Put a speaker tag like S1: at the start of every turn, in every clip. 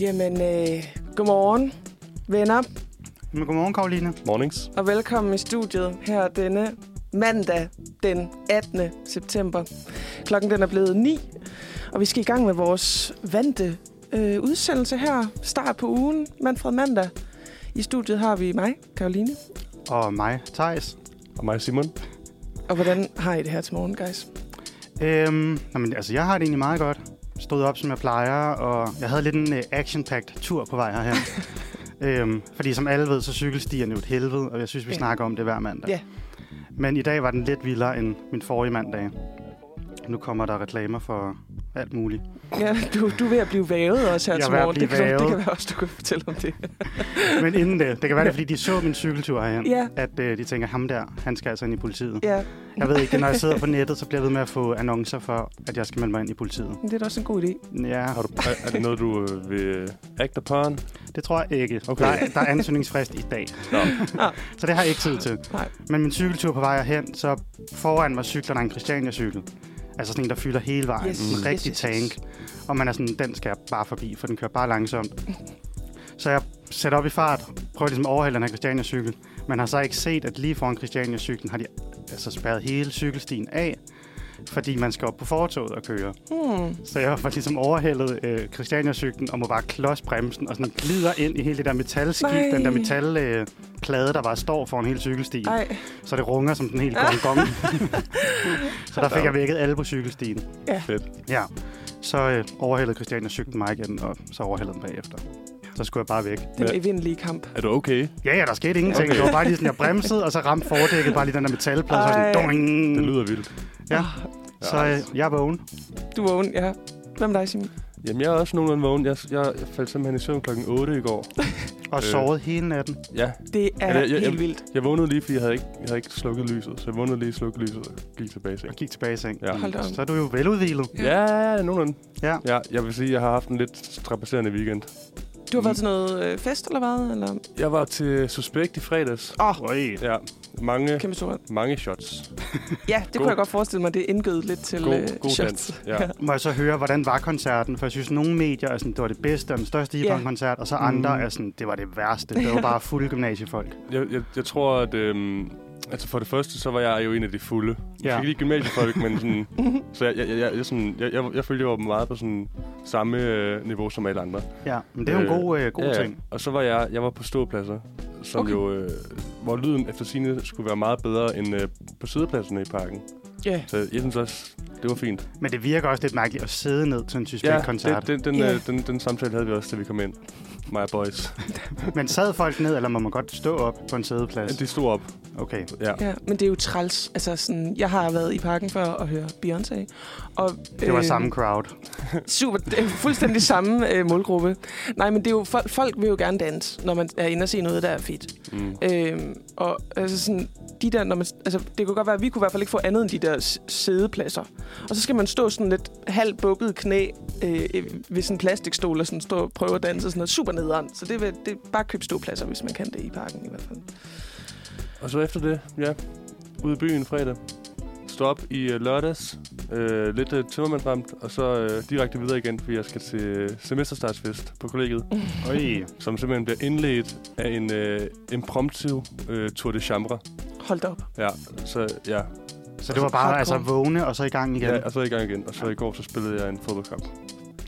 S1: Jamen, øh, godmorgen, venner,
S2: Men godmorgen, Karoline.
S3: Mornings.
S1: og velkommen i studiet her denne mandag den 18. september. Klokken den er blevet 9, og vi skal i gang med vores vante øh, udsendelse her. Start på ugen, Manfred Mandag. I studiet har vi mig, Karoline.
S2: Og mig, Thijs.
S3: Og mig, Simon.
S1: Og hvordan har I det her til morgen, guys?
S2: Øhm, jamen, altså, jeg har det egentlig meget godt. Stod op, som jeg plejer, og jeg havde lidt en uh, action-packed tur på vej herhen. øhm, fordi som alle ved, så cykelstierne jo et helvede, og jeg synes, vi
S1: Ja.
S2: snakker om det hver mandag.
S1: Ja.
S2: Men i dag var den lidt vildere end min forrige mandag. Nu kommer der reklamer for alt muligt.
S1: Ja, du, du er ved at blive vævet også her
S2: Jeg er
S1: til
S2: ved at
S1: morgen.
S2: blive
S1: det, kan, du- det
S2: vævet.
S1: kan være også, du kan fortælle om det.
S2: Men inden det, det kan være, det er, fordi de så min cykeltur herhen,
S1: Ja.
S2: at uh, de tænker, ham der, han skal altså ind i politiet.
S1: Ja,
S2: Jeg ved ikke, når jeg sidder på nettet, så bliver jeg ved med at få annoncer for, at jeg skal melde mig ind i politiet.
S1: men det er da også en god idé.
S2: Ja.
S3: Har du, er, er det noget, du øh, vil act upon?
S2: Det tror jeg ikke.
S3: Okay.
S2: Okay. Der, er, der er ansøgningsfrist i dag.
S3: Nå.
S2: Så det har jeg ikke tid til.
S1: Nej.
S2: Men min cykeltur på vej hen, så foran mig cykler der en Christiania-cykel. Altså sådan en, der fylder hele vejen.
S1: Yes,
S2: en
S1: yes,
S2: rigtig
S1: yes, yes.
S2: tank. Og man er sådan, den skal jeg bare forbi, for den kører bare langsomt. Så jeg sætter op i fart, prøver ligesom at overhælde den her Christiania-cykel. Man har så ikke set, at lige foran Christiania-cyklen har de altså spærret hele cykelstien af. Fordi man skal op på fortoget og køre.
S1: Hmm.
S2: Så jeg var ligesom overhældet øh, Christiania-cyklen og må bare klods bremsen og sådan glider ind i hele det der metalskib,
S1: Nej.
S2: den der metalplade, øh, plade, der bare står foran hele cykelstien.
S1: Ej,
S2: Så det runger som den helt gong gong. så der fik jeg vækket alle på cykelstien.
S1: Ja.
S3: Fedt.
S2: Ja. Så øh, overhældede Christiania-cyklen mig igen, og så overhældede den bagefter. Så skulle jeg bare væk.
S1: den
S3: Hvad?
S1: evindelige kamp.
S3: Er du okay?
S2: Ja, ja, der skete ingenting.
S3: Okay.
S2: Okay. Det var bare lige sådan, jeg bremsede, og så ramte fordækket bare lige den der metalplade. Så
S1: Ej.
S2: sådan, doing.
S3: Det lyder vildt.
S2: Ja.
S1: Ah,
S2: Så øh, jeg er vågen.
S1: Du er vågen, ja. Hvem er dig, Simon?
S3: Jamen, jeg er også nogenlunde vågen. Jeg, jeg, jeg faldt simpelthen i søvn klokken 8 i går.
S2: Og
S3: Øh.
S2: sovet hele natten.
S3: Ja,
S1: Det er
S3: Ja, det- jeg-
S1: helt
S3: jeg-
S1: vildt.
S3: jeg vågnede lige, fordi jeg havde ikke, jeg havde ikke slukket lyset. Så jeg vågnede lige, slukkede lyset og gik tilbage i
S2: Og
S3: seng.
S2: gik tilbage i seng.
S3: Ja.
S1: Hold da op.
S2: Så er du jo veludvilet.
S3: Ja, ja, ja, nogenlunde.
S2: Ja.
S3: ja. Jeg vil sige, jeg har haft en lidt strapasserende weekend.
S1: Du har været
S3: Mm.
S1: til noget øh, fest eller hvad? Eller
S3: Jeg var til Suspekt i fredags.
S2: Åh, oh,
S3: Ja, mange,
S1: kæmpe stor?
S3: mange shots.
S1: Ja, det kunne jeg godt forestille mig, det indgød lidt til
S3: God,
S1: øh,
S3: god
S1: shots.
S3: dans. Ja.
S2: Må jeg så høre, hvordan var koncerten? For jeg synes, nogle medier er sådan, det var det bedste og den største
S1: Ja.
S2: yeah. koncert og så
S3: Mm.
S2: andre er sådan, det var det værste. Det var bare fulde gymnasiefolk.
S3: Jeg, jeg, jeg tror, at... Øhm, altså for det første, så var jeg jo en af de fulde. Ja. Ikke lige gymnasiefolk, men sådan... så jeg, jeg, jeg, jeg, sådan, jeg, jeg, jeg følte, jeg var meget på sådan samme øh, niveau som alle andre.
S2: ja. Men det er jo en
S3: Øh,
S2: god, øh, god
S3: ja, ja.
S2: ting.
S3: Og så var jeg, jeg var på ståpladser, som
S1: Okay.
S3: okay. jo, øh, hvor lyden efter sine skulle være meget bedre end øh, på sidepladserne i parken.
S1: Ja.
S3: Så jeg synes også, det var fint.
S2: Men det virker også lidt mærkeligt at sidde ned til en suspekt koncert.
S3: det, den, den,
S1: Ja.
S3: yeah. den, den samtale havde vi også, da vi kom ind. My boys.
S2: Men sad folk ned, eller må man godt stå op på en sædeplads?
S3: De stod op.
S2: Okay.
S3: Ja.
S1: Ja, men det er jo træls. Altså sådan, jeg har været i parken før og høre Beyoncé. Og,
S2: Det var
S1: øh,
S2: samme crowd.
S1: Super, det er fuldstændig samme øh, målgruppe. Nej, men det er jo, folk, folk vil jo gerne danse, når man er inde og se noget, der er fedt.
S3: Mm.
S1: Øh, og altså sådan, de der, når man, altså, det kunne godt være, at vi kunne i hvert fald ikke få andet end de der s- sædepladser. Og så skal man stå sådan lidt halvt bukket knæ øh, øh, ved sådan en plastikstol og sådan stå og prøve at danse og sådan noget. Super nederen. Så det vil det, er bare køb ståpladser, hvis man kan det i parken i hvert fald.
S3: Og så efter det, ja, ude i byen fredag. Stå op i øh, lørdags, øh, lidt øh, tømmermandramt, og så øh, direkte videre igen, fordi jeg skal til øh, semesterstartsfest på kollegiet.
S1: Mm.
S2: Oj.
S3: som simpelthen bliver indledt af en øh, impromptu øh, tour de chambre.
S1: Hold da op.
S3: Ja, så ja.
S2: Så det var bare altså vågne, og så i gang igen.
S3: ja, og så er jeg i gang igen. Og så i går, så spillede jeg en fodboldkamp.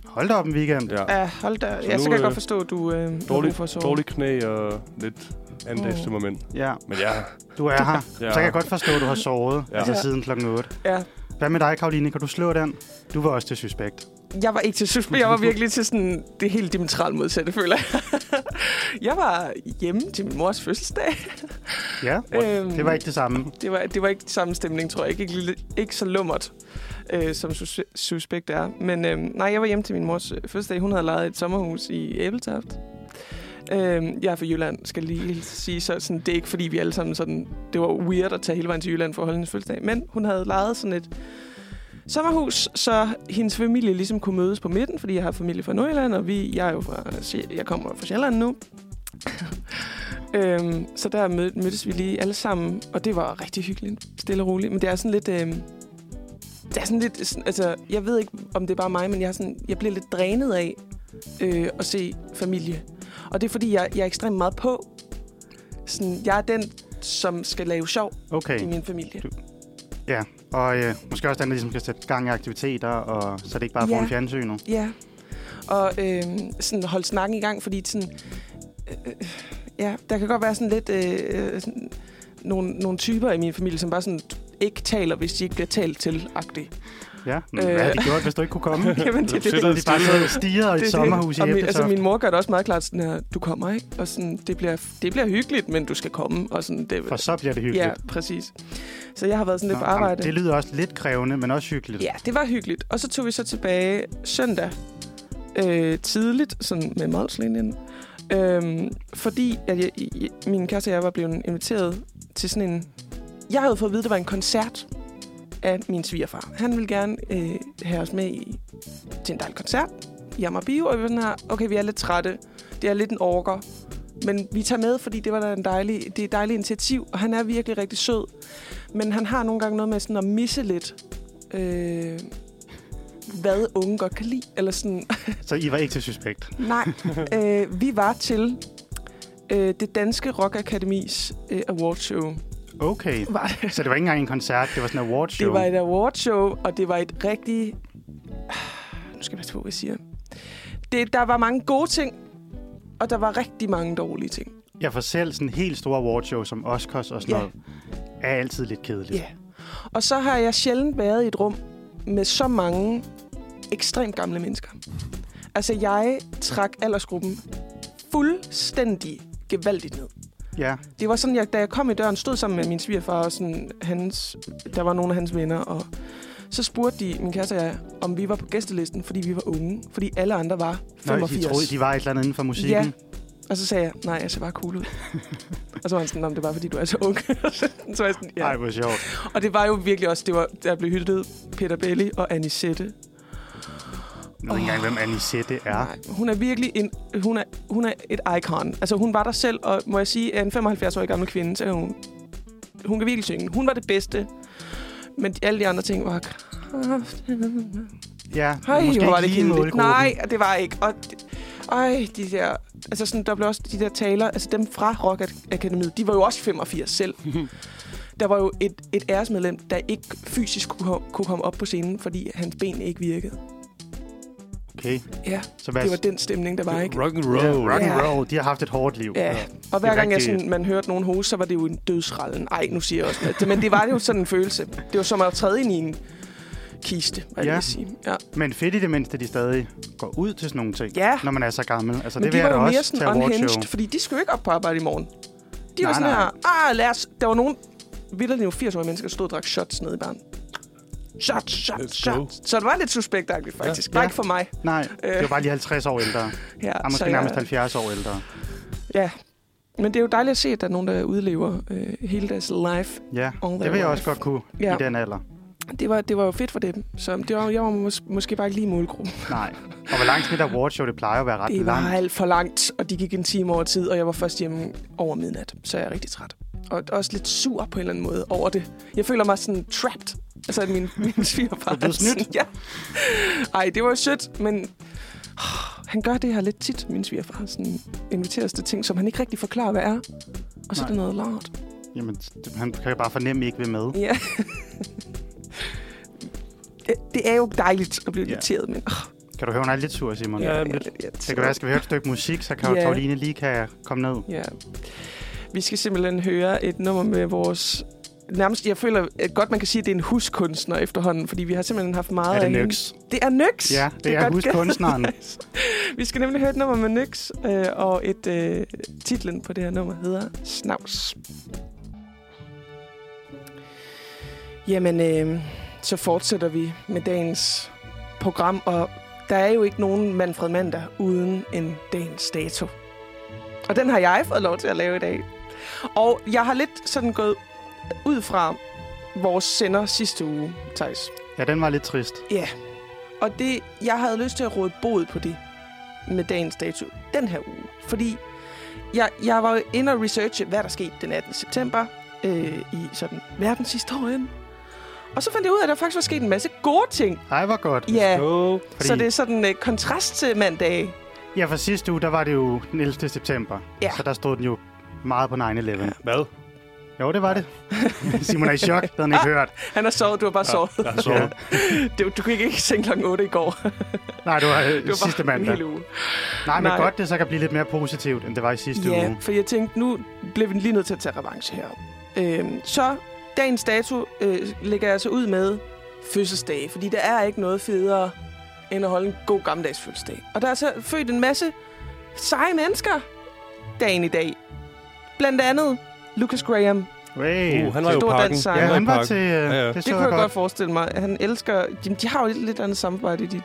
S2: Hold da op en weekend.
S3: Ja.
S1: Ja, hold da.
S3: Så
S1: Ja, så
S3: nu,
S1: kan jeg
S3: øh,
S1: godt forstå, at du øh,
S3: Dårlig,
S1: for at sove.
S3: dårlig knæ og lidt anden dags tømmermænd.
S2: Ja,
S3: Men ja,
S2: du er her.
S3: ja.
S2: Så kan jeg godt forstå, at du har sovet
S3: Ja.
S2: altså
S1: Ja.
S2: siden klokken 8.
S1: Ja.
S2: Hvad med dig, Karoline? Kan du slå den? Du var også til suspekt.
S1: Jeg var ikke til søs, men jeg var virkelig til sådan det helt dimensionalt modsatte, føler jeg. jeg var hjemme til min mors fødselsdag.
S2: Ja,
S1: Øhm,
S2: det var ikke det samme.
S1: Det var, det var ikke samme stemning, tror jeg. Ikke, ikke, ikke så lummert, øh, som sus- suspekt er. Men øh, nej, jeg var hjemme til min mors øh, fødselsdag. Hun havde lejet et sommerhus i Æbeltoft. Øh, jeg er fra Jylland, skal lige hilse at sige. Så sådan, det er ikke, fordi vi alle sammen sådan... Det var weird at tage hele vejen til Jylland for at holde hendes fødselsdag. Men hun havde lejet sådan et sommerhus, så hendes familie ligesom kunne mødes på midten, fordi jeg har familie fra Nordjylland, og vi, jeg, er jo fra, Sj- jeg kommer fra Sjælland nu. Øhm, så der mød, mødtes vi lige alle sammen, og det var rigtig hyggeligt, stille og roligt. Men det er sådan lidt... Øhm, det er sådan lidt... sådan- Altså, jeg ved ikke, om det er bare mig, men jeg, er sådan, jeg bliver lidt drænet af øh, at se familie. Og det er, fordi jeg, jeg er ekstremt meget på. Sådan, jeg er den, som skal lave sjov
S2: Okay.
S1: i min familie.
S2: Ja, og øh, måske også den, der ligesom kan sætte gang i aktiviteter, og så det ikke bare
S1: Ja.
S2: får en fjernsynet.
S1: Ja. Og øh, sådan holde snakken i gang, fordi sådan... Øh, øh, ja, der kan godt være sådan lidt... Øh, øh, sådan, nogle, nogle typer i min familie, som bare sådan ikke taler, hvis de ikke bliver talt til agtigt.
S2: Ja, men
S1: Øh.
S2: øh. hvad havde de gjort, hvis du ikke kunne komme?
S1: Jamen, det, er
S2: Så havde de bare siddet og stirret i
S1: det
S2: et
S1: er
S2: sommerhus i
S1: Og min,
S2: Ebbe,
S1: altså, min mor gør det også meget klart sådan her, du kommer, ikke? Og sådan, det bliver, det bliver hyggeligt, men du skal komme. Og sådan, det,
S2: for så bliver det hyggeligt.
S1: Ja, præcis. Så jeg har været sådan lidt
S2: Nå,
S1: på
S2: jamen,
S1: arbejde.
S2: Det lyder også lidt krævende, men også hyggeligt.
S1: Ja, det var hyggeligt. Og så tog vi så tilbage søndag øh, tidligt, sådan med Molslinjen. Øhm, fordi at jeg, jeg, min kæreste og jeg var blevet inviteret til sådan en... Jeg havde fået at vide, at det var en koncert af min svigerfar. Han ville gerne øh, have os med i, til en dejlig koncert i Amager Bio, og vi var sådan her, okay, vi er lidt trætte. Det er lidt en orker. Men vi tager med, fordi det var da en dejlig, det er et dejligt initiativ, og han er virkelig rigtig sød. Men han har nogle gange noget med sådan at misse lidt øh, hvad unge godt kan lide. Eller sådan,
S2: Så I var ikke til suspekt.
S1: nej. øh, vi var til øh, det danske Rock Akademis øh, awardshow.
S2: Okay,
S1: Var,
S2: så det var ikke engang en koncert, det var sådan en awardshow.
S1: det var et awardshow, og det var et rigtig... Nu skal jeg passe på, hvad jeg siger. Det, der var mange gode ting, og der var rigtig mange dårlige ting.
S2: Jeg får selv sådan en helt stor awardshow som Oscars og sådan
S1: Ja.
S2: noget. Er altid lidt kedeligt.
S1: Ja. Og så har jeg sjældent været i et rum med så mange ekstremt gamle mennesker. Altså, jeg trak aldersgruppen fuldstændig gevaldigt ned.
S2: Ja,
S1: det var sådan, jeg, da jeg kom i døren, stod sammen med min svigerfar og sådan, hans, der var nogle af hans venner, og så spurgte de, min kæreste og jeg, om vi var på gæstelisten, fordi vi var unge. Fordi alle andre var
S2: Nå, de
S1: 85.
S2: troede, de var et eller andet inden for musikken.
S1: Ja. Og så sagde jeg, nej, jeg ser bare cool ud. og så var han sådan, om det var, fordi du er så ung. så var jeg sådan, ja.
S2: Ej, hvor sjovt.
S1: Og det var jo virkelig også, det var, der blev hyttet Peter Belli og Anisette.
S2: Jeg ved ikke engang, hvem Anisette er.
S1: Nej, hun er virkelig en, hun er, hun er et icon. Altså, hun var der selv, og må jeg sige, er en 75-årig gammel kvinde, så er hun, hun kan virkelig synge. Hun var det bedste, men alle de andre ting var...
S2: Ja,
S1: Hej,
S2: måske
S1: hvor var det
S2: ikke lige
S1: kedeligt.
S2: målgruppen.
S1: Nej, det var ikke. Og, det- ej, de der... Altså, sådan, der blev også de der taler, altså dem fra Rock Akademiet, de var jo også 85 selv. Der var jo et, et æresmedlem, der ikke fysisk kunne, ho- kunne komme op på scenen, fordi hans ben ikke virkede.
S2: Okay,
S1: Ja,
S2: så hvad,
S1: det var den stemning, der var, ikke?
S3: Rock and
S2: Ja,
S3: roll.
S2: rock and
S1: Ja.
S2: roll. De har haft et hårdt liv.
S1: Ja,
S2: Ja.
S1: og hver
S2: Det er
S1: gang jeg
S2: rigtig-
S1: sådan, man hørte nogen hose, så var det jo en dødsrallen. Ej, nu siger jeg også noget. Men det var jo sådan en følelse. Det var som at træde ind i en kiste, hvad ja.
S2: Ja.
S1: jeg vil sige. Ja.
S2: Men fedt i det mindste, at de stadig går ud til sådan nogle ting,
S1: Ja.
S2: når man er så gammel. Altså,
S1: Men
S2: det
S1: de
S2: vil jeg
S1: var
S2: da
S1: jo mere
S2: også til
S1: sådan
S2: awardshow.
S1: unhinged, fordi de skulle jo ikke op på arbejde i morgen. De var
S2: Nej,
S1: sådan
S2: nej.
S1: her, ah, lad os. Der var nogen vildt jo 80-årige mennesker, der stod og drak shots nede i baren. Shots, shots,
S3: Let's go.
S1: shots. Så det var lidt suspektagtigt, faktisk. Ja. Bare
S2: Ja.
S1: ikke for mig.
S2: Nej, det var bare lige 50 år ældre.
S1: Ja,
S2: Ja, måske
S1: Øh. så
S2: nærmest
S1: jeg,
S2: 70 år ældre.
S1: ja. Men det er jo dejligt at se, at der er nogen, der udlever øh, hele deres life.
S2: Ja,
S1: All
S2: det
S1: their
S2: vil jeg også
S1: life.
S2: godt kunne
S1: Ja.
S2: i den alder.
S1: Det var, det var jo fedt for dem. Så det var, jeg var mås- måske bare ikke lige i målgruppen.
S2: Nej. Og hvor langt sådan et awardshow, det plejer at være ret
S1: Det var
S2: langt.
S1: alt for langt, og de gik en time over tid, og jeg var først hjemme over midnat, så jeg er rigtig træt. Og også lidt sur på en eller anden måde over det. Jeg føler mig sådan trapped. Altså, at min, min svigerfar...
S2: Du er blevet
S1: er sådan- Ja. Ej, det var jo sødt, men... Han gør det her lidt tit, min svigerfar. Sådan inviterer os til ting, som han ikke rigtig forklarer, hvad er. Og så er
S2: Nej.
S1: det noget lort.
S2: Jamen, det- han kan jo bare fornemme, at I ikke vil med.
S1: Ja. det, det er jo dejligt at blive
S2: Ja.
S1: inviteret, men... Oh,
S2: Kan du høre, hun er lidt sur, Simon?
S3: Ja.
S2: Ja.
S1: jeg,
S3: lidt.
S1: er lidt irriteret.
S2: Det kan være, skal vi høre et stykke musik, så kan
S1: Ja.
S2: yeah. Karoline lige kan komme ned.
S1: Ja. Vi skal simpelthen høre et nummer med vores... Nærmest, jeg føler at godt, man kan sige, at det er en huskunstner efterhånden, fordi vi har simpelthen haft meget
S2: Er det
S1: af hende.
S2: Nyx?
S1: Det er Nyx!
S2: Ja, det er
S1: godt
S2: huskunstneren.
S1: gæt. Vi skal nemlig høre et nummer med Nyx, øh, og et øh, titlen på det her nummer hedder Snavs. Jamen, øh, så fortsætter vi med dagens program, og der er jo ikke nogen Manfred Mandag uden en dagens dato. Og den har jeg fået lov til at lave i dag. Og jeg har lidt sådan gået ud fra vores sender sidste uge, Thijs.
S2: Ja, den var lidt trist.
S1: Ja, og det, jeg havde lyst til at råde bod på det med dagens dato den her uge. Fordi jeg, jeg var jo inde og researche, hvad der skete den 18. september øh, i sådan verdenshistorien. Og så fandt jeg ud af, at der faktisk var sket en masse gode ting.
S2: Ej, hvor godt.
S1: Ja,
S3: Go.
S2: Fordi
S1: så det er sådan øh, kontrast til mandag.
S2: Ja, for sidste uge, der var det jo den 11. september.
S1: Ja.
S2: Så der stod den jo meget på 9-11.
S3: Hvad?
S2: Jo, det var det. Simon er i chok, det havde han ikke hørt.
S1: Han har sovet, du har bare sovet.
S3: Jeg har sovet.
S1: Du, du kunne ikke ikke senge klokken 8 i går.
S2: Nej, det var, øh,
S1: Det var
S2: sidste
S1: bare en
S2: mandag.
S1: hel uge.
S2: Nej, men
S1: Nej.
S2: godt, det så kan blive lidt mere positivt, end det var i sidste
S1: Ja,
S2: uge.
S1: for jeg tænkte, nu bliver vi lige nødt til at tage revanche her. Øhm, så dagens dato øh, lægger jeg så ud med fødselsdage, fordi der er ikke noget federe end at holde en god gammeldags fødselsdag. Og der er så født en masse seje mennesker dagen i dag. Blandt andet Lucas Graham. Det
S2: Hey.
S3: Uh, han var jo i
S1: Stor
S3: parken.
S1: dansk sang.
S2: ja,
S1: var i
S2: han var
S3: parken.
S2: til... Øh, ja,
S3: ja.
S2: ja.
S3: Det
S2: Det så
S1: kunne
S2: jeg
S1: jeg godt
S2: godt.
S1: forestille mig. Han elsker... Jamen, de har jo et lidt andet samarbejde, de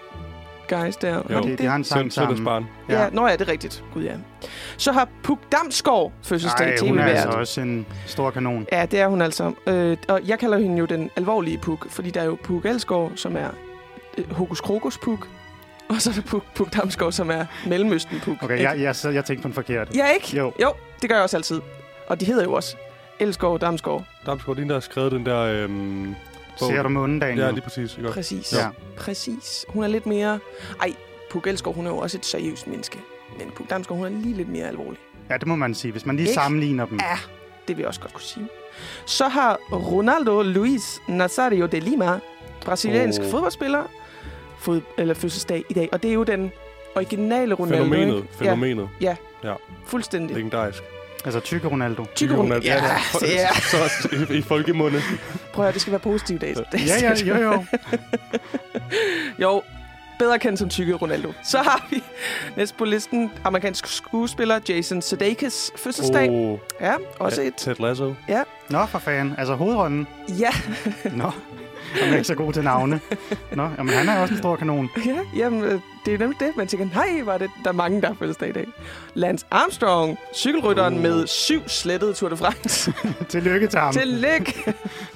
S1: guys der.
S3: Jo.
S2: De, de har en sang sammen.
S3: Søndagsbarn.
S1: Ja.
S2: Ja.
S1: ja. Nå ja, det er rigtigt. Gud ja. Så har Puk Damsgaard fødselsdag
S2: Nej,
S1: til
S2: hun er
S1: hvert.
S2: altså også en stor kanon.
S1: Ja, det er hun altså. Øh, og jeg kalder hende jo den alvorlige Puk, fordi der er jo Puk Elsgaard, som er øh, Hokus Krokus Puk. Og så er der Puk, Puk Damsgaard, som er Mellemøsten Puk.
S2: Okay, jeg, jeg, jeg, jeg tænkte på den forkerte.
S1: Ja, ikke?
S2: Jo.
S1: Jo, det gør jeg også altid. Og de hedder jo også Elsgaard Damsgaard.
S3: Damsgaard, din der har skrevet den der... Øhm, bog.
S2: Ser du månedagen
S3: Ja,
S2: nu?
S3: lige præcis. Ikke? også?
S1: Præcis.
S2: Ja.
S1: Præcis. Hun er lidt mere... Ej, Puk Elsgaard, hun er jo også et seriøst menneske. Men Puk Damsgaard, hun er lige lidt mere alvorlig.
S2: ja, det må man sige. Hvis man lige
S1: Ikke?
S2: sammenligner dem.
S1: Ja, det vil jeg også godt kunne sige. Så har Ronaldo Luis Nazario de Lima, brasiliansk
S3: Oh.
S1: oh. fodboldspiller, fod, eller fødselsdag i dag. Og det er jo den originale Ronaldo,
S3: Fænomenet.
S1: ikke?
S3: Fænomenet.
S1: Ja, fuldstændig.
S3: Legendarisk.
S2: Altså tykke Ronaldo.
S1: Tykke Ronaldo. Ja, det er.
S3: Så også i, i folkemunde.
S1: Prøv at høre, det skal være positivt i dag.
S2: Ja, ja, jo, jo.
S1: Jo, bedre kendt som tykke Ronaldo. Så har vi næst på listen amerikansk skuespiller Jason Sudeikis fødselsdag. Oh.
S3: Oh,
S1: Ja, også
S3: ja,
S1: et.
S3: Ted Lasso.
S2: Nå, for fanden. Altså hovedrollen.
S1: Ja,
S2: Nå. Han er ikke så god til navne. Nå, jamen, han er også en stor kanon.
S1: Ja, jamen, øh, det er nemlig det. Man tænker, nej, var det der er mange, der har fødselsdag i dag. Lance Armstrong, cykelrytteren
S2: Uh.
S1: uh. med syv slettede Tour de France.
S2: Tillykke til ham.
S1: Tillykke!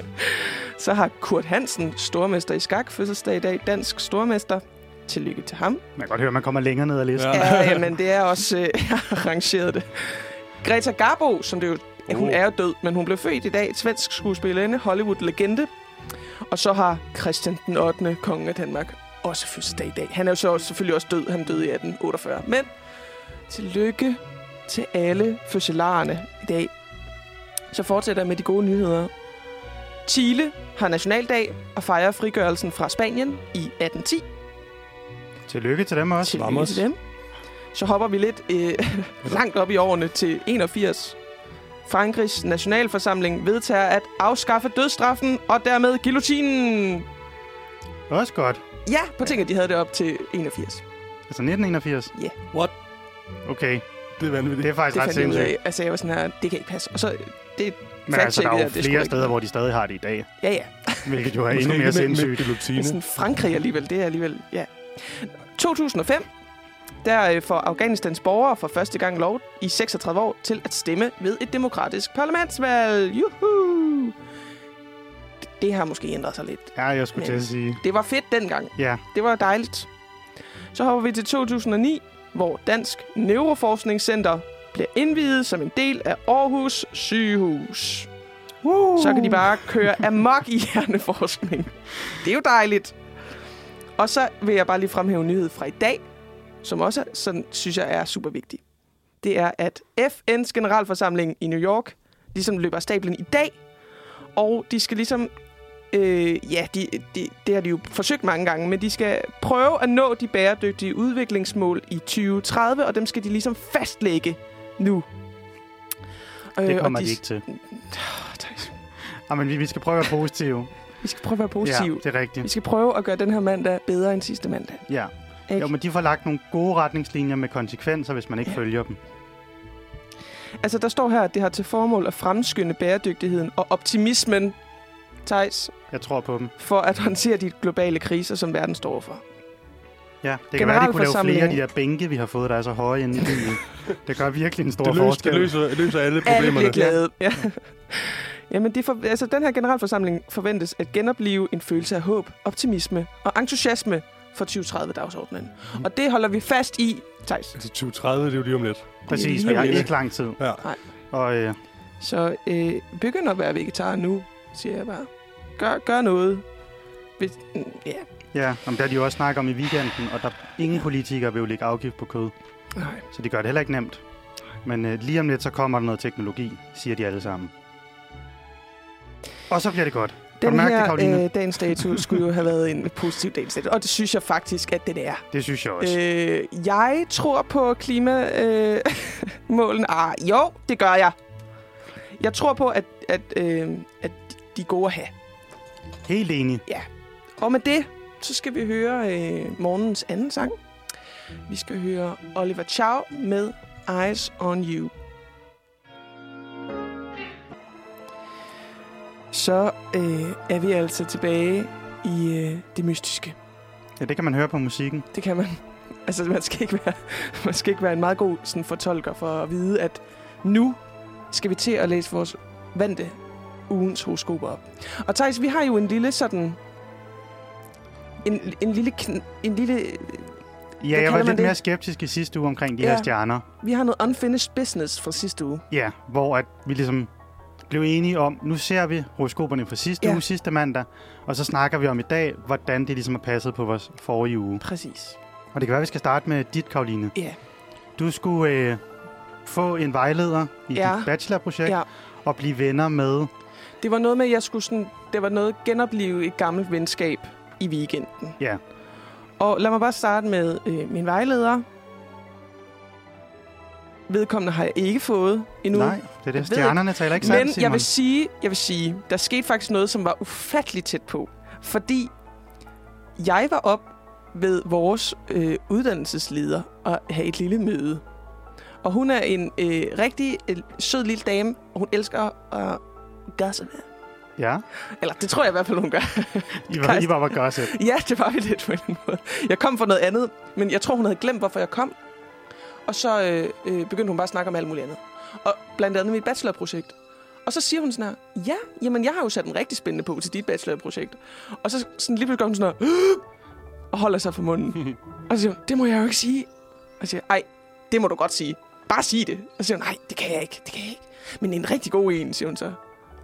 S1: Så har Kurt Hansen, stormester i skak, fødselsdag i dag. Dansk stormester. Tillykke til ham.
S2: Man kan godt høre, at man kommer længere ned ad listen.
S3: Ja.
S2: Ja.
S1: Ja, jamen, det er også øh, jeg har arrangeret det. Greta Garbo, som det jo,
S3: Uh.
S1: hun er jo død, men hun blev født i dag. Svensk skuespillerinde, Hollywood-legende. Og så har Christian den 8., kongen af Danmark, også fødselsdag i dag. Han er jo så også, selvfølgelig også død. Han døde i 1848. Men tillykke til alle fødselarerne i dag. Så fortsætter jeg med de gode nyheder. Chile har nationaldag og fejrer frigørelsen fra Spanien i 1810.
S2: Tillykke til dem også.
S1: Tillykke
S3: Vamos.
S1: til dem. Så hopper vi lidt øh, langt op i årene til 81. Frankrigs nationalforsamling vedtager at afskaffe dødsstraffen og dermed guillotinen.
S2: Også godt.
S1: Ja, på ting, at de havde det op til 81.
S2: Altså 1981.
S3: What?
S2: Okay,
S3: Det er vanvittigt.
S2: det er faktisk
S1: Det
S2: ret
S1: fandt jeg ud
S2: sindssygt.
S1: af. Altså, jeg var sådan her, det kan ikke passe. Og så, det
S2: Men altså, der er
S1: fact-checkede
S2: jo
S1: jeg, det skulle
S2: flere
S1: ikke.
S2: steder, hvor de stadig har det i dag.
S1: Ja, ja.
S2: Hvilket jo er
S3: Måske
S2: endnu mere
S3: ikke med-
S2: sindssygt.
S3: Med
S1: Men
S3: guillotine.
S1: sådan Frankrig alligevel, det er alligevel... Ja. 2005, der øh, får Afghanistans borgere for første gang lov i 36 år til at stemme ved et demokratisk parlamentsvalg. Juhu! Det- Det har måske ændret sig lidt.
S2: Ja, jeg skulle til at sige.
S1: Det var fedt dengang.
S2: Ja,
S1: Det var dejligt. Så hopper vi til 2009, hvor Dansk Neuroforskningscenter bliver indvidet som en del af Aarhus Sygehus. Woo. Så kan de bare køre amok i hjerneforskning. Det er jo dejligt. Og så vil jeg bare lige fremhæve en nyhed fra i dag, som også sådan, synes jeg er super vigtig. Det er, at FN's generalforsamling i New York ligesom løber af stablen i dag, og de skal ligesom Øh, ja, de, de, det har de jo forsøgt mange gange, men de skal prøve at nå de bæredygtige udviklingsmål i 2030, og dem skal de ligesom fastlægge nu. Øh,
S2: det kommer
S1: og
S2: de ikke til.
S1: tak.
S2: Ja, men vi, vi skal prøve at være positive.
S1: Vi skal prøve at være
S2: Ja,
S1: positive.
S2: det er rigtigt.
S1: Vi skal prøve at gøre den her mandag bedre end sidste mandag.
S2: Ja.
S1: Ikke?
S2: Jo, men de får lagt nogle gode retningslinjer med konsekvenser, hvis man ikke
S1: Ja.
S2: følger dem.
S1: Altså, der står her, at det har til formål at fremskynde bæredygtigheden og optimismen, Thijs,
S2: Jeg tror på dem.
S1: for at håndtere de globale kriser, som verden står overfor.
S2: Ja, det kan være, de kunne lave flere af de
S1: Generalforsamlingen.
S2: der bænke, vi har fået, der er så høje inde i byen. Det gør virkelig en stor
S3: Det løser,
S2: forskel.
S3: det løser, det løser alle
S1: Alle
S3: problemerne.
S1: bliver glade. Ja. Jamen, det for, altså, den her generalforsamling forventes at genopleve en følelse af håb, optimisme og entusiasme for 2030-dagsordenen.
S2: Mm.
S1: Og det holder vi fast i, Thijs.
S3: Altså 2030, det er jo lige om lidt.
S2: Præcis,
S1: Det
S2: vi
S1: er
S2: har
S3: lige-
S2: ikke lang tid.
S3: Ja.
S1: Nej.
S2: Og øh,
S1: Så øh, begynd at være vegetar nu, siger jeg bare. Gør, gør noget. Hvis, mm, ja.
S2: Ja, men der er de jo også snakker om i weekenden, og der ingen politikere vil jo lægge afgift på kød.
S1: Nej.
S2: Så det gør det heller ikke nemt. Men øh, lige om lidt, så kommer der noget teknologi, siger de alle sammen. Og så bliver det godt. du
S1: Den
S2: mærke det,
S1: her
S2: Karoline?
S1: øh, dagens dato skulle jo have været en positiv dagens dato, og det synes jeg faktisk, at den er.
S2: Det synes jeg også. Øh,
S1: Øh, jeg tror på klimamålen. Øh, målene. ah, jo, det gør jeg. Jeg tror på, at, at, øh, at de er gode at have.
S2: Helt enig.
S1: Og med det, så skal vi høre øh, morgens anden sang. Vi skal høre Oliver Chow med Eyes on You. Så øh, er vi altså tilbage i øh, det mystiske.
S2: Ja, det kan man høre på musikken.
S1: Det kan man. Altså, man skal ikke være, man skal ikke være en meget god sådan, fortolker for at vide, at nu skal vi til at læse vores vante ugens horoskoper op. Og Thijs, vi har jo en lille sådan... En, en lille... Kn, en lille
S2: Ja, jeg
S1: kalder
S2: var
S1: man
S2: lidt
S1: det?
S2: mere skeptisk i sidste uge omkring de
S1: Ja.
S2: ja. her stjerner.
S1: vi har noget unfinished business fra sidste uge.
S2: Ja, hvor at vi ligesom blev enige om, nu ser vi horoskoperne fra sidste
S1: Ja.
S2: ja. uge, sidste mandag, og så snakker vi om i dag, hvordan det ligesom har passet på vores forrige uge.
S1: Præcis.
S2: Og det kan være, at vi skal starte med dit, Karoline.
S1: Ja.
S2: Du skulle øh, få en vejleder i
S1: Ja.
S2: ja. dit bachelorprojekt
S1: Ja.
S2: ja. og blive venner med...
S1: Det var noget med, at jeg skulle sådan... Det var noget genopleve et gammelt venskab i weekenden.
S2: Ja.
S1: Og lad mig bare starte med øh, min vejleder. Vedkommende har jeg ikke fået endnu.
S2: Nej, det er det.
S1: ved
S2: Stjernerne taler ikke sandt,
S1: Men
S2: Simon.
S1: jeg vil sige, jeg vil sige, der skete faktisk noget, som var ufatteligt tæt på. Fordi jeg var op ved vores øh, uddannelsesleder og have et lille møde. Og hun er en øh, rigtig øh, sød lille dame, og hun elsker at gøre sådan her.
S2: Ja,
S1: Eller det tror jeg i hvert fald, hun gør.
S2: I var,
S1: Karsten.
S2: I var, var gossip.
S1: ja, det var vi lidt på en måde. Jeg kom for noget andet, men jeg tror, hun havde glemt, hvorfor jeg kom. Og så øh, øh, begyndte hun bare at snakke om alt muligt andet. Og blandt andet mit bachelorprojekt. Og så siger hun sådan her, ja, jamen jeg har jo sat en rigtig spændende på til dit bachelorprojekt. Og så sådan lige pludselig gør hun sådan her, og holder sig for munden. Og så siger hun, det må jeg jo ikke sige. Og så siger jeg, ej, det må du godt sige. Bare sig det. Og så siger hun, nej, det kan jeg ikke, det kan jeg ikke. Men en rigtig god en, siger hun så.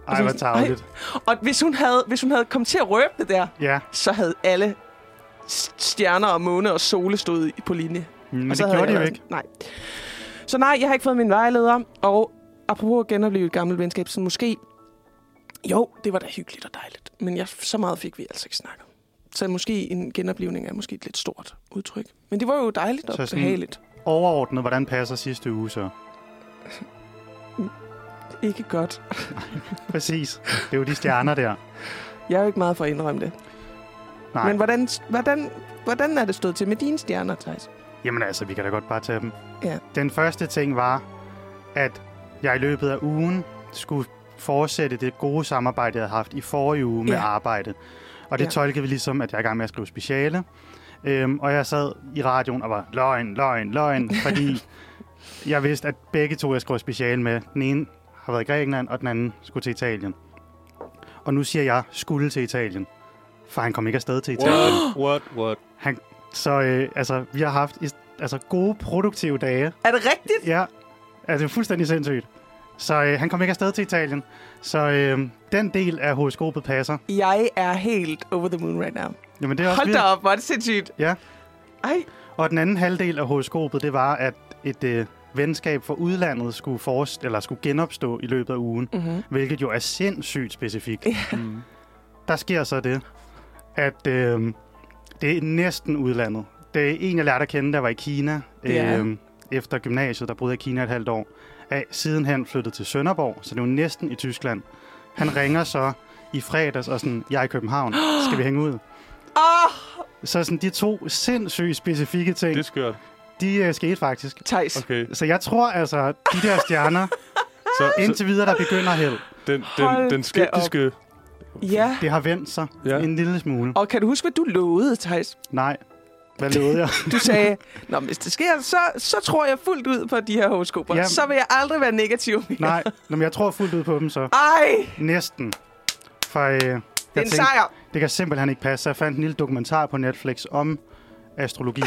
S2: Ej, hvor tarveligt.
S1: Og hvis hun havde, hvis hun havde kommet til at røbe det der,
S2: Ja,
S1: så havde alle s- stjerner og måne og sole stået i- på linje.
S2: men
S1: og
S2: det
S1: så havde
S2: gjorde de
S1: jeg
S2: jo
S1: været
S2: ikke.
S1: sådan, Nej. Så nej, jeg har ikke fået min vejleder. Og apropos at genopleve et gammelt venskab, så måske... Jo, det var da hyggeligt og dejligt. Men jeg, så meget fik vi altså ikke snakket. Så måske en genoplevning er måske et lidt stort udtryk. Men det var jo dejligt og
S2: Så sådan-
S1: behageligt.
S2: Overordnet, hvordan passer sidste uge så?
S1: Ikke godt.
S2: Præcis. Det er jo de stjerner der.
S1: Jeg er jo ikke meget for at indrømme det.
S2: Nej,
S1: Men
S2: Men,
S1: hvordan, hvordan, hvordan er det stået til med dine stjerner, Thijs?
S2: jamen altså, vi kan da godt bare tage dem.
S1: Ja.
S2: Den første ting var, at jeg i løbet af ugen skulle fortsætte det gode samarbejde, jeg havde haft i forrige uge med
S1: Ja.
S2: arbejde. Og det
S1: Ja.
S2: ja. tolkede vi ligesom, at jeg er i gang med at skrive speciale. Øhm, og jeg sad i radioen og var løgn, løgn, løgn, fordi jeg vidste, at begge to, jeg skrev speciale med, den ene har været i Grækenland, og den anden skulle til Italien. Og nu siger jeg, skulle til Italien. For han kom ikke afsted til Italien.
S3: What, what, what?
S2: Så øh, altså, vi har haft is- altså, gode, produktive dage.
S1: Er det rigtigt?
S2: Ja, altså, det er fuldstændig sindssygt. Så øh, han kom ikke afsted til Italien. Så øh, den del af horoskopet passer.
S1: Jeg er helt over the moon right now.
S2: Jamen, det er også
S1: Hold da
S2: vildt.
S1: op, hvor er det sindssygt.
S2: Ja.
S1: Ej,
S2: Og den anden halvdel af horoskopet, det var, at et øh, venskab fra udlandet skulle, forst- eller skulle genopstå i løbet af ugen.
S1: Mhm.
S2: Hvilket jo er sindssygt specifikt.
S3: Mm.
S2: Der sker så det, at øh, det er næsten udlandet. Det er en, jeg lærte at kende, der var i Kina.
S1: Ja.
S2: Øh, efter gymnasiet, der boede jeg i Kina et halvt år. Er sidenhen flyttet til Sønderborg, så det er jo næsten i Tyskland. Han ringer så i fredags og sådan, jeg er i København, skal vi hænge ud?
S1: Åh,
S2: Så sådan de to sindssygt specifikke ting,
S3: Det er skørt.
S2: de øh, skete faktisk.
S1: Thijs.
S3: Okay.
S2: Så jeg tror altså, de der stjerner,
S3: Så, så
S2: indtil videre, der begynder held.
S3: den,
S1: Hold
S3: den,
S1: da op.
S3: den skeptiske...
S1: Ja.
S2: Det har vendt sig
S3: Ja.
S2: ja. en lille smule.
S1: Og kan du huske, hvad du lovede, Thijs?
S2: Nej, hvad lovede jeg?
S1: Du sagde, Nå, men hvis det sker, så, så tror jeg fuldt ud på de her horoskoper.
S2: Jamen.
S1: Så vil jeg aldrig være negativ mere.
S2: Nej, Nå, men jeg tror fuldt ud på dem så.
S1: Ej,
S2: Næsten. For øh, jeg
S1: det er en
S2: tænkte,
S1: sejr.
S2: det kan simpelthen ikke passe. Så jeg fandt en lille dokumentar på Netflix om astrologi.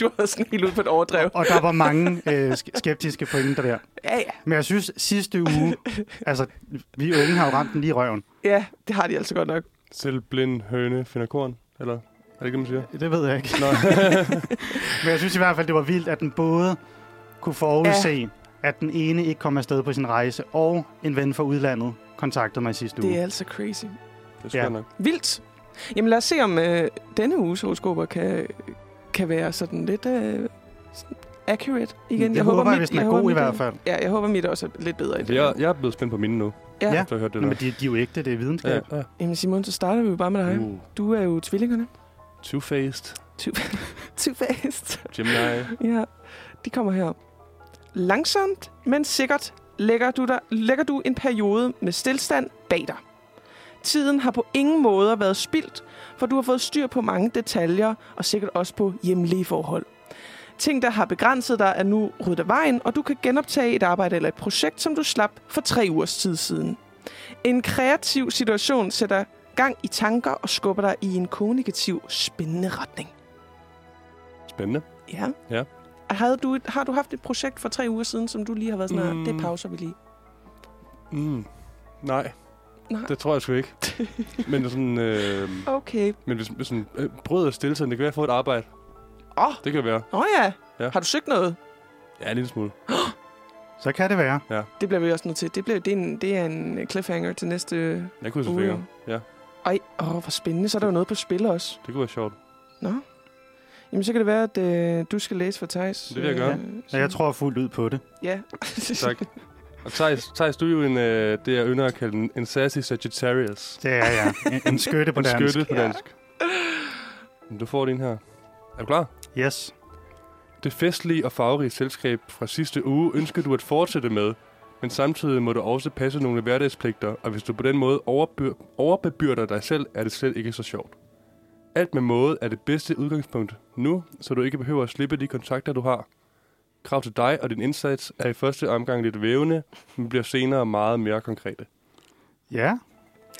S1: Du var sådan helt ude på et overdrev.
S2: og der var mange øh, sk- skeptiske pointer der.
S1: Ja, ja.
S2: Men jeg synes, sidste uge... altså, vi unge har jo ramt den lige i røven.
S1: ja, det har de altså godt nok.
S3: Selv blind høne finder korn, eller? Er det ikke, det, man siger?
S2: Det ved jeg ikke.
S3: Nå.
S2: Men jeg synes i hvert fald, det var vildt, at den både kunne forudse, ja. at den ene ikke kom afsted på sin rejse, og en ven fra udlandet kontaktede mig i sidste uge.
S1: Det er altså crazy.
S3: det er ja.
S2: Ja.
S3: nok.
S1: Vildt. Jamen lad os se, om øh, denne uges horoskoper kan, kan være sådan lidt øh, sådan accurate igen.
S2: det håber jeg, hvis den er
S1: håber
S2: god i
S1: mit-
S2: hvert fald.
S1: Ja, jeg håber, mit også er lidt bedre i det.
S3: Jeg, jeg er blevet spændt på mine nu,
S1: Ja.
S3: efter jeg hørte det
S2: Nå,
S3: der.
S2: men de, de er jo ægte, det er videnskab.
S3: ja.
S1: Jamen Simon, så starter vi jo bare med
S2: Mm.
S1: dig.
S3: Uh,
S1: Du er jo tvillingerne.
S3: two-faced,
S1: Two-faced.
S3: Gemini.
S1: Ja, de kommer her. Langsomt, men sikkert lægger du, dig, lægger du en periode med stillstand bag dig. Tiden har på ingen måder været spildt, for du har fået styr på mange detaljer, og sikkert også på hjemlige forhold. Ting, der har begrænset dig, er nu ryddet af vejen, og du kan genoptage et arbejde eller et projekt, som du slap for tre ugers tid siden. En kreativ situation sætter gang i tanker og skubber dig i en kommunikativ, spændende retning.
S3: Spændende.
S1: Ja.
S3: Ja.
S1: Havde du, et- har du haft et projekt for tre uger siden, som du lige har været sådan,
S3: Mm.
S1: mm. det pauser vi lige?
S3: Mm. Nej.
S1: Nej.
S3: Det tror jeg sgu ikke. men sådan, øh,
S1: Okay.
S3: men hvis, hvis sådan, øh, brød og stille sådan, det kan være, at jeg får et arbejde.
S1: Åh,
S3: Det kan være.
S1: oh, ja.
S3: Ja.
S1: ja. Har du søgt noget?
S3: Ja, en lille smule.
S2: Så kan det være.
S1: Det bliver vi også nødt til. Det, bliver, det, er, en, det er en øh, cliffhanger til næste
S3: Jeg kunne
S1: uge.
S3: selvfølgelig. Ja,
S1: Ej, åh, hvor spændende. Så er der jo noget på spil også.
S3: det kunne være sjovt.
S1: Nå. Jamen, så kan det være, at øh, du skal læse for Thijs.
S3: Det vil jeg
S1: øh,
S3: gøre.
S2: Så jeg tror fuldt ud på det.
S1: Ja.
S3: Tak. Og Thijs, Thijs, du er jo en, øh, det, jeg ynder at kalde en, en sassy Sagittarius.
S2: Det er jeg. En, en skytte på
S3: en
S2: dansk.
S3: skytte på
S1: Ja.
S3: dansk. Men Du får din her. Er du klar?
S2: Yes.
S3: Det festlige og farverige selskab fra sidste uge ønsker du at fortsætte med, men samtidig må du også passe nogle hverdagspligter, og hvis du på den måde overbyr- overbebyrder dig selv, er det slet ikke så sjovt. Alt med måde er det bedste udgangspunkt nu, så du ikke behøver at slippe de kontakter, du har. Krav til dig og din indsats er i første omgang lidt vævende, men bliver senere meget mere konkrete.
S2: Ja.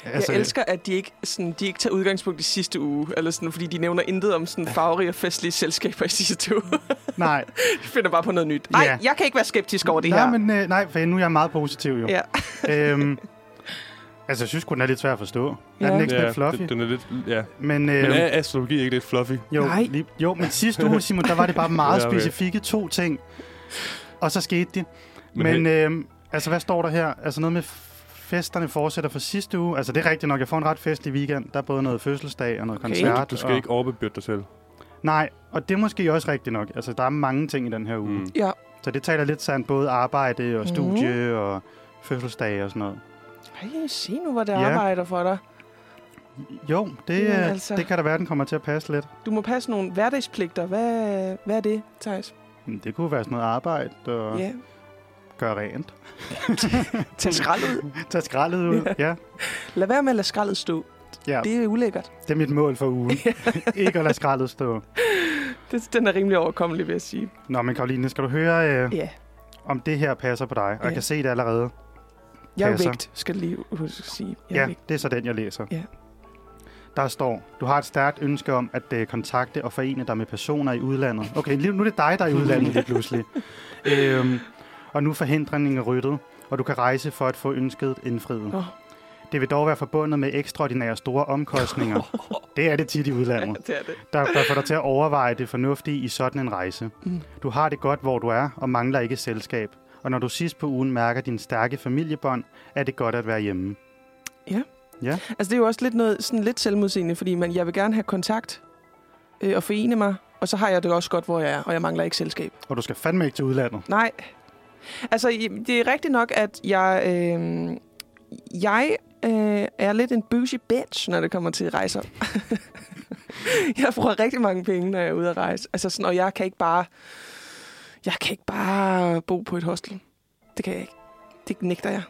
S1: Altså,
S2: øh-
S1: jeg elsker, at de ikke, sådan, de ikke tager udgangspunkt i sidste uge, eller sådan, fordi de nævner intet om sådan farverige og festlige selskaber i sidste uge.
S2: Nej,
S1: De finder bare på noget nyt. Nej,
S2: Ja.
S1: jeg kan ikke være skeptisk over det
S2: nej,
S1: her.
S2: men, øh, nej, for nu er jeg meget positiv jo.
S1: Ja.
S2: øhm, altså, jeg synes kun, den er lidt svær at forstå. Ja. Er den
S1: Ja.
S2: ikke sådan lidt fluffy?
S3: Den, den er lidt, ja.
S2: Men, øh,
S3: Men er astrologi ikke lidt fluffy?
S2: jo,
S1: Nej.
S2: Lige, jo, men sidste uge, Simon, der var det bare meget
S3: Ja, okay.
S2: specifikke to ting. Og så skete det. Men,
S3: Men
S2: men øh, altså, hvad står der her? Altså noget med f- festerne fortsætter fra sidste uge. Altså, det er rigtigt nok. Jeg får en ret festlig weekend. Der er både noget fødselsdag og noget
S1: Okay.
S2: koncert.
S3: Du skal
S2: og,
S3: ikke overbebyrde dig selv.
S2: Nej, og det er måske også rigtigt nok. Altså, der er mange ting i den her uge.
S3: Mm.
S2: Mm.
S1: Ja,
S2: Så det taler lidt sandt. Både arbejde og
S1: Mhm.
S2: studie mm. og fødselsdag og sådan noget.
S1: Ej, se nu, hvor det
S2: Ja.
S1: ja. arbejder for dig.
S2: Jo, det,
S1: Jamen,
S2: ja,
S1: altså.
S2: altså. det kan da være, den kommer til at passe lidt.
S1: Du må passe nogle hverdagspligter. Hvad, hvad er det, Thijs?
S2: Men Det kunne være sådan noget arbejde og yeah.
S1: Ja.
S2: gøre rent.
S1: Tag skrald ud.
S2: Tag skraldet ud. Ja.
S1: Lad være med at lade skraldet stå.
S2: ja,
S1: Det er ulækkert.
S2: det er mit mål for ugen. ikke at lade skraldet stå.
S1: Det, den er rimelig overkommelig, vil jeg sige.
S2: Nå, men Karoline, skal du høre, øh,
S1: Ja.
S2: om det her passer på dig? Og
S1: Ja.
S2: jeg kan se det allerede.
S1: Jeg er
S2: Passer.
S1: vægt, skal jeg lige huske at sige. Jeg er
S2: Ja,
S1: vægt.
S2: det er så den, jeg læser.
S1: Ja.
S2: Der står, du har et stærkt ønske om at øh, kontakte og forene dig med personer i udlandet. Okay, lige- nu er det dig, der er i udlandet lige pludselig. øhm, og nu er forhindringen ryddet, og du kan rejse for at få ønsket indfriet.
S1: Åh.
S2: Oh. Det vil dog være forbundet med ekstraordinære store omkostninger. det er det tit i
S1: Ja,
S2: udlandet.
S1: det er det.
S2: Der, der får dig til at overveje det fornuftige i sådan en rejse.
S1: Mm.
S2: Du har det godt, hvor du er, og mangler ikke selskab. Og når du sidst på ugen mærker din stærke familiebånd, er det godt at være hjemme.
S1: Altså, det er jo også lidt, noget, sådan lidt selvmodsigende, fordi man, jeg vil gerne have kontakt øh, og forene mig, og så har jeg det også godt, hvor jeg er, og jeg mangler ikke selskab.
S2: Og du skal fandme ikke til udlandet.
S1: Nej. Altså, i- det er rigtigt nok, at jeg, øh, jeg øh, er lidt en bougie bitch, når det kommer til rejser. jeg bruger rigtig mange penge, når jeg er ude at rejse. Altså sådan, og jeg kan ikke bare, jeg kan ikke bare bo på et hostel. Det kan jeg ikke. Det nægter jeg.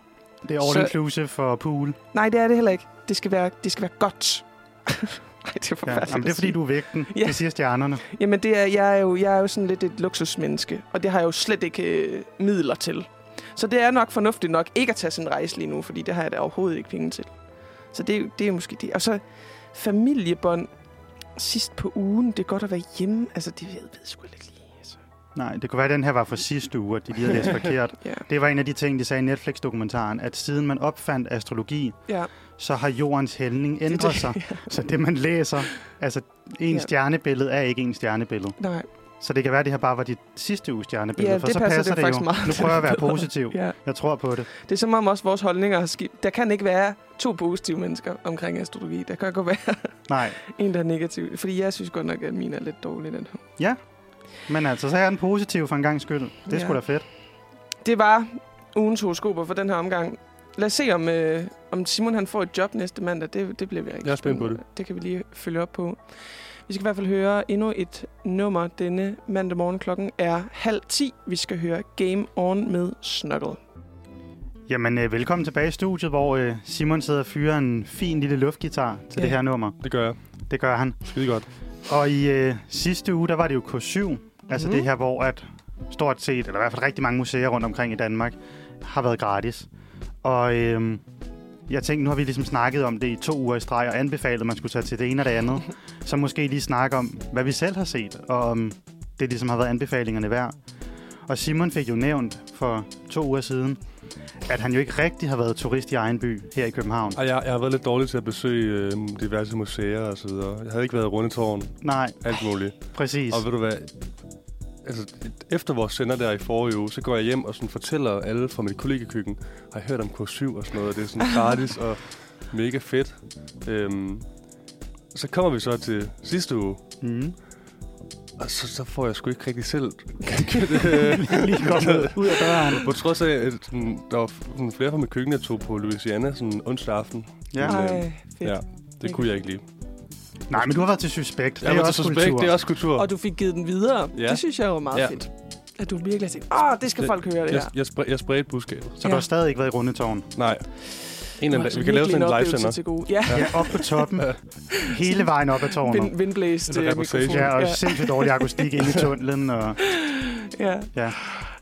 S2: Det er all
S1: Så-
S2: inclusive for pool.
S1: Nej, det er det heller ikke. Det skal være, det skal være godt. Ej, det er
S2: Ja.
S1: forfærdeligt.
S2: Jamen, det er
S1: at
S2: fordi,
S1: sige.
S2: du er vægten.
S1: Ja.
S2: Ja. Det siger stjernerne.
S1: Jamen, det er, jeg, er jo, jeg er jo sådan lidt et luksusmenneske, og det har jeg jo slet ikke øh, midler til. Så det er nok fornuftigt nok ikke at tage sådan en rejse lige nu, fordi det har jeg da overhovedet ikke penge til. Så det, det er måske det. Og så familiebånd sidst på ugen. Det er godt at være hjemme. Altså, det ved jeg ved jeg sgu ikke lige. Altså.
S2: Nej, det kunne være, at den her var fra sidste uge, at de lige havde læst forkert.
S1: Ja.
S2: Det var en af de ting, de sagde i Netflix-dokumentaren, at siden man opfandt astrologi,
S1: ja.
S2: så har jordens hældning ændret sig. Så det, man læser, altså en
S1: Ja.
S2: ja. stjernebillede er ikke en stjernebillede.
S1: Nej,
S2: Så det kan være, at det her bare var dit sidste uges stjernebillede,
S1: Ja,
S2: for
S1: det
S2: så
S1: passer
S2: passer,
S1: det
S2: det,
S1: faktisk
S2: jo.
S1: meget
S2: Nu prøver jeg at være
S1: bedre.
S2: positiv.
S1: ja.
S2: Jeg tror på det.
S1: Det er som om også vores holdninger har skib. Der kan ikke være to positive mennesker omkring astrologi. Der kan godt være
S2: Nej,
S1: en, der er negativ. Fordi jeg synes godt nok, at min er lidt dårlig, den her.
S2: men altså, så er den positiv for en gang skyld. Det er
S1: Ja.
S2: sgu da fedt.
S1: Det var ugens horoskoper for den her omgang. Lad os se, om, øh, om Simon han får et job næste mandag. Det, det bliver vi rigtig
S3: Jeg er spændt på
S1: spændende. Det kan vi lige følge op på. Vi skal i hvert fald høre endnu et nummer denne mandag morgen. Klokken er halv ti. Vi skal høre Game On med Snuggle.
S2: Jamen, øh, velkommen tilbage i studiet, hvor øh, Simon sidder og fyrer en fin lille luftgitar til
S1: Ja.
S2: ja. det her nummer.
S3: Det gør jeg.
S2: Det gør han.
S3: Skide godt.
S2: Og i øh, sidste uge, der var det jo K7, mm-hmm. altså
S1: Mhm.
S2: det her, hvor at stort set, eller i hvert fald rigtig mange museer rundt omkring i Danmark, har været gratis. Og øh, jeg tænkte, nu har vi ligesom snakket om det i to uger i streg, og anbefalet, at man skulle tage til det ene og det andet. Så måske lige snakke om, hvad vi selv har set, og om det ligesom har været anbefalingerne værd. Og Simon fik jo nævnt for to uger siden, at han jo ikke rigtig har været turist i egen by her i København.
S3: Ej, jeg, jeg har været lidt dårlig til at besøge øh, diverse museer og så videre. Jeg havde ikke været rundt i tårn,
S2: Nej,
S3: alt muligt.
S2: præcis.
S3: Og ved du hvad? Altså, efter vores sender der i forrige uge, så går jeg hjem og sådan fortæller alle fra mit kollegekøkken, har jeg hørt om K7 og sådan noget, og det er sådan gratis og mega fedt. Øhm, så kommer vi så til sidste uge,
S2: Mm.
S3: og så, så får jeg sgu ikke rigtig selv. øh.
S2: Lige godt ud- ud af døren.
S3: På trods af, at sådan, der var sådan, flere fra mit køkken, der tog på Louisiana sådan onsdag aften.
S2: Ja.
S3: Men, øh,
S1: Ej, fedt.
S3: Ja, det kunne jeg ikke lide.
S2: Nej, men du har været til Suspekt.
S3: Jeg
S2: det er
S3: var
S2: også
S3: til suspekt,
S2: kultur.
S3: det er også kultur.
S1: Og du fik givet den videre. Ja.
S3: Ja.
S1: Det synes jeg var meget ja.
S3: Ja.
S1: fedt. At du virkelig har tænkt, åh, det skal
S3: Det-
S1: folk høre det
S3: jeg,
S1: her.
S3: jeg, spred, jeg spredte budskabet.
S2: Så du
S1: Ja.
S2: har stadig ikke været i rundetårn.
S3: Nej. En
S1: Du har
S3: af dem.
S1: altså
S3: Vi kan lave
S1: virkelig
S3: sådan en
S1: oplevelse
S3: livesender.
S1: til gode. Ja,
S2: Ja, op på toppen. Hele vejen op ad tårnet.
S1: Vind, vindblæst
S3: En
S1: øh,
S3: reportage.
S1: mikrofon.
S2: Ja, og
S1: Ja,
S2: sindssygt dårlig akustik inde i tunnelen. Og...
S1: ja.
S2: Ja.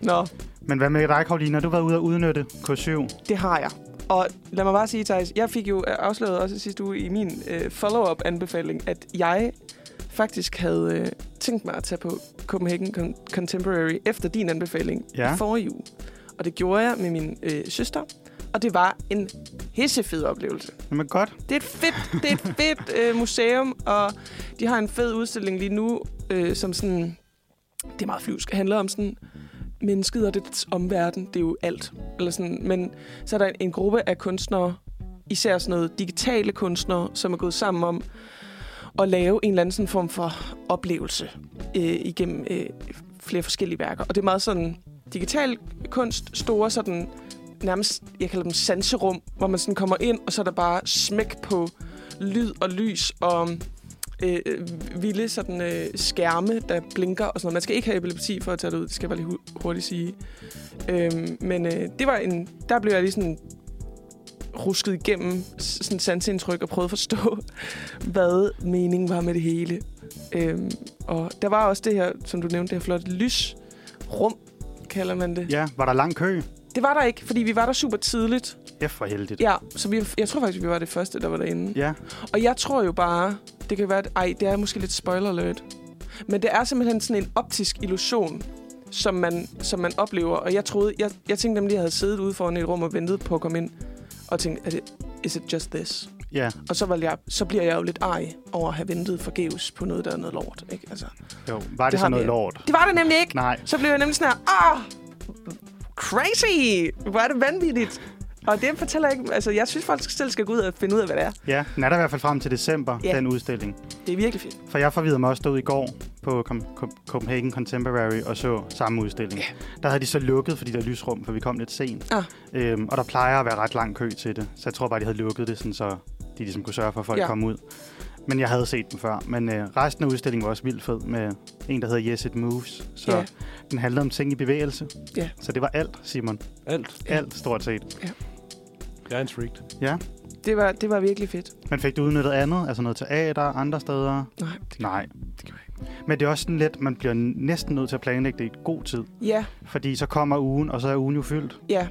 S1: Nå,
S2: Men hvad med dig, Karoline? Har du været ude at udnytte K7?
S1: det har jeg. Og lad mig bare sige, Thijs, jeg fik jo øh, afsløret også sidste uge i min øh, follow-up anbefaling, at jeg faktisk havde øh, tænkt mig at tage på Copenhagen Con- Contemporary efter din anbefaling ja.
S2: Ja.
S1: i forrige uge. Og det gjorde jeg med min øh, søster, og det var en hissefed oplevelse.
S2: Jamen godt.
S1: Det er et fedt, det er et fedt øh, museum, og de har en fed udstilling lige nu, øh, som sådan, det er meget flyvsk, handler om sådan mennesket og dets omverden, det er jo alt. Eller sådan. Men så er der en, en gruppe af kunstnere, især sådan noget digitale kunstnere, som er gået sammen om at lave en eller anden sådan form for oplevelse øh, igennem øh, flere forskellige værker. Og det er meget sådan digital kunst, store sådan nærmest, jeg kalder dem sanserum, hvor man sådan kommer ind, og så er der bare smæk på lyd og lys og øh, øh, vilde sådan, øh, skærme, der blinker og sådan noget. Man skal ikke have epilepsi for at tage det ud, det skal jeg bare lige hu- hurtigt sige. Øhm, men øh, det var en, der blev jeg lige sådan rusket igennem s- sådan sansindtryk og prøvet at forstå, hvad meningen var med det hele. Øhm, og der var også det her, som du nævnte, det her flotte lysrum, kalder man det.
S2: Ja, var der lang kø?
S1: Det var der ikke, fordi vi var der super tidligt.
S2: Ja, for heldigt.
S1: Ja, så vi, jeg tror faktisk, vi var det første, der var derinde. Ja.
S2: Ja,
S1: Og jeg tror jo bare, det kan være, at ej, det er måske lidt spoiler alert. Men det er simpelthen sådan en optisk illusion, som man, som man oplever. Og jeg troede, jeg, jeg tænkte nemlig, at jeg havde siddet ude foran et rum og ventet på at komme ind. Og tænkte, er det, is it just this?
S2: ja,
S1: Og så, var jeg, så bliver jeg jo lidt ej over at have ventet forgæves på noget, der er noget lort. Ikke? Altså,
S2: jo. Var det,
S1: Det
S2: det
S1: har
S2: så noget
S1: vi.
S2: lort?
S1: det var det nemlig ikke.
S2: Nej.
S1: Så blev jeg nemlig sådan her, åh, crazy, hvor er det vanvittigt. Og det fortæller jeg ikke, altså jeg synes folk selv skal gå ud og finde ud af, hvad det er.
S2: Ja, den er der i hvert fald frem til december,
S1: Ja.
S2: ja. den udstilling.
S1: Det er virkelig fedt.
S2: For jeg forvidede mig også derud i går på Com- Com- Copenhagen Contemporary og så samme udstilling. Der havde de så lukket for de der lysrum, for vi kom lidt sent.
S1: Ah.
S2: Øhm, og der plejer at være ret lang kø til det, så jeg tror bare, de havde lukket det, sådan, så de ligesom kunne sørge for, at folk
S1: Ja.
S2: ja. kom ud. Men jeg havde set den før. Men øh, resten af udstillingen var også vildt fed med en, der hedder Yes It Moves. Så
S1: Ja.
S2: ja. den handlede om ting i bevægelse.
S1: Ja.
S2: Så det var alt, Simon.
S3: Alt.
S1: Ja.
S2: Alt stort set.
S3: Jeg er en freaked.
S1: Det var, det var virkelig fedt.
S2: Men fik du udnyttet andet? Altså noget teater, andre steder?
S1: Nej.
S2: Nej. Det kan ikke. Men det er også sådan lidt, man bliver næsten nødt til at planlægge det i god tid.
S1: Ja,
S2: Fordi så kommer ugen, og så er ugen jo fyldt.
S1: ja.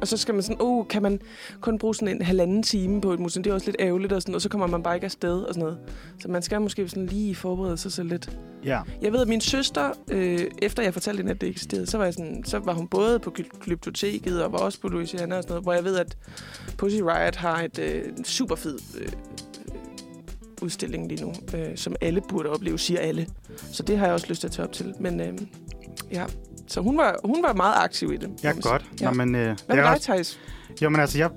S1: Og så skal man sådan, åh, oh, kan man kun bruge sådan en halvanden time på et museum? Det er også lidt ærgerligt, og, sådan, og så kommer man bare ikke afsted og sådan noget. Så man skal måske sådan lige forberede sig så lidt.
S2: Ja.
S1: Jeg ved, at min søster, øh, efter jeg fortalte hende, at det eksisterede, så var, jeg sådan, så var hun både på Glyptoteket og var også på Louisiana og sådan noget, hvor jeg ved, at Pussy Riot har et øh, super fed øh, udstilling lige nu, øh, som alle burde opleve, siger alle. Så det har jeg også lyst til at tage op til. Men øh, ja, så hun var, hun var meget aktiv i det.
S2: Ja,
S1: må man sige.
S2: godt.
S1: Ja.
S2: Nå, men, øh, det
S1: Hvad med
S2: er
S1: dig,
S2: også,
S1: Thijs?
S2: jo, men altså, jeg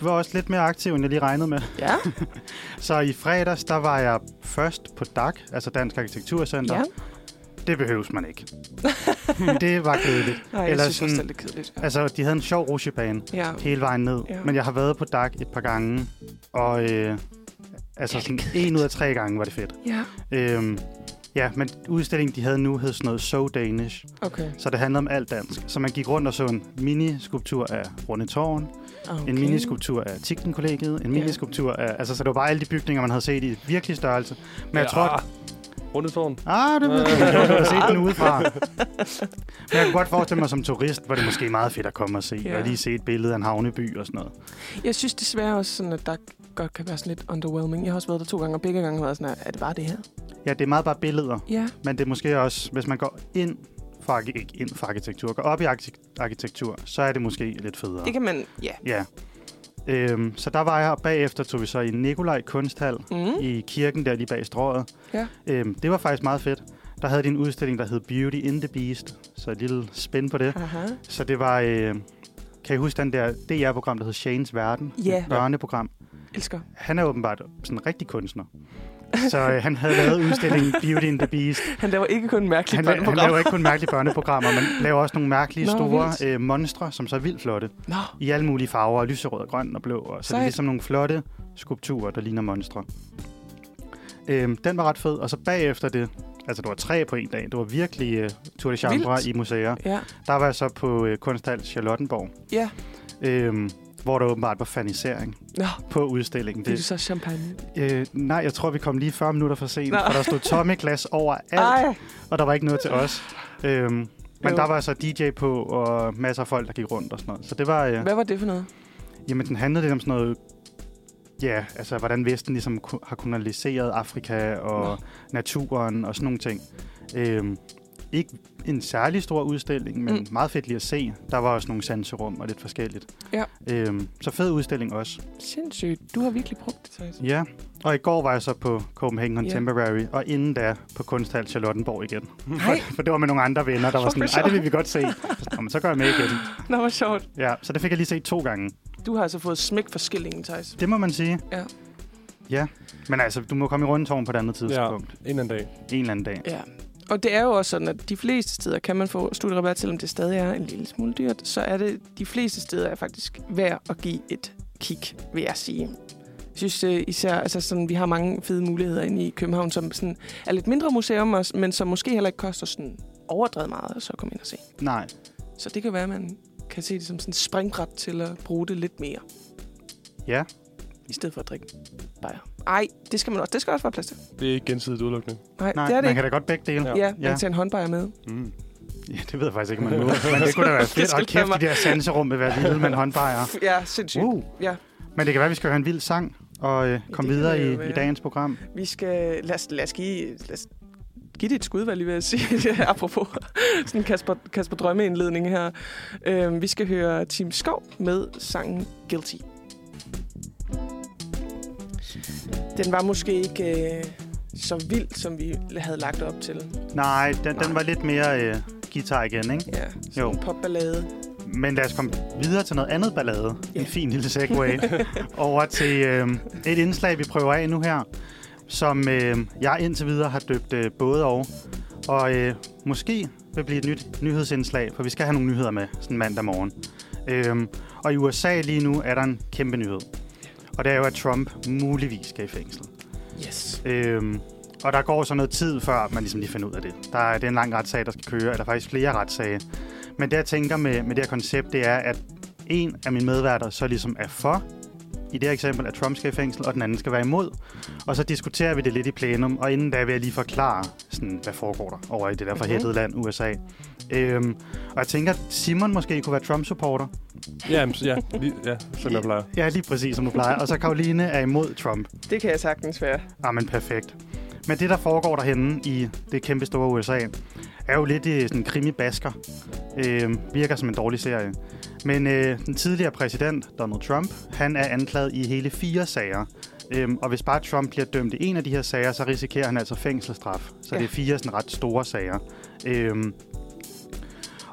S2: var også lidt mere aktiv, end jeg lige regnede med.
S1: Ja,
S2: Så i fredags, der var jeg først på DAC, altså Dansk Arkitekturcenter.
S1: ja. Hmm.
S2: Ja. Det behøves man ikke. det var kedeligt.
S1: Nej, jeg
S2: Eller
S1: synes også, det er
S2: sådan-
S1: lidt kedeligt. Ja.
S2: Altså, de havde en sjov rutsjebane
S1: ja.
S2: hele vejen ned.
S1: Ja.
S2: Ja. Men jeg har været på DAC et par gange, og øh,
S1: Ja, det er
S2: altså sådan
S1: kedeligt.
S2: en ud af tre gange var det fedt.
S1: Ja,
S2: Øhm, ja, men udstillingen, de havde nu, hed sådan noget So Danish.
S1: okay.
S2: Så det handlede om alt dansk. Så man gik rundt og så en miniskulptur af Rundetårn,
S1: Ah, okay.
S2: okay. en miniskulptur af Tigten-kollegiet, en
S1: Ja.
S2: miniskulptur af... Altså, så det var bare alle de bygninger, man havde set i virkelig størrelse. Men jeg tror,
S3: Rundetårn.
S2: Ah, det ved jeg.
S3: Øh.
S2: Jeg har set den udefra. Men jeg kunne godt forestille mig som turist, var det måske meget fedt at komme og se.
S1: Ja.
S2: Yeah. Og lige se et billede af en havneby og sådan noget.
S1: Jeg synes desværre også, sådan, at der godt kan være sådan lidt underwhelming. Jeg har også været der to gange, og begge gange har jeg været sådan, er det bare det her?
S2: Ja, det er meget bare billeder.
S1: Ja,
S2: Men det er måske også, hvis man går ind for, arki- ikke ind for arkitektur, går op i arkitek- arkitektur, så er det måske lidt federe.
S1: det kan man, ja.
S2: Ja. Øhm, så der var jeg, og bagefter tog vi så i Nikolaj Kunsthal
S1: Mm.
S2: i kirken der lige bag strået.
S1: Ja.
S2: Øhm, det var faktisk meget fedt. Der havde de en udstilling, der hed Beauty in the Beast. Så et lille spænd på det.
S1: Aha.
S2: Så det var, øh, kan I huske den der DR-program, der hed Shanes Verden?
S1: Ja.
S2: Et børneprogram.
S1: Elsker.
S2: Han er åbenbart sådan en rigtig kunstner. Så øh, han havde lavet udstillingen Beauty and the Beast.
S1: Han laver ikke kun mærkelige
S2: Han, la- han
S1: børneprogrammer.
S2: laver ikke kun mærkelige børneprogrammer, men laver også nogle mærkelige
S1: Nå,
S2: Nå,
S1: vildt.
S2: store øh, monstre, som så er vildt flotte.
S1: Nå,
S2: I alle mulige farver, lyserød og grøn og blå. Og, så det
S1: Sejt.
S2: er ligesom nogle flotte skulpturer, der ligner monstre. Øhm, den var ret fed, og så bagefter det, altså det var tre på en dag, det var virkelig øh, tour de chambre
S1: Vildt.
S2: i museer.
S1: ja.
S2: Der var jeg så på øh, Kunsthal Charlottenborg,
S1: Ja,
S2: øhm, hvor der åbenbart var fanisering
S1: nå,
S2: på udstillingen.
S1: det er
S2: Det,
S1: så champagne.
S2: øh, nej, jeg tror, vi kom lige 40 minutter for sent,
S1: Nå.
S2: for der stod tomme glas over alt,
S1: Ej,
S2: og der var ikke noget til os. Øhm, men
S1: Jo.
S2: der var så DJ på, og masser af folk, der gik rundt og sådan noget. Så det var, øh,
S1: hvad var det for noget?
S2: jamen den handlede lidt om sådan noget, ja, altså hvordan Vesten ligesom ku- har kolonialiseret Afrika og
S1: Nå.
S2: naturen og sådan nogle ting. Øhm, ikke en særlig stor udstilling, men
S1: Mm.
S2: mm. meget fedt lige at se. Der var også nogle sanserum og lidt forskelligt.
S1: Ja.
S2: Øhm, så fed udstilling også.
S1: Sindssygt. Du har virkelig brugt det, Thijs.
S2: Ja, og i går var jeg så på Copenhagen
S1: Ja.
S2: Contemporary, og inden da på Kunsthal Charlottenborg igen.
S1: Nej,
S2: For det var med nogle andre venner, der var
S1: Hvor
S2: sådan, nej,
S1: sjovt."
S2: det vil vi godt se. Nå, men så gør jeg med igen.
S1: nå, hvor sjovt.
S2: Ja, så det fik jeg lige set to gange.
S1: Du har altså fået smæk for skillingen, Thijs.
S2: Det må man sige.
S1: Ja.
S2: Ja, men altså, du må komme i rundetårn på et andet tidspunkt.
S3: En eller anden dag.
S2: Ja. En eller anden dag.
S1: Ja. Og det er jo også sådan, at de fleste steder kan man få studierabat, selvom det stadig er en lille smule dyrt. Så er det de fleste steder er faktisk værd at give et kig, vil jeg sige. Jeg synes uh, især, altså sådan, vi har mange fede muligheder inde i København, som sådan er lidt mindre museum, også, men som måske heller ikke koster sådan overdrevet meget, og så komme ind og se.
S2: Nej,
S1: Så det kan være, at man kan se det som sådan et springbræt til at bruge det lidt mere.
S2: Ja.
S1: I stedet for at drikke bajer. Ej, det skal man også. Det skal også være plads til.
S3: Det er ikke gensidigt udelukkende.
S1: Nej,
S2: nej,
S1: det er
S2: man
S1: det ikke.
S2: kan da godt begge dele. Ja.
S1: Ja, man
S2: Ja.
S1: kan tage en håndbajer med.
S3: Mm.
S2: ja. det ved jeg faktisk ikke, om man må. Men det kunne da være fedt. Og
S1: skulle være mig.
S2: kæft, de der sanserum vil være lille med en håndbejer.
S1: Ja, sindssygt.
S2: Uh.
S1: Ja.
S2: Men det kan være, vi skal høre en vild sang og øh,
S1: det
S2: komme
S1: kan
S2: videre
S1: det jo
S2: i,
S1: være.
S2: i dagens program.
S1: Vi skal... Lad os, lad os, give, lad os give det et skud, hvad jeg lige vil sige. Apropos sådan en Kasper, Kasper Drømme-indledning her. Øhm, vi skal høre Tim Skov med sangen Guilty. Den var måske ikke øh, så vild, som vi havde lagt op til.
S2: Nej, den,
S1: Nej.
S2: den var lidt mere øh, guitar igen, ikke?
S1: Ja, sådan
S2: Jo.
S1: en popballade.
S2: Men lad os komme videre til noget andet ballade.
S1: Ja.
S2: En fin lille segway. over til øh, et indslag, vi prøver af nu her, som øh, jeg indtil videre har døbt øh, både og. Og øh, måske vil blive et nyt nyhedsindslag, for vi skal have nogle nyheder med sådan mandag morgen. Øh, og i USA lige nu er der en kæmpe nyhed. Og det er jo, at Trump muligvis skal i fængsel.
S1: Yes.
S2: Øhm, og der går så noget tid, før man ligesom lige finder ud af det. Der er, det er en lang retssag, der skal køre, eller faktisk flere retssager. Men det, jeg tænker med, med det her koncept, det er, at en af mine medværter så ligesom er for, i det her eksempel, at Trump skal i fængsel, og den anden skal være imod. Og så diskuterer vi det lidt i plenum, og inden da vil jeg lige forklare, sådan, hvad foregår der over i det der forhættede land, USA. Øhm, og jeg tænker, at Simon måske kunne være Trump-supporter.
S3: Ja, jamen, så- ja, lige, ja som jeg plejer.
S2: Ja, lige præcis, som du plejer. Og så Karoline er imod Trump.
S1: Det kan jeg sagtens være.
S2: Jamen, perfekt. Men det, der foregår derhenne i det kæmpe store USA, er jo lidt øh, sådan krimi-basker. Øh, virker som en dårlig serie. Men øh, den tidligere præsident, Donald Trump, han er anklaget i hele fire sager. Øhm, og hvis bare Trump bliver dømt i en af de her sager, så risikerer han altså fængselsstraf. Så
S1: Ja.
S2: det er fire sådan ret store sager. Øhm,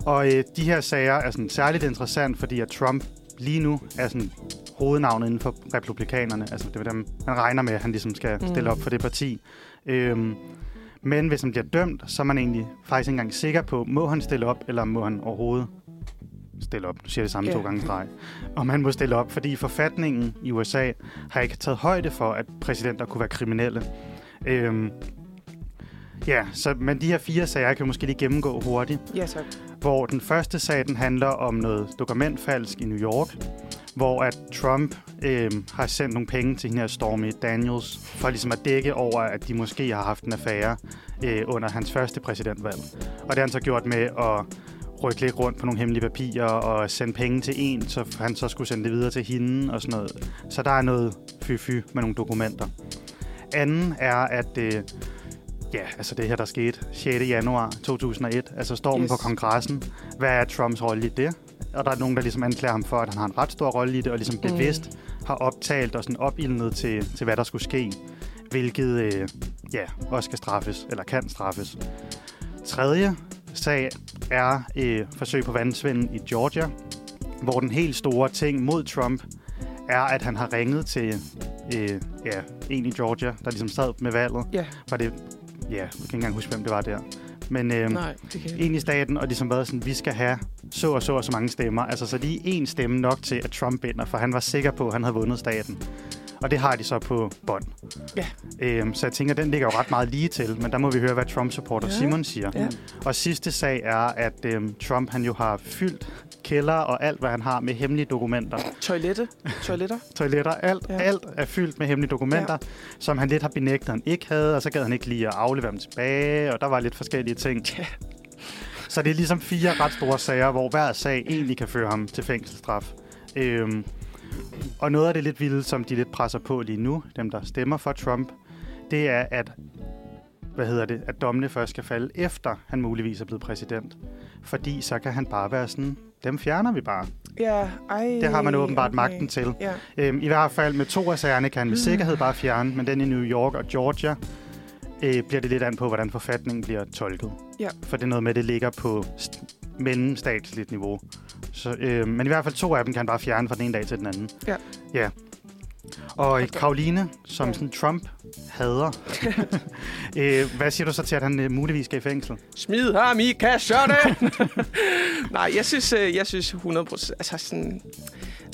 S2: og øh, de her sager er sådan særligt interessant, fordi at Trump lige nu er sådan hovednavnet inden for republikanerne. Altså det er dem, man regner med, at han ligesom skal
S1: Mm.
S2: stille op for det parti. Øhm, men hvis han bliver dømt, så er man egentlig faktisk ikke engang sikker på, må han stille op, eller må han overhovedet stille op. Nu siger jeg det samme
S1: Ja.
S2: to gange i streg. Om han må stille op, fordi forfatningen i USA har ikke taget højde for, at præsidenter kunne være kriminelle. Øhm, ja, så, men de her fire sager kan vi måske lige gennemgå hurtigt
S1: Ja, tak.
S2: hvor den første sag den handler om noget dokumentfalsk i New York, hvor at Trump øh, har sendt nogle penge til hende her Stormy Daniels, for ligesom at dække over, at de måske har haft en affære øh, under hans første præsidentvalg. Og det har han så gjort med at rykke lidt rundt på nogle hemmelige papirer og sende penge til en, så han så skulle sende det videre til hende og sådan noget. Så der er noget fy-fy med nogle dokumenter. Anden er, at øh, ja, altså det her, der skete 6. januar 2001, altså stormen
S1: Yes.
S2: yes. på kongressen. Hvad er Trumps rolle i det? Og der er nogen, der ligesom anklager ham for, at han har en ret stor rolle i det, og ligesom
S1: Mm.
S2: bevidst har optalt og sådan opildnet til, til hvad der skulle ske. Hvilket, øh, ja, også skal straffes, eller kan straffes. Tredje sag er øh, forsøg på vandsvinden i Georgia, hvor den helt store ting mod Trump er, at han har ringet til øh, ja, en i Georgia, der ligesom sad med valget.
S1: Ja.
S2: Var det, ja, jeg kan ikke engang huske, hvem det var der. Men øh,
S1: Nej, det kan jeg ikke.
S2: en i staten, og ligesom været sådan, vi skal have så og så og så mange stemmer. Altså så lige en stemme nok til, at Trump vinder, for han var sikker på, at han havde vundet staten. Og det har de så på bånd.
S1: Ja.
S2: Øhm, så jeg tænker, den ligger jo ret meget lige til, men der må vi høre, hvad Trump-supporter
S1: Ja.
S2: ja. Simon siger.
S1: Ja.
S2: Og sidste sag er, at øhm, Trump han jo har fyldt kælder og alt, hvad han har med hemmelige dokumenter.
S1: Toilette. Toiletter.
S2: Toiletter, alt,
S1: Ja.
S2: ja. alt er fyldt med hemmelige dokumenter, ja. som han lidt har benægtet, han ikke havde, og så gad han ikke lige at aflevere dem tilbage, og der var lidt forskellige ting.
S1: Ja.
S2: Så det er ligesom fire ret store sager, hvor hver sag egentlig kan føre ham til fængselsstraf. Øhm, og noget af det lidt vilde, som de lidt presser på lige nu, dem der stemmer for Trump, det er, at hvad hedder det, at dommene først skal falde efter, han muligvis er blevet præsident. Fordi så kan han bare være sådan, dem fjerner vi bare.
S1: Ja, ej.
S2: Det har man
S1: Øh,
S2: åbenbart okay. magten til.
S1: Ja.
S2: Øhm, I hvert fald med to af sagerne kan han med
S1: Mm.
S2: sikkerhed bare fjerne, men den i New York og Georgia øh, bliver det lidt an på, hvordan forfatningen bliver tolket.
S1: Ja.
S2: For det er noget med, at det ligger på st- mellemstatsligt niveau. Så, øh, men i hvert fald to af dem kan han bare fjerne fra den ene dag til den anden.
S1: Ja.
S2: ja. Og okay.
S1: Okay.
S2: Karoline, som
S1: Ja.
S2: ja. sådan Trump hader, øh, hvad siger du så til, at han øh, muligvis skal i fængsel?
S1: Smid ham i kasserne! Nej, jeg synes, øh, jeg synes 100 procent... Altså sådan...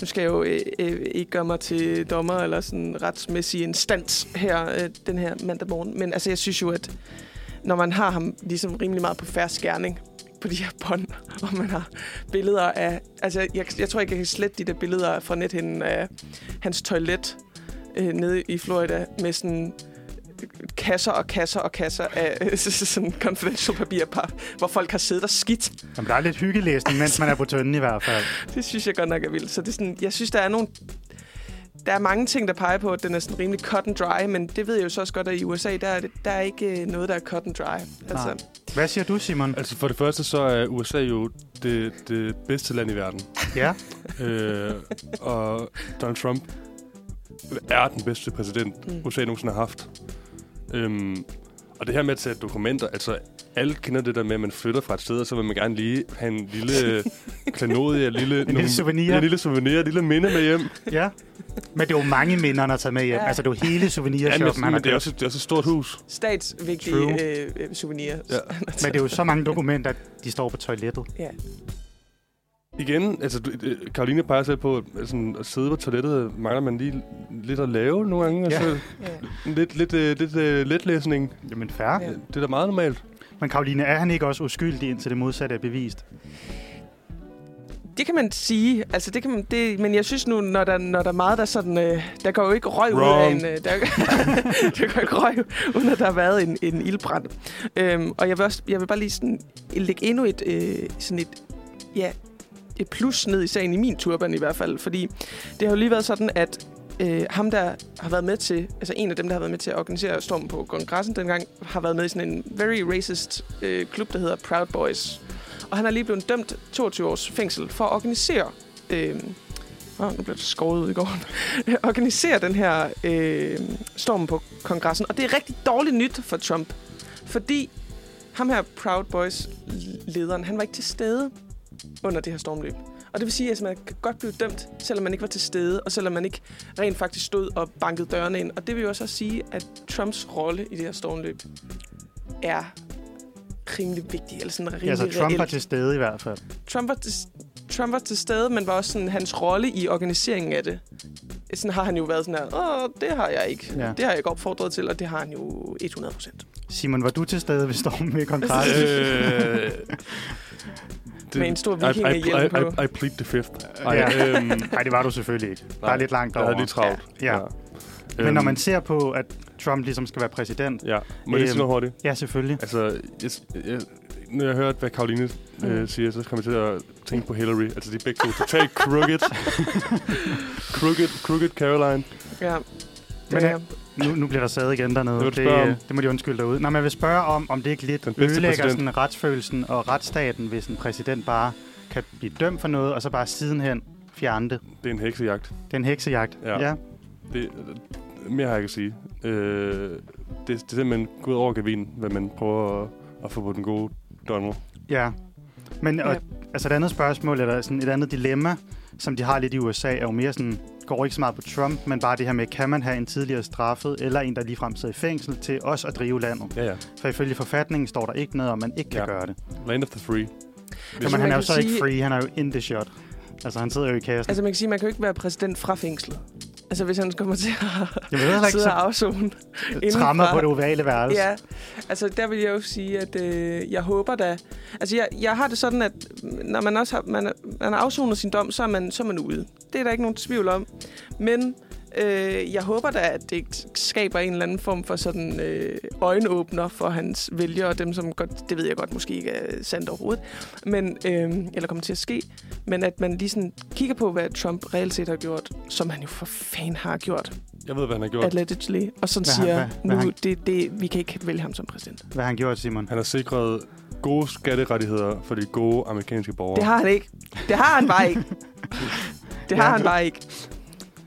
S1: Nu skal jeg jo øh, øh, ikke gøre mig til dommer eller sådan retsmæssig instans her øh, den her mandag morgen. Men altså, jeg synes jo, at når man har ham ligesom rimelig meget på færre skærning på de her bånd, og man har billeder af... Altså, jeg, jeg tror ikke, jeg kan slette de der billeder fra nethinden af hans toilet øh, nede i Florida med sådan kasser og kasser og kasser af øh, sådan confidential papirpap, hvor folk har siddet og skidt.
S2: Jamen, der er lidt hyggelæsning, mens man er på tønden i hvert fald.
S1: Det synes jeg godt nok er vildt. Så det er sådan, jeg synes, der er nogle... Der er mange ting, der peger på, at den er sådan rimelig cut and dry, men det ved jeg jo så også godt, at i USA, der er, det, der er ikke øh, noget, der er cut and dry.
S2: Nej.
S1: Altså,
S2: Hvad siger du, Simon?
S3: Altså for det første, så er USA jo det, det bedste land i verden.
S2: Ja,
S3: øh, og Donald Trump er den bedste præsident,
S1: Mm.
S3: mm. USA nogensinde har haft. Øhm, og det her med at sætte dokumenter, altså alle kender det der med, at man flytter fra et sted, og så vil man gerne lige have en lille klanodie, en lille,
S2: en lille souvenir.
S3: en lille souvenir, en lille minde med hjem.
S2: Ja. Men det er jo mange minder, han har taget med hjem.
S1: Ja.
S2: Ja. Altså, det er jo hele
S3: Ja, men,
S2: souvenirshoppen, han har
S3: men det, er
S2: købt.
S3: også, det er også et stort hus.
S1: statsvigtige
S2: True.
S1: øh, øh, souvenirer.
S3: Ja.
S2: Men det er jo så mange dokumenter, at de står på toilettet.
S1: ja.
S3: Igen, altså, du- øh, Karoline peger selv på, at sådan, at sidde på toilettet mangler man lige lidt at lave nogle gange.
S2: Ja.
S3: Ja. Altså,
S1: ja.
S3: lidt, lidt, øh, lidt øh, letlæsning.
S2: Jamen, færre.
S1: Ja.
S2: Ja.
S3: Det er da meget normalt.
S2: Men Karoline, er han ikke også uskyldig, indtil det modsatte er bevist?
S1: Det kan man sige, altså det kan man, det, men jeg synes nu, når der, når der er meget, der sådan, øh, der går jo ikke røg ud af
S3: Wrong.
S1: en, øh, der, der går ikke røg, uden at der har været en, en ildbrand. Øhm, og jeg vil, også, jeg vil bare lige sådan, lægge endnu et, øh, sådan et, ja, et plus ned i sagen, i min turban i hvert fald, fordi det har jo lige været sådan, at øh, ham, der har været med til, altså en af dem, der har været med til at organisere stormen på kongressen dengang, har været med i sådan en very racist øh, klub, der hedder Proud Boys. Og han er lige blevet dømt 22 års fængsel for at organisere... Øh, åh, nu blev det skåret ud i går. organisere den her øh, stormen på kongressen. Og det er rigtig dårligt nyt for Trump. Fordi ham her Proud Boys-lederen, han var ikke til stede under det her stormløb. Og det vil sige, at man kan godt blive dømt, selvom man ikke var til stede, og selvom man ikke rent faktisk stod og bankede dørene ind. Og det vil jo også sige, at Trumps rolle i det her stormløb er rimelig vigtig, eller sådan rimelig
S2: Ja, så Altså, Trump
S1: reel.
S2: er til stede i hvert fald.
S1: Trump var, til, Trump var til stede, men var også sådan, hans rolle i organiseringen af det. Sådan har han jo været sådan her, åh, det har jeg ikke.
S2: Ja.
S1: Ja. Det har jeg ikke opfordret til, og det har han jo 100 procent.
S2: Simon, var du til stede ved stormen ved kongressen?
S3: Øh, det-
S1: Med en stor
S3: I, I,
S1: vikingehjelm på.
S3: I, I, I plead the fifth. Ej,
S2: Ja.
S3: øhm,
S2: Nej, det var du selvfølgelig ikke. Der
S3: Nej.
S2: er lidt langt
S3: der er
S2: over.
S3: lidt travlt.
S2: Ja. Men
S3: Øhm,
S2: når man ser på, at Trump ligesom skal være præsident.
S3: Ja, må jeg lige sige
S2: Øhm,
S3: noget hurtigt?
S2: Ja, selvfølgelig.
S3: Altså, jeg, jeg, når jeg hørte, hvad Karoline øh,
S1: Mm.
S3: siger, så kommer jeg til at tænke på Hillary. Altså, de er begge to totalt crooked. crooked, crooked Caroline.
S1: Ja.
S2: Men øh,
S1: ja.
S2: er- Nu, nu bliver der sad igen dernede.
S3: Det vil du spørge om.
S2: øh, det må de undskylde derude. Nå, men jeg vil spørge om, om det ikke lidt
S3: Den bedste
S2: ødelægger
S3: præsident.
S2: sådan retsfølelsen og retsstaten, hvis en præsident bare kan blive dømt for noget, og så bare sidenhen fjerne det.
S3: Det er en heksejagt.
S2: Det er en heksejagt.
S3: Ja. Det, mere har jeg ikke at sige. Øh, det, det er simpelthen gået over gavin, hvad man prøver at, at få på den gode Donald.
S2: ja. Men og,
S1: Ja.
S2: altså et andet spørgsmål, eller sådan et andet dilemma, som de har lidt i USA, er jo mere sådan, går ikke så meget på Trump, men bare det her med, kan man have en tidligere straffet, eller en, der ligefrem sidder i fængsel, til også at drive landet?
S3: Ja, ja.
S2: For ifølge forfatningen står der ikke noget om, man ikke kan
S3: Ja.
S2: ja. gøre det.
S3: Land of the free.
S1: Hvis
S2: Jamen, han er jo
S1: kan
S2: så sige... ikke
S1: sige-
S2: free, han er jo in the shot. Altså, han sidder jo i kassen.
S1: Altså man kan sige, man kan jo ikke være præsident fra fængslet. Altså hvis han kommer til at
S2: Jeg ved heller ikke,
S1: sidde og
S2: så
S1: afzone.
S2: trammer
S1: indenfor.
S2: på det ovale værelse.
S1: Ja, altså der vil jeg jo sige, at øh, jeg håber da... Altså jeg, jeg har det sådan, at når man også har, man, er- man har afsonet sin dom, så er, man, så er man ude. Det er der ikke nogen tvivl om. Men øh, jeg håber da, at det ikke skaber en eller anden form for sådan øh, øjenåbner for hans vælgere, og dem som godt... Det ved jeg godt måske ikke er sandt overhovedet, men, øh, eller kommer til at ske. Men at man lige sådan kigger på, hvad Trump reelt set har gjort, som han jo for fanden har gjort,
S3: Jeg ved, hvad han har gjort.
S1: allegedly, og sådan
S2: Hvad han-
S1: siger,
S2: hvad- hvad
S1: nu,
S2: han-
S1: det, det, vi kan ikke vælge ham som præsident.
S2: Hvad har han gjort, Simon?
S3: Han har sikret gode skatterettigheder for de gode amerikanske borgere.
S1: Det har han ikke. Det har han bare ikke. Det har
S2: Ja.
S1: han bare ikke.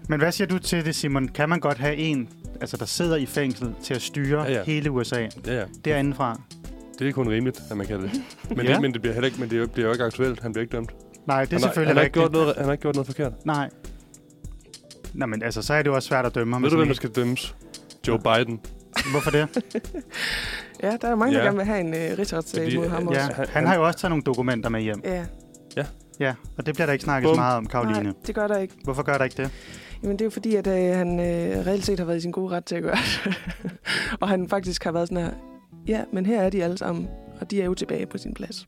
S2: Men hvad siger du til det, Simon? Kan man godt have en, altså, der sidder i fængsel til at styre
S3: Ja,
S2: ja,
S3: ja.
S2: ja. hele USA
S3: Ja, ja.
S2: derindefra?
S3: Det er kun rimeligt, at man kan det. Men,
S2: Ja.
S3: det, men det bliver heller ikke, men det er jo- bliver jo ikke aktuelt. Han bliver ikke dømt.
S2: Nej, det er
S3: han, har,
S2: selvfølgelig
S3: han, har ikke
S2: rigtigt.
S3: gjort noget, han har ikke gjort noget forkert.
S2: Nej. Nej, men altså, så er det jo også svært at dømme ham.
S3: Ved du,
S2: Sådan
S3: hvem der skal dømmes? Joe Biden.
S2: en- Hvorfor det?
S1: Ja, der er mange, der
S3: Ja.
S1: gerne vil have en uh, rigsretssag
S3: Fordi,
S1: mod ham
S3: øh,
S1: også.
S2: Ja, han har jo også taget nogle dokumenter med hjem.
S1: Ja.
S2: Ja, og det bliver der ikke snakket så
S3: Bum.
S2: meget om, Karoline.
S1: Nej, det gør der ikke.
S2: Hvorfor gør der ikke det?
S1: Jamen, det er jo fordi, at øh, han øh, reelt set har været i sin gode ret til at gøre det. og han faktisk har været sådan her, ja, men her er de alle sammen, og de er jo tilbage på sin plads.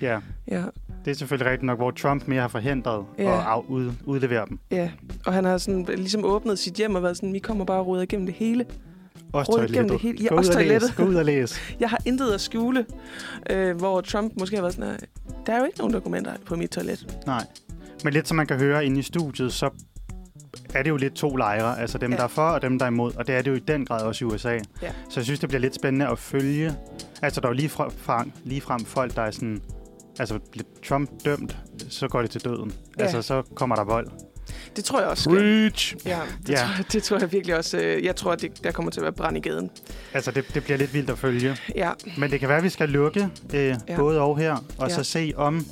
S2: Ja,
S1: Ja,
S2: det er selvfølgelig rigtigt nok, hvor Trump mere har forhindret
S1: Ja.
S2: at af, ud, udlevere dem.
S1: ja. Og han har sådan, ligesom åbnet sit hjem og været sådan, vi kommer bare og ruder igennem det hele.
S2: Også
S1: Ryddet igennem
S2: toilettet.
S1: det hele. Ja,
S2: Gå ud
S1: også
S2: og læs.
S1: toilettet.
S2: Gå ud og læse.
S1: Jeg har intet at skjule, øh, hvor Trump måske har været sådan her, der er jo ikke nogen dokumenter på mit toilet.
S2: Nej. Men lidt som man kan høre inde i studiet, så er det jo lidt to lejre. Altså dem,
S1: Ja.
S2: ja. der er for, og dem, der er imod. Og det er det jo i den grad også i USA.
S1: Ja.
S2: Så jeg synes, det bliver lidt spændende at følge. Altså, der er jo lige frem, lige frem folk, der er sådan... Altså, bliver Trump dømt, så går det til døden.
S1: Ja.
S2: Ja. Altså, så kommer der vold.
S1: Det tror jeg også. sker.
S3: Preach!
S1: Ja, det,
S2: Ja.
S1: ja. Tror, jeg- det tror jeg virkelig også. øh, Jeg tror, at det, der kommer til at være brand i gaden.
S2: Altså, det, det bliver lidt vildt at følge.
S1: Ja,
S2: Men det kan være, at vi skal lukke øh, ja. både og her, og
S1: Ja.
S2: ja. så se om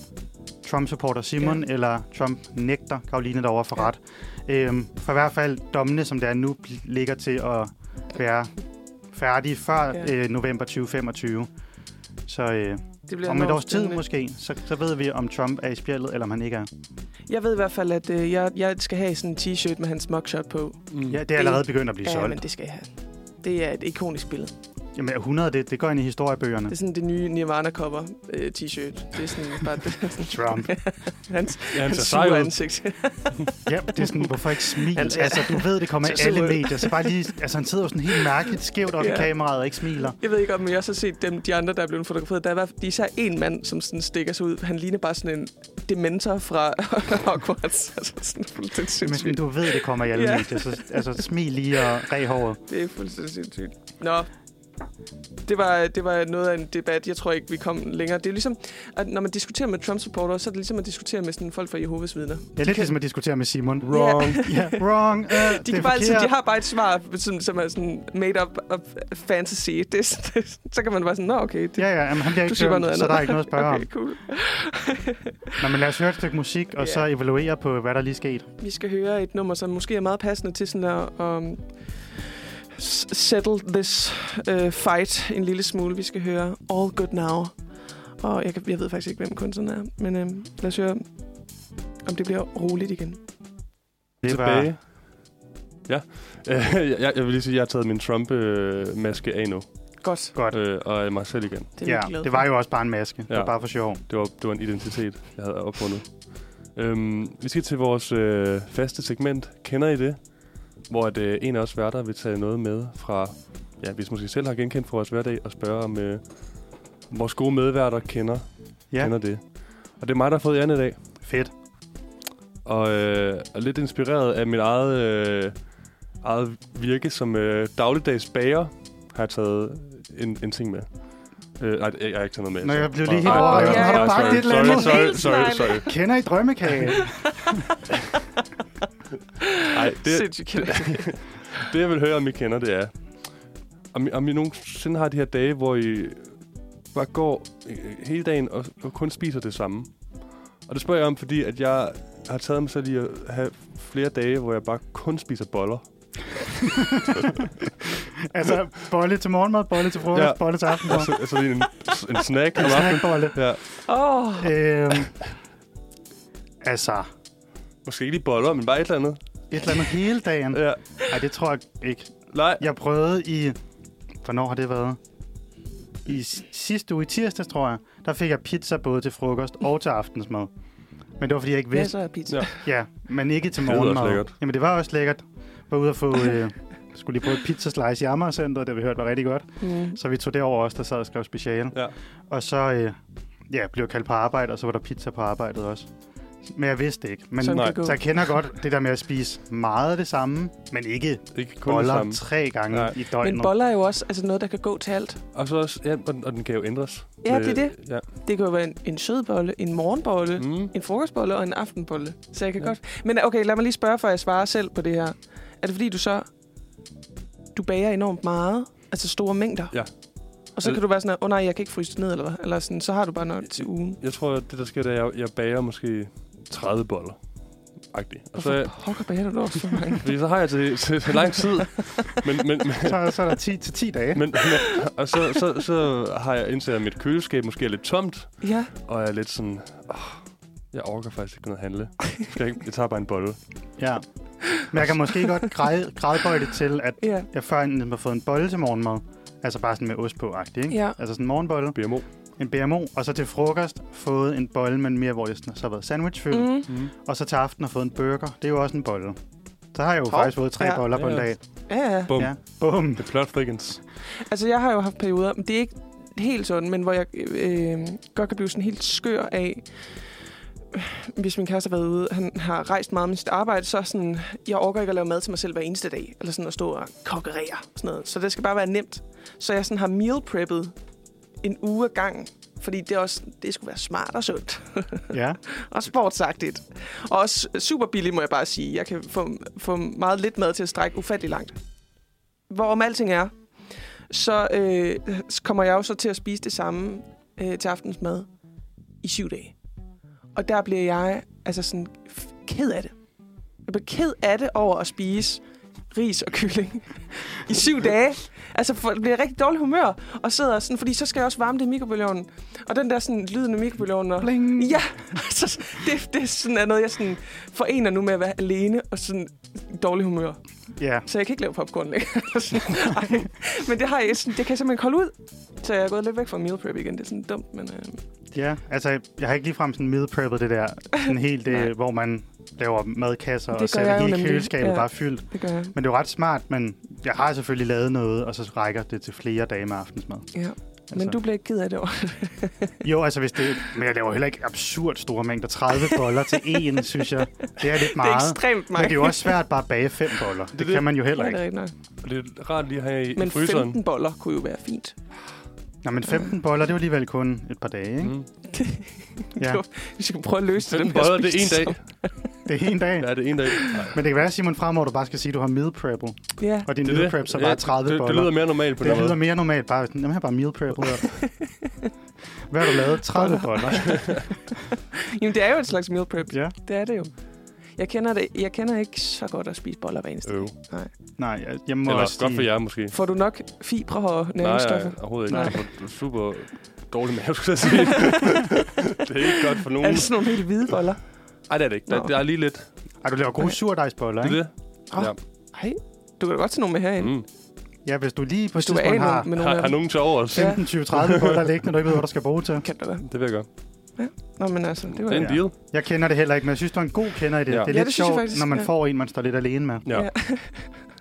S2: Trump-supporter Simon ja. eller Trump nægter Karoline derovre for
S1: Ja.
S2: ja. ret. Øhm, for i hvert fald dommene, som det er nu, bl- ligger til at være færdige før
S1: Ja.
S2: ja. øh, november 2025. Så øh,
S1: det bliver
S2: om et
S1: enormt
S2: års tid
S1: spændende.
S2: måske, så, så ved vi, om Trump er i spjældet, eller om han ikke er.
S1: Jeg ved i hvert fald, at øh, jeg, jeg skal have sådan en t-shirt med hans mugshot på.
S3: Mm.
S2: Ja, det er allerede begyndt at blive
S1: Ja,
S2: solgt.
S1: men det skal jeg have. Det er et ikonisk billede.
S2: Jamen 100, det, det går ind i historiebøgerne.
S1: Det er sådan det nye Nirvana cover øh, t-shirt. Det er sådan bare det.
S2: Trump.
S1: hans
S3: Ja, han
S1: hans
S3: ser sej
S1: sure
S3: ud.
S1: ansigt.
S2: ja, det er sådan, hvorfor ikke smil?
S1: Altså, ja.
S2: Altså, du ved, det kommer i
S1: Så
S2: alle
S1: sur.
S2: medier. Så bare lige, altså, han sidder jo sådan helt mærkeligt skævt op i
S1: Ja.
S2: kameraet og ikke smiler.
S1: Jeg ved ikke, om jeg også har set dem, de andre, der er blevet fotograferet. Der er i hvert fald de er især en mand, som sådan stikker sig ud. Han ligner bare sådan en dementor fra Hogwarts. altså sådan fuldstændig
S2: Men sådan,
S1: sindssygt.
S2: du ved, det kommer i alle
S1: Ja.
S2: medier. Så, altså, smil lige og reg håret.
S1: Det er fuldstændig sindssygt. Nå, det var, det var noget af en debat. Jeg tror ikke, vi kom længere. Det er ligesom, at når man diskuterer med Trump-supportere, så er det ligesom at diskutere med sådan folk fra Jehovas vidner.
S2: Det er lidt ligesom at diskutere med Simon.
S3: Wrong.
S2: Ja, wrong. Uh,
S1: De, kan bare altid, de har bare et svar, som, som er sådan made up of fantasy. Det, er sådan- så kan man bare sådan, nå okay, det,
S2: Ja, ja, jamen, han bliver
S1: du
S2: ikke
S1: siger bare noget
S2: dømt,
S1: andet.
S2: så der er ikke noget at spørge okay.
S1: okay,
S2: om.
S1: cool.
S2: Nå, men lad os høre et stykke musik, og
S1: Ja.
S2: så evaluere på, hvad der lige skete.
S1: Vi skal høre et nummer, som måske er meget passende til sådan at um, s- settle this uh, fight en lille smule. Vi skal høre All Good Now. Og jeg, kan, jeg ved faktisk ikke, hvem kunstneren er, men um, lad os høre, om det bliver roligt igen.
S2: Det var
S3: Tilbage. Ja. Øh, jeg, jeg vil lige sige, at jeg har taget min Trump-maske af nu.
S1: Godt,
S2: godt.
S3: Øh, og er mig selv igen.
S1: det er
S2: Ja,
S1: vi glade
S2: det
S1: for.
S2: var jo også bare en maske. Det
S3: Ja.
S2: var bare for sjov.
S3: Det var, det var en identitet, jeg havde opfundet. Øhm, vi skal til vores øh, faste segment, Kender I det? Hvor at, øh, en af os værter vil tage noget med fra, ja, vi måske selv har genkendt fra vores hverdag, og spørge om øh, vores gode medværter kender, ja.
S2: Ja,
S3: kender det. Og det er mig, der har fået æren i dag.
S2: fedt.
S3: Og, øh, og lidt inspireret af mit eget, øh, eget virke som øh, dagligdags bager, har jeg taget en, en ting med. Øh, nej, jeg har ikke taget noget med.
S2: Nå,
S3: så-
S2: jeg blev lige helt
S3: Nej, nej,
S1: overrasket.
S3: nej,
S1: Har
S3: nej,
S1: du
S2: bakket
S3: sorry,
S2: et eller andet?
S3: Sorry, sorry, sorry. sorry.
S2: Kender I drømmekage?
S3: Ej, det,
S1: Sindssygt kender jeg det.
S3: det, jeg vil høre, om I kender, det er, om I, om I nogensinde har de her dage, hvor I bare går øh, hele dagen og, og kun spiser det samme. Og det spørger jeg om, fordi at jeg har taget mig selv i at have flere dage, hvor jeg bare kun spiser boller.
S2: altså, bolle til morgenmad, bolle til frokost,
S3: Ja.
S2: bolle til aftenmad.
S3: Altså, altså lige en, en snack om
S2: En
S3: aftenen.
S2: snackbolle.
S3: Ja.
S1: Åh,
S2: Øhm, altså,
S3: Måske ikke lige boller, men bare et eller andet.
S2: et eller andet hele dagen.
S3: Ja.
S2: Nej, det tror jeg ikke.
S3: Nej,
S2: Jeg prøvede i... Hvornår har det været? I s- sidste uge, i tirsdags, tror jeg, der fik jeg pizza både til frokost og til aftensmad. Men det var, fordi jeg ikke
S1: hvad
S2: vidste...
S1: så er pizza?
S3: Ja.
S2: Ja, men ikke til
S3: Det lyder også
S2: morgenmad.
S3: lækkert.
S2: Jamen, det var også lækkert. Var ude at få... Øh, skulle lige prøve et pizzaslice i Amagercenteret, det vi hørte var rigtig godt.
S1: Mm.
S2: Så vi tog derover også, der sad og skrev speciale.
S3: Ja.
S2: Og så øh, ja, blev jeg kaldt på arbejde, og så var der pizza på arbejdet også. Men jeg vidste det ikke. Men,
S1: Sådan
S3: nej.
S1: kan det gå.
S2: så jeg kender godt det der med at spise meget af det samme, men ikke
S3: ikke kun det
S2: boller
S3: samme.
S2: tre gange
S3: Nej.
S2: i døgnet.
S1: Men boller er jo også altså noget, der kan gå til alt.
S3: Og så også, ja, og, og den kan jo ændres.
S1: Ja,
S3: Med-
S1: det er det.
S3: Ja.
S1: Det kan jo være en, en sødbolle, en morgenbolle,
S3: Mm.
S1: En frokostbolle og en aftenbolle. Så jeg kan
S3: Ja.
S1: ja. godt... Men okay, lad mig lige spørge, før jeg svarer selv på det her. Er det fordi, du så... Du bager enormt meget? Altså store mængder?
S3: Ja.
S1: Og så kan du være sådan, åh oh, nej, jeg kan ikke fryse det ned, eller hvad? Eller sådan, så har du bare nok til ugen.
S3: Jeg tror, at det der sker, det er, at jeg, jeg bager måske 30 boller. Agtigt. Og
S1: Hvorfor
S3: så,
S1: pokker bager du dog så mange?
S3: fordi så har jeg til, til, til lang tid. Men, men, men,
S2: så, så er der 10 til 10 dage.
S3: men, men og så, så, så har jeg indset, at mit køleskab måske er lidt tomt.
S1: ja,
S3: Og jeg er lidt sådan... Oh, jeg orker faktisk ikke noget at handle. Skal jeg, ikke- jeg tager bare en bolle.
S2: Ja. Men jeg kan måske godt græde, grædbøje det til, at
S1: ja,
S2: jeg før enten har fået en bolle til morgenmad. Altså bare sådan med ost på, agtig, ikke?
S1: ja.
S2: Altså sådan en morgenbolle,
S3: BMO.
S2: en BMO, og så til frokost fået en bolle, men mere hvor jeg sådan, så har været sandwichfyldt. Mm.
S1: Mm.
S3: Mm.
S2: Og så til aften har fået en burger. Det er jo også en bolle. Så har jeg jo
S1: Hov.
S2: faktisk fået tre
S1: Ja.
S2: boller på en
S3: Ja.
S2: dag.
S1: Ja, ja.
S3: Bum.
S2: Ja. Bum.
S3: Det er flot frikens.
S1: Altså, jeg har jo haft perioder, men det er ikke helt sådan, men hvor jeg øh, godt kan blive sådan helt skør af, hvis min kæreste har været ude, han har rejst meget med sit arbejde, så sådan, jeg orker ikke at lave mad til mig selv hver eneste dag, eller sådan at stå og kokkerere, og sådan noget. Så det skal bare være nemt. Så jeg sådan har meal preppet en uge af gangen, fordi det, er også, det skulle være smart og sundt.
S2: Ja.
S1: Og sportsagtigt. Og også super billigt, må jeg bare sige. Jeg kan få, få meget lidt mad til at strække ufattelig langt. Hvorom alting er, så øh, kommer jeg jo så til at spise det samme øh, til aftensmad i syv dage. Og der bliver jeg altså sådan f- ked af det. Jeg bliver ked af det over at spise ris og kylling i syv dage. Altså for, bliver jeg rigtig dårlig humør og sidder sådan, fordi så skal jeg også varme det i mikrobølgeovnen. Og den der sådan lyden af mikrobølgeovnen og
S2: Bling.
S1: Ja, altså, det, det sådan er noget, jeg sådan forener nu med at være alene og sådan dårlig humør.
S2: Ja,
S1: Så jeg kan ikke lave popcorn længere. Ej, men det, har jeg, sådan, det kan jeg simpelthen ikke holde ud. Så jeg er gået lidt væk fra meal prep igen. Det er sådan dumt, men... Øh,
S2: ja. Altså, jeg har ikke ligefrem sådan meal preppet det der, sådan helt,
S1: Nej.
S2: det, hvor man laver madkasser
S1: Det
S2: og
S1: gør jeg
S2: sætter
S1: jo
S2: hele
S1: nemlig.
S2: køleskabet
S1: Ja.
S2: ja. bare fyldt.
S1: det gør jeg.
S2: Men det er jo ret smart, men jeg har selvfølgelig lavet noget, og så rækker det til flere dage med aftensmad.
S1: Ja. Men
S2: Altså,
S1: du bliver ikke ked af det over.
S2: Jo, altså hvis det... Men jeg laver heller ikke absurd store mængder. 30 boller til én, synes jeg. Det er lidt
S1: Det er
S2: meget.
S1: ekstremt
S2: men det
S1: meget.
S2: er jo også svært bare at bage fem boller. Det,
S3: det.
S2: det kan man jo heller
S1: Ja, det
S2: ikke.
S1: er rigtigt nok.
S3: Og det er rart lige at have i, i
S1: Men
S3: fryseren.
S1: 15 boller kunne jo være fint.
S2: Nå, men 15 boller, det er jo alligevel kun et par dage, ikke?
S3: Mm.
S2: Ja,
S1: Det Vi skal prøve at løse det.
S3: 15
S1: det med at
S3: boller, det er
S1: spise
S3: en dag.
S2: det er en dag.
S3: Ja, det er en dag. Nej.
S2: Men det kan være, Simon, fremover du bare skal sige, at du har meal prepped,
S1: sammen. Ja.
S2: og din
S3: Det er
S2: meal
S3: det.
S2: prep så bare 30
S3: det, det,
S2: boller.
S3: lyder mere normalt på den
S2: det
S3: her
S2: lyder
S3: måde.
S2: mere normalt. Bare, sådan, jamen, jeg har bare meal prepped. Hvad har du lavet? 30 boller.
S1: Jamen, det er jo et slags meal prep.
S2: ja.
S1: Det er det jo. Jeg kender, det. jeg kender ikke så godt at spise boller hver eneste.
S3: Øv.
S2: Nej, jeg, jeg må
S3: Eller
S2: også
S3: godt for
S2: sige-
S3: jer måske.
S1: Får du nok fibre og
S3: Nej,
S1: næringsstoffer?
S3: nej, overhovedet ikke.
S2: Nej.
S3: Jeg får du super dårlig mave, skulle jeg sige. det er ikke godt for nogen.
S1: Er det sådan nogle helt hvide boller?
S3: Nej, det er det ikke. Der,
S1: Nå.
S3: der er lige lidt.
S2: Ej, du laver gode
S1: Okay.
S2: surdejsboller,
S3: Det er
S2: ikke?
S3: det.
S1: Åh,
S3: Ja.
S1: Hej. Du kan da godt tage nogle med herind.
S3: Mm.
S2: Ja, hvis du lige på et
S1: Hvis du er
S2: tidspunkt har
S1: af med nogle af
S3: Har, har
S1: dem.
S3: nogen til over os?
S1: Ja.
S2: 15, 20, 30 boller liggende, du ikke ved, hvad du skal bruge til.
S1: Kan du da.
S3: Det vil jeg gøre.
S1: Nå, men altså, det var
S3: Det er en
S2: Ja.
S3: deal.
S2: Jeg kender det heller ikke, men jeg synes, du er en god kender i det.
S3: Ja.
S2: Ja. Det er
S1: Ja,
S2: lidt
S1: det synes jeg
S2: sjovt,
S1: faktisk,
S2: når man
S1: ja.
S2: får en, man står lidt alene med.
S3: Ja.
S1: Ja.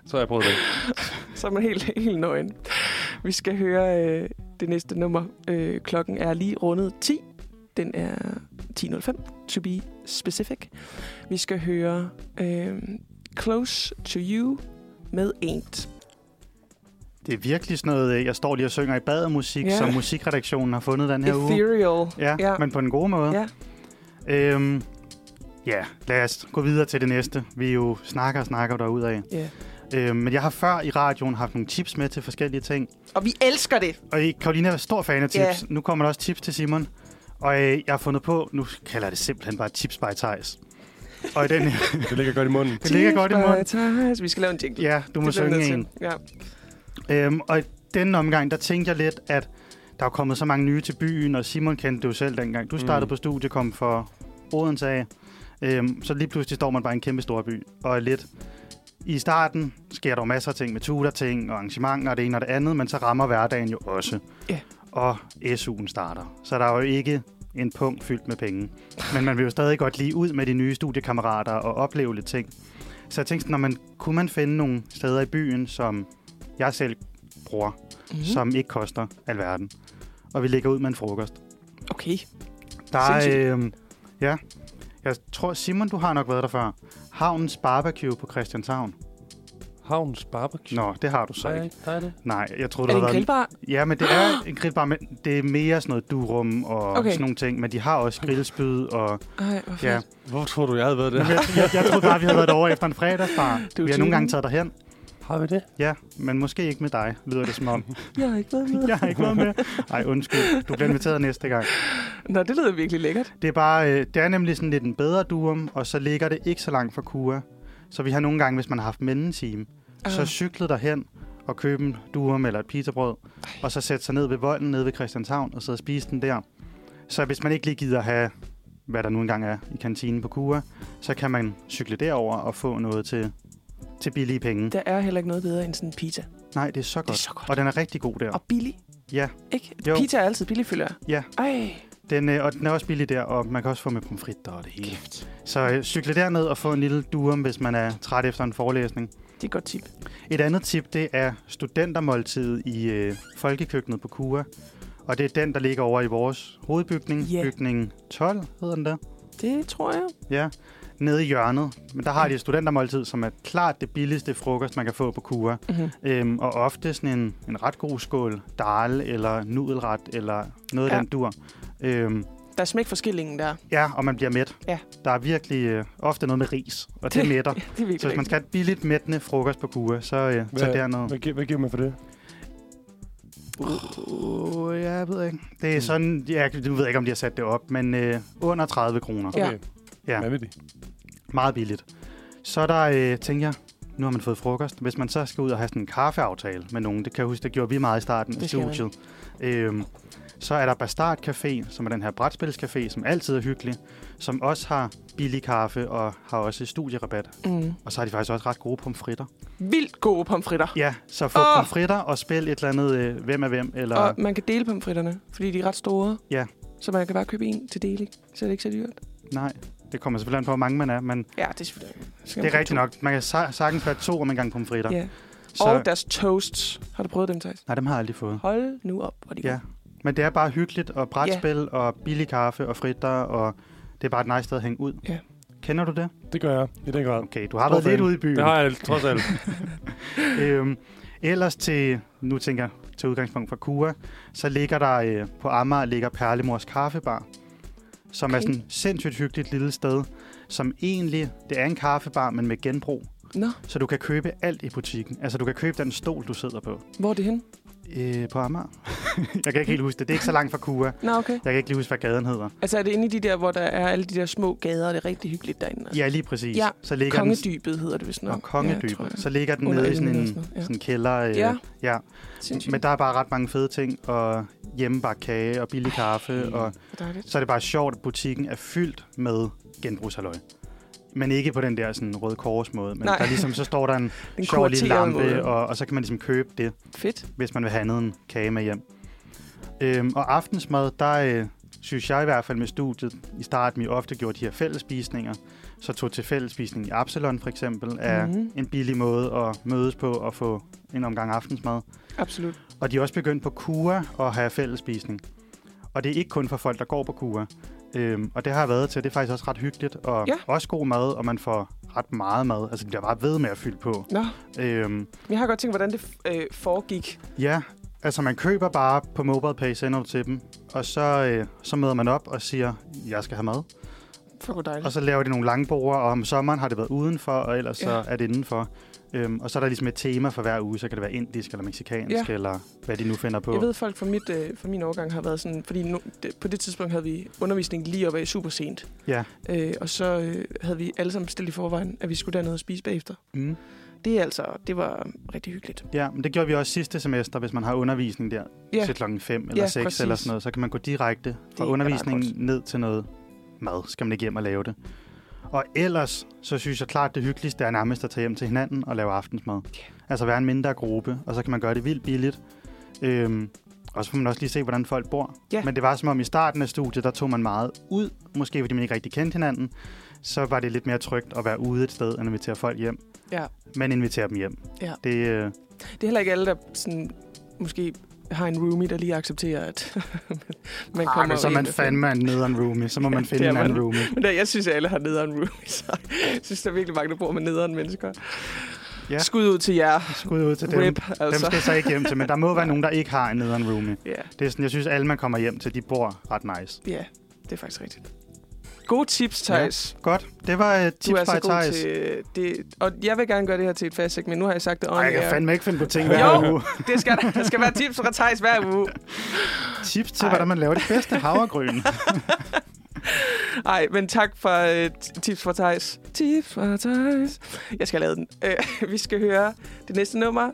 S3: Så har jeg prøvet det.
S1: Så er man helt, helt nøgen. Vi skal høre øh, det næste nummer. Øh, klokken er lige rundet 10. Den er 10.05, to be specific. Vi skal høre øh, Close to You med Ain't.
S2: Det er virkelig sådan noget, øh, jeg står lige og synger i bademusik,
S1: Ja.
S2: ja. som musikredaktionen har fundet den her uge.
S1: Ethereal.
S2: Ja,
S1: Ja.
S2: ja, men på den gode måde.
S1: Ja.
S2: Øhm, ja, lad os gå videre til det næste. Vi jo snakker og snakker derudad.
S1: Ja.
S2: Øhm, men jeg har før i radioen haft nogle tips med til forskellige ting.
S1: Og vi elsker det.
S2: Og I- Karoline er stor fan af tips.
S1: Ja.
S2: Nu kommer der også tips til Simon. Og øh, jeg har fundet på, nu kalder jeg det simpelthen bare tips by Thijs. Og i den her,
S3: Det ligger godt i munden.
S2: det ligger godt i munden.
S1: munden. Vi skal lave en jingle.
S2: Ja, du må
S1: Det bliver vi
S2: synge en.
S1: nødt til. Ja.
S2: Øhm, og i denne omgang, der tænkte jeg lidt, at der er kommet så mange nye til byen, og Simon kendte det jo selv dengang. Du startede
S3: Mm.
S2: mm. på studie, kom fra Odense af. Øhm, så lige pludselig står man bare i en kæmpe stor by, og er lidt... I starten sker der jo masser af ting med tutorting og arrangementer og det ene og det andet, men så rammer hverdagen jo også.
S1: Ja.
S2: Og SU'en starter. Så der er jo ikke en punkt fyldt med penge. Men man vil jo stadig godt lige ud med de nye studiekammerater og opleve lidt ting. Så jeg tænkte, sådan, når man, kunne man finde nogle steder i byen, som jeg selv bruger, mm.
S1: Mm.
S2: som ikke koster alverden. Og vi lægger ud med en frokost.
S1: Okay.
S2: Der er,
S1: Sindssygt.
S2: øh, ja, jeg tror, Simon, du har nok været der før. Havnens Barbecue på Christianshavn.
S3: Havns barbecue.
S2: Nå, det har du så
S3: Nej,
S2: ikke.
S3: der er det.
S2: Nej, jeg troede,
S1: Er
S2: der
S1: det
S2: havde
S1: en
S2: været...
S1: grillbar? Ah!
S2: Ja, men det er en grillbar, men det er mere sådan noget durum og
S1: Okay.
S2: okay. sådan nogle ting. Men de har også grillspyd og...
S1: Ej, hvor
S2: Ja.
S1: fedt.
S3: Hvor tror du, jeg havde været der?
S2: Men Jeg, jeg, jeg troede bare, vi havde været over efter en fredagsbar.
S1: jo
S2: Vi har
S1: typen.
S2: nogle gange taget derhen.
S3: Har vi det?
S2: Ja, men måske ikke med dig, lyder det som om.
S1: Jeg har ikke været med.
S2: Jeg har ikke været med. Ej, undskyld. Du bliver inviteret næste gang.
S1: Nå, det lyder virkelig lækkert.
S2: Det er, bare, øh, det er nemlig sådan lidt en bedre durum, og så ligger det ikke så langt fra Kura. Så vi har nogle gange, hvis man har haft mandentime, uh. så
S1: Ah.
S2: cyklet derhen og købe en durum eller et pizzabrød, og så sætte sig ned ved volden nede ved Christianshavn og sidde og spise den der. Så hvis man ikke lige gider have, hvad der nu engang er i kantinen på Kura, så kan man cykle derover og få noget til, til billige penge.
S1: Der er heller ikke noget bedre end sådan en pizza.
S2: Nej, det er så godt.
S1: Det er så godt.
S2: Og den er rigtig god der.
S1: Og billig.
S2: Ja.
S1: Ikke?
S2: Jo.
S1: Pizza er altid billig, føler jeg.
S2: Ja.
S1: Ej,
S2: Den, øh, og den er også billig der, og man kan også få med pomfritter og det hele.
S1: kæft.
S2: Så øh, cykle derned og få en lille durum, hvis man er træt efter en forelæsning.
S1: Det er et godt tip.
S2: Et andet tip, det er studentermåltidet i øh, folkekøkkenet på Kura. Og det er den, der ligger over i vores hovedbygning.
S1: Ja.
S2: Yeah. Bygning 12 hedder den der.
S1: Det tror jeg.
S2: Ja, nede i hjørnet. Men der har de et studentermåltid, som er klart det billigste frokost, man kan få på Kura.
S1: Mm-hmm.
S2: Øhm, og ofte sådan en, en ret god skål dal eller nudelret eller noget af
S1: Ja.
S2: den dur. Øhm,
S1: Der er smæk for skillingen der.
S2: ja, og man bliver mæt.
S1: Ja.
S2: Der er virkelig øh, ofte noget med ris, og det,
S1: Det-
S2: det mætter.
S1: Ja, det er virkelig
S2: Så hvis man
S1: rigtigt.
S2: skal have et billigt mættende frokost på Kua, så øh,
S3: Hvad-
S2: tag dernede.
S3: Hvad, gi- hvad giver man for det?
S2: Oh, jeg ved ikke. Det er sådan, jeg, du ved jeg ikke, om de har sat det op, men øh, under 30 kroner.
S1: Ja.
S2: Ja.
S3: Hvad ved de?
S2: Meget billigt. Så er der, øh, tænker jeg, nu har man fået frokost. Hvis man så skal ud og have sådan en kaffeaftale med nogen, det kan jeg huske, det gjorde vi meget i starten af
S1: Det skal man.
S2: studiet. Øhm, Så er der Bastard Café, som er den her brætspilscafé, som altid er hyggelig, som også har billig kaffe og har også studierabat.
S1: Mm.
S2: Og så har de faktisk også ret gode pomfritter.
S1: Vildt gode pomfritter.
S2: Ja, så få
S1: Åh!
S2: oh! pomfritter og spil et eller andet øh, hvem er hvem. Eller,
S1: Og man kan dele pomfritterne, fordi de er ret store.
S2: Ja.
S1: Så man kan bare købe en til deling, så er det ikke så dyrt.
S2: Nej, det kommer selvfølgelig an på, hvor mange man er, men
S1: Ja, det er selvfølgelig. Så kan
S2: det
S1: man
S2: er
S1: købe
S2: rigtigt
S1: to.
S2: nok. altså. Man kan sa- sagtens være to om en gang pomfritter.
S1: Ja.
S2: Så,
S1: Og deres toasts. Har du prøvet dem, Thijs?
S2: Nej, dem har jeg aldrig fået.
S1: Hold nu op, hvor de
S2: Ja. Men det er bare hyggeligt, og brætspil, yeah. og billig kaffe, og fritter, og det er bare et nice sted at hænge ud.
S1: Ja.
S2: Kender du det?
S3: Det gør jeg i den grad.
S2: Okay, du har
S3: Stor
S2: været lidt
S3: fan.
S2: ude i byen.
S3: Det har jeg trods alt.
S2: Øhm, ellers til, nu tænker jeg til udgangspunkt fra Kua, så ligger der øh, på Amager ligger Perlemors Kaffebar, som okay. er
S1: Okay.
S2: sådan et sindssygt hyggeligt lille sted, som egentlig, det er en kaffebar, men med genbrug.
S1: Nå,
S2: Så du kan købe alt i butikken. Altså, du kan købe den stol, du sidder på.
S1: hvor er det henne?
S2: Øh, på Amager. jeg kan ikke helt huske det. Det er ikke så langt fra Kua.
S1: Nå, okay.
S2: Jeg kan ikke lige huske, hvad gaden hedder.
S1: Altså er det inde i de der, hvor der er alle de der små gader, og det er rigtig hyggeligt derinde? Altså.
S2: Ja, lige præcis.
S1: Ja,
S2: så ligger den
S1: Kongedybet hedder det vist nok.
S2: og kongedybet.
S1: tror
S2: Ja,
S1: jeg.
S2: så ligger den
S1: Under
S2: nede i sådan
S1: øllen eller
S2: en
S1: sådan noget, ja.
S2: sådan en kælder. Øh,
S1: Ja.
S2: ja.
S1: Sindssygt.
S2: Men der er bare ret mange fede ting, og hjemmebagt kage og billig
S1: Mm.
S2: kaffe, og
S1: Hvor dejligt.
S2: så er det bare sjovt, at butikken er fyldt med genbrugshalløj. Men ikke på den der sådan røde kors måde, men
S1: Nej.
S2: der er ligesom, så står der en
S1: Den
S2: sjov lille
S1: kuraterede
S2: lampe,
S1: måde.
S2: og, og så kan man ligesom købe det,
S1: Fedt.
S2: hvis man vil have andet end kage med hjem. Øhm, og aftensmad, der øh, synes jeg i hvert fald med studiet, i starten vi ofte gjorde de her fællesspisninger, så tog til fællesspisning i Absalon for eksempel, er
S1: Mhm.
S2: mm-hmm. en billig måde at mødes på og få en omgang aftensmad.
S1: Absolut.
S2: Og de er også begyndt på kura og have fællesspisning. Og det er ikke kun for folk, der går på kura. Øhm, og det har jeg været til. Det er faktisk også ret hyggeligt. Og
S1: Ja.
S2: ja. også god mad, og man får ret meget mad. Altså, de bliver bare ved med at fylde på.
S1: Nå,
S2: Øhm,
S1: men jeg har godt tænkt, hvordan det øh, foregik.
S2: ja, altså man køber bare på MobilePay, sender du til dem. Og så, øh, så møder man op og siger, jeg skal have mad.
S1: For hvor dejligt.
S2: Og så laver de nogle langborer, og om sommeren har det været udenfor, og ellers
S1: Ja.
S2: ja. så er det indenfor. Øhm, og så er der ligesom et tema for hver uge, så kan det være indisk eller mexikansk, ja. eller hvad de nu finder på.
S1: Jeg ved, folk fra, mit, øh, fra min årgang har været sådan, fordi nu, det, på det tidspunkt havde vi undervisning lige oppe af super sent.
S2: Ja.
S1: Øh, og så øh, havde vi alle sammen bestilt i forvejen, at vi skulle dernede og spise bagefter.
S2: Mm.
S1: Det er altså, det var rigtig hyggeligt.
S2: Ja, men det gjorde vi også sidste semester, hvis man har undervisning der
S1: Ja.
S2: ja. til klokken 5 eller
S1: Ja,
S2: 6
S1: præcis.
S2: eller sådan noget, så kan man gå direkte
S1: Det er
S2: fra
S1: ret
S2: undervisningen
S1: godt.
S2: ned til noget mad. Skal man ikke hjem og lave det. Og ellers, så synes jeg klart, det hyggeligste er nærmest at tage hjem til hinanden og lave aftensmad.
S1: Ja.
S2: Altså være en mindre gruppe, og så kan man gøre det vildt billigt. Øhm, og så får man også lige se, hvordan folk bor.
S1: Ja.
S2: Men det var som om i starten af studiet, der tog man meget ud, måske fordi man ikke rigtig kendte hinanden. Så var det lidt mere trygt at være ude et sted, end at invitere folk hjem.
S1: Ja.
S2: Men invitere dem hjem.
S1: Ja.
S2: Det, øh,
S1: Det er heller ikke alle, der sådan, måske har en roomie, der lige accepterer, at man
S2: Ej,
S1: kommer
S2: Ah, men så er
S1: ind
S2: man
S1: og-
S2: fandme en nederen roomie. Så må man finde
S1: det er
S2: en
S1: man.
S2: anden roomie.
S1: Men der, jeg synes, at alle har nederen roomies. Jeg synes, der er virkelig mange, der bor med nederen mennesker. Ja.
S2: Ja.
S1: Skud ud til jer.
S2: Skud ud til dem.
S1: Rip,
S2: Dem
S1: altså.
S2: skal jeg så ikke hjem til, men der må være nogen, der ikke har en nederen roomie.
S1: Ja,
S2: Det er sådan, jeg synes, alle man kommer hjem til, de bor ret nice.
S1: ja, det er faktisk rigtigt. Gode tips, Thijs. Ja.
S2: Godt, det var uh,
S1: Du
S2: tips
S1: er så
S2: fra
S1: god
S2: Thijs.
S1: til det. Og jeg vil gerne gøre det her til et fast segment. Nu har jeg sagt det on
S2: Ej, jeg
S1: air.
S2: kan fandme ikke finde på ting
S1: Jo.
S2: hver uge.
S1: Det skal der. der skal være tips fra Thijs hver uge.
S2: Tips til,
S1: Ej.
S2: hvordan man laver det bedste havregryn.
S1: Ej, men tak for øh, t- tips fra Thijs. Tips fra Thijs. Jeg skal lave den. Øh, vi skal høre det næste nummer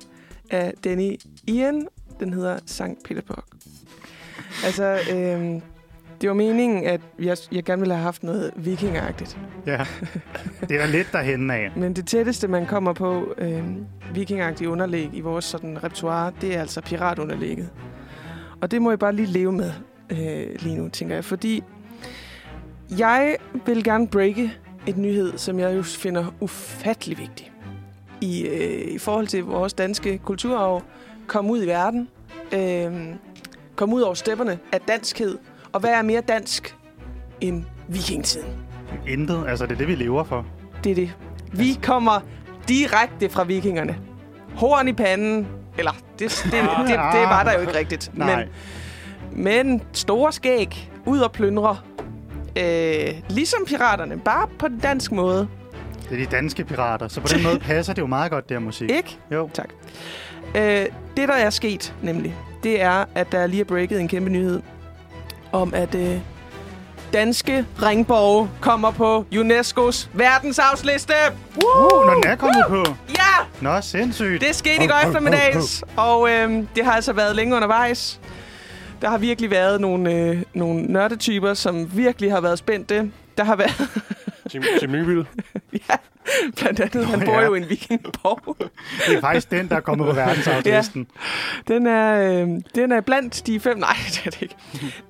S1: af Danny Ian. Den hedder Sankt Petersburg. Altså, øh, det var meningen, at jeg, jeg gerne ville have haft noget vikingagtigt.
S2: ja, det er da lidt derhen af.
S1: Men det tætteste, man kommer på øh, vikingagtigt underlæg i vores sådan, repertoire, det er altså piratunderlægget. Og det må jeg bare lige leve med øh, lige nu, tænker jeg. Fordi jeg vil gerne breake et nyhed, som jeg jo finder ufattelig vigtig. I, øh, I forhold til vores danske kulturarv. Kom ud i verden. Øh, kom ud over stepperne af danskhed. Og hvad er mere dansk end vikingetiden?
S2: Intet, altså det er det, vi lever for.
S1: Det er det. Vi kommer direkte fra vikingerne. Horn i panden. Eller, det, det, det, det var der jo ikke rigtigt.
S2: Ah. Nej,
S1: Men, men store skæg. Ud og plyndre. Øh, ligesom piraterne. Bare på den dansk måde.
S2: det er de danske pirater, så på den måde passer det jo meget godt, der musik.
S1: Ikke?
S2: Jo,
S1: Tak. Øh, det, der er sket nemlig, det er, at der lige er breaket en kæmpe nyhed om, at øh, danske ringborge kommer på UNESCO's verdensarvsliste.
S2: uh, når den er kommet på.
S1: Ja!
S2: Nå, sindssygt.
S1: øhm, Det skete i går eftermiddags, og øh, det har altså været længe undervejs. Der har virkelig været nogle, øh, nogle nørdetyper, som virkelig har været spændte. Der har været,
S3: Jim, Jim Nyvild.
S1: ja, blandt andet, Nå, han
S2: ja.
S1: bor jo i en vikingborg.
S2: Det er faktisk den, der er kommet på verdensarvslisten.
S1: Den er, øh, den er blandt de fem... Nej, det er det ikke.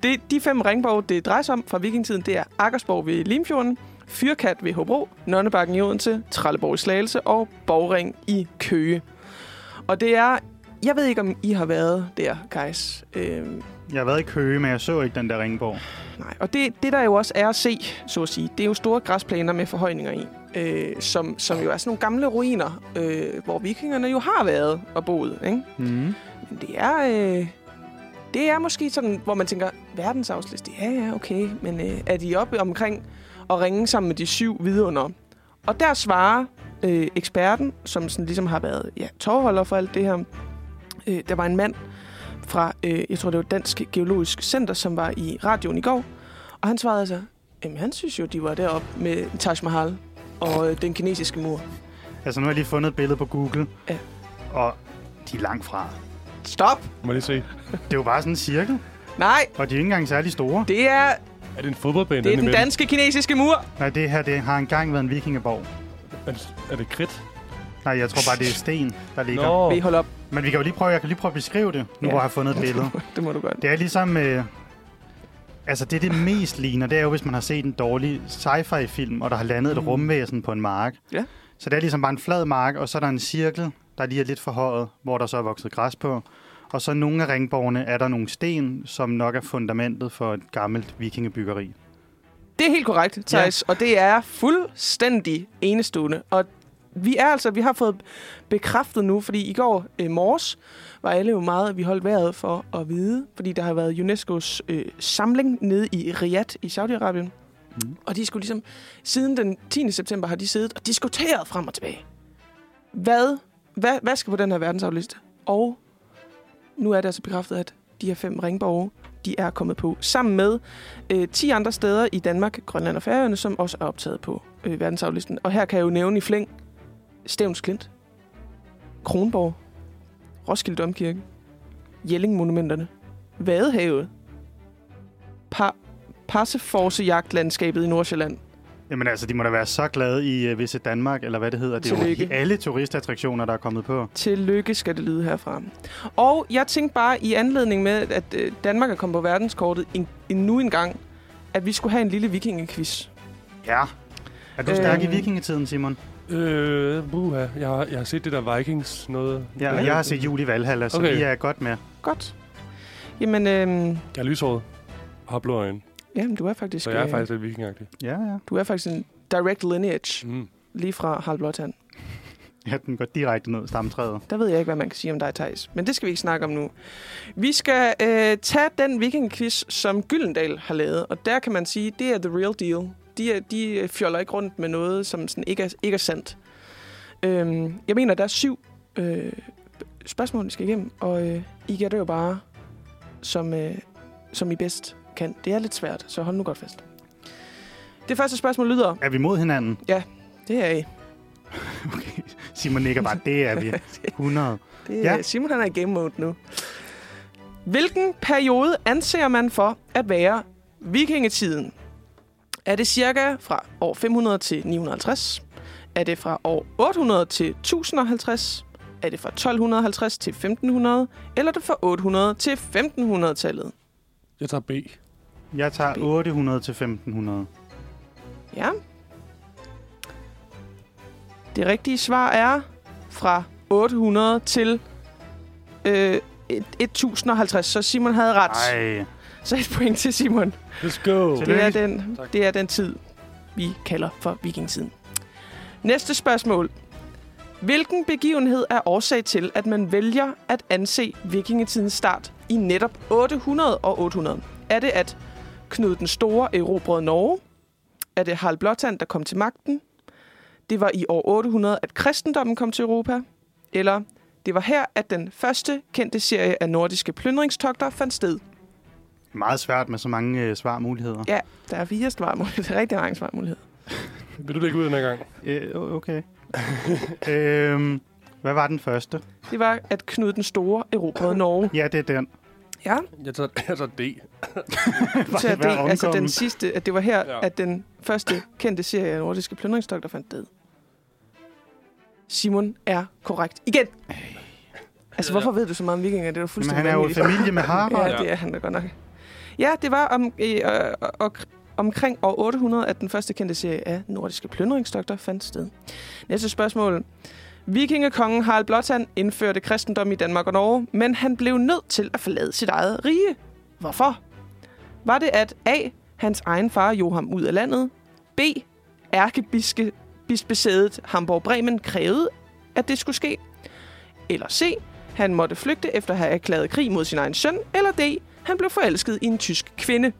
S1: Det, de fem ringborg, det drejer sig om fra vikingtiden, det er Akersborg ved Limfjorden, Fyrkat ved Hobro, Nonnebakken i Odense, Trelleborg i Slagelse og Borgring i Køge. Og det er... Jeg ved ikke, om I har været der, guys. Øh,
S2: Jeg har været i Køge, men jeg så ikke den der Ringborg.
S1: Nej, og det, det der jo også er at se, så at sige, det er jo store græsplæner med forhøjninger i, øh, som, som jo er sådan nogle gamle ruiner, øh, hvor vikingerne jo har været og boet. Ikke?
S2: Mm.
S1: Men det er, øh, det er måske sådan, hvor man tænker, verdensarvsliste, ja ja, okay, men øh, er de oppe omkring at ringe sammen med de syv vidunder? Og der svarer øh, eksperten, som sådan ligesom har været ja, tovholder for alt det her, øh, der var en mand fra, øh, jeg tror det var Dansk Geologisk Center, som var i radioen i går, og han svarede altså, jamen han synes jo, de var deroppe med Taj Mahal og øh, den kinesiske mur.
S2: Altså, nu har jeg lige fundet et billede på Google.
S1: Ja.
S2: Og de er langt fra.
S1: Stop!
S3: Må jeg lige se.
S2: Det er jo bare sådan en cirkel,
S1: Nej,
S2: og de er ikke engang særlig store.
S1: det er,
S3: Er det en fodboldbane?
S1: det er
S3: inde
S1: den
S3: imellem?
S1: danske kinesiske mur!
S2: Nej, det her det har engang været en vikingeborg.
S3: Er det, er det kridt?
S2: Nej, jeg tror bare, det er sten, der ligger.
S3: Nå.
S1: Vi holder op.
S2: Men vi kan jo lige prøve, jeg kan lige prøve at beskrive det, nu
S1: Ja.
S2: ja. hvor jeg har fundet et billede.
S1: Det må du godt.
S2: Det er ligesom... Øh, altså, det, det mest ligner, det er jo, hvis man har set en dårlig sci-fi-film, og der har landet et
S1: Mm.
S2: rumvæsen på en mark.
S1: Ja.
S2: Så det er ligesom bare en flad mark, og så er der en cirkel, der lige er lidt forhøjet, hvor der så er vokset græs på. Og så nogle af ringborgene er der nogle sten, som nok er fundamentet for et gammelt vikingebyggeri.
S1: Det er helt korrekt, Thijs, ja. og det er fuldstændig enestående. Og vi er altså, vi har fået bekræftet nu, fordi i går øh, morges var alle jo meget, at vi holdt vejret for at vide, fordi der har været UNESCO's øh, samling nede i Riyadh i Saudi-Arabien. Mm.
S2: Mm.
S1: Og de skulle ligesom, siden den 10. september har de siddet og diskuteret frem og tilbage. Hvad, hvad, hvad skal på den her verdensarvliste? Og nu er det altså bekræftet, at de her fem ringborge, de er kommet på sammen med øh, 10 andre steder i Danmark, Grønland og Færøerne, som også er optaget på øh, verdensarvlisten. Og her kan jeg jo nævne i flæng Stævns Klint, Kronborg, Roskilde Domkirke, Jelling-monumenterne, Vadehavet, pa- Passeforse-jagtlandskabet i Nordsjælland.
S2: Jamen altså, de må da være så glade i uh, Visit Danmark, eller hvad det hedder. Det er jo
S1: Tillykke.
S2: alle turistattraktioner, der er kommet på.
S1: Tillykke skal det lyde herfra. Og jeg tænkte bare i anledning med, at øh, Danmark er kommet på verdenskortet en, endnu en gang, at vi skulle have en lille vikingequiz.
S2: Ja. Er du
S1: Øh.
S2: stærk i vikingetiden, Simon?
S3: Øh, buha. Jeg har, jeg har set det der Vikings noget.
S2: Ja, og jeg har set jul i Valhalla, så
S3: Okay.
S2: okay. vi er godt med.
S1: Godt. Jamen, øh,
S3: Jeg er lyshåret. Og har blå øjne.
S1: jamen du er faktisk...
S3: Så jeg er
S1: øh,
S3: faktisk lidt vikingagtig.
S2: Ja, ja.
S1: Du er faktisk en direct lineage,
S3: Mm.
S1: lige fra Harald Blåtand.
S2: Ja, den går direkte ned stamtræet.
S1: Der ved jeg ikke, hvad man kan sige om dig, Thijs. Men det skal vi ikke snakke om nu. Vi skal øh, tage den vikingquiz, som Gyldendal har lavet. Og der kan man sige, det er the real deal. De, er, de øh, fjoller ikke rundt med noget, som sådan ikke, er, ikke er sandt. Øhm, jeg mener, der er syv øh, spørgsmål, vi skal igennem. Og øh, I gætter jo bare, som, øh, som I bedst kan. Det er lidt svært, så hold nu godt fast. Det første spørgsmål lyder,
S2: Er vi mod hinanden?
S1: det er I.
S2: Okay. Simon nikker bare, det er vi. 100.
S1: Det, ja.
S2: Ja.
S1: Simon han er i game mode nu. Hvilken periode anser man for at være vikingetiden? Er det cirka fra år 500 til 950? Er det fra år 800 til 1050? Er det fra 1250 til 1500? Eller er det fra 800 til 1500-tallet?
S3: Jeg tager B.
S2: Jeg tager 800 til 1500.
S1: Ja. Det rigtige svar er fra 800 til øh, et- 1050. Så Simon havde ret.
S2: Ej.
S1: Så et point til Simon.
S3: Let's go.
S2: Til-
S1: Det er
S2: Tillykke.
S1: den,
S3: Tak.
S1: det er den tid, vi kalder for vikingetiden. Næste spørgsmål. Hvilken begivenhed er årsag til, at man vælger at anse vikingetidens start i netop 800 og 800? Er det, at Knud den Store erobrede Norge? Er det Harald Blåtand, der kom til magten? Det var i år 800, at kristendommen kom til Europa? Eller det var her, at den første kendte serie af nordiske plyndringstogter fandt sted?
S2: Meget svært med så mange øh, svarmuligheder.
S1: Ja, der er fire svarmuligheder. Der er rigtig mange svarmuligheder.
S3: Vil du lægge ud den her gang?
S2: Øh, o- okay. øhm, hvad var den første?
S1: Det var, at Knud den Store erobrede Norge.
S2: Ja, det er den.
S1: Ja,
S3: Jeg tager, jeg tager D.
S1: til at det,
S2: være
S1: altså den
S2: omkommet.
S1: sidste, at det var her,
S3: Ja.
S1: ja. at den første kendte serie af nordiske plyndringstok, der fandt død. Simon er korrekt. Igen! Altså,
S3: Ja.
S1: hvorfor ved du så meget om vikinger? Det er jo
S2: Jamen,
S1: fuldstændig
S2: han er jo i
S1: vanvittigt.
S2: familie med Harald.
S3: Ja.
S1: Ja, det er han da godt nok. Ja, det var om, øh, øh, og, omkring år 800, at den første kendte serie af nordiske plyndringsdokter fandt sted. Næste spørgsmål. Vikingekongen Harald Blåtand indførte kristendom i Danmark og Norge, men han blev nødt til at forlade sit eget rige. Hvorfor? Var det at A. Hans egen far jog ham ud af landet, B. Ærkebispesædet Hamburg Bremen krævede, at det skulle ske, eller C. Han måtte flygte efter at have erklæret krig mod sin egen søn, eller D. Han blev forelsket i en tysk kvinde.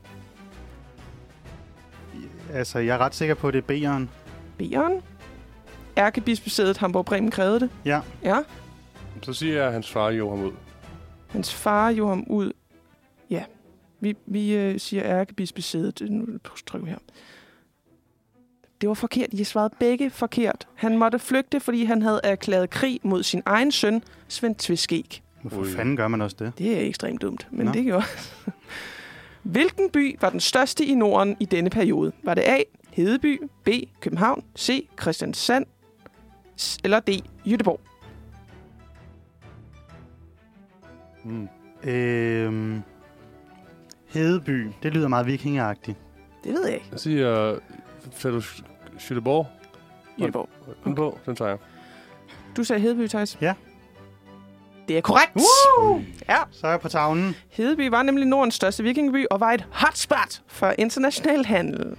S2: Altså, jeg er ret sikker på, at det er B'eren.
S1: Bjørn. Ærkebispesædet Hamburg Bremen krævede det.
S2: Ja.
S1: Ja.
S3: Så siger jeg, at hans far jo ham ud.
S1: Hans far jo ham ud. Ja. Vi, vi øh, siger ærkebispesædet. Nu trykker vi her. Det var forkert. I svarede begge forkert. Han måtte flygte, fordi han havde erklæret krig mod sin egen søn, Svend Tveskæg.
S2: Hvorfor
S3: Ui.
S2: fanden gør man også det?
S1: Det er ekstremt dumt, men
S2: Nå.
S1: Nå. det gjorde han. Hvilken by var den største i Norden i denne periode? Var det A. Hedeby, B. København, C. Christiansand, s- eller D. Jødeborg?
S3: Mm.
S2: Øhm, Hedeby. Det lyder meget vikingeagtigt.
S1: Det ved jeg ikke.
S3: Jeg siger, tager du Sch- Schütteborg?
S1: Jødeborg.
S3: Den på, den tager jeg.
S1: Du sagde Hedeby, Thijs?
S2: Ja.
S1: Det er korrekt!
S2: Woo!
S1: Ja.
S2: Så er jeg på tavlen.
S1: Hedeby var nemlig Nordens største vikingeby og var et hotspot for international handel.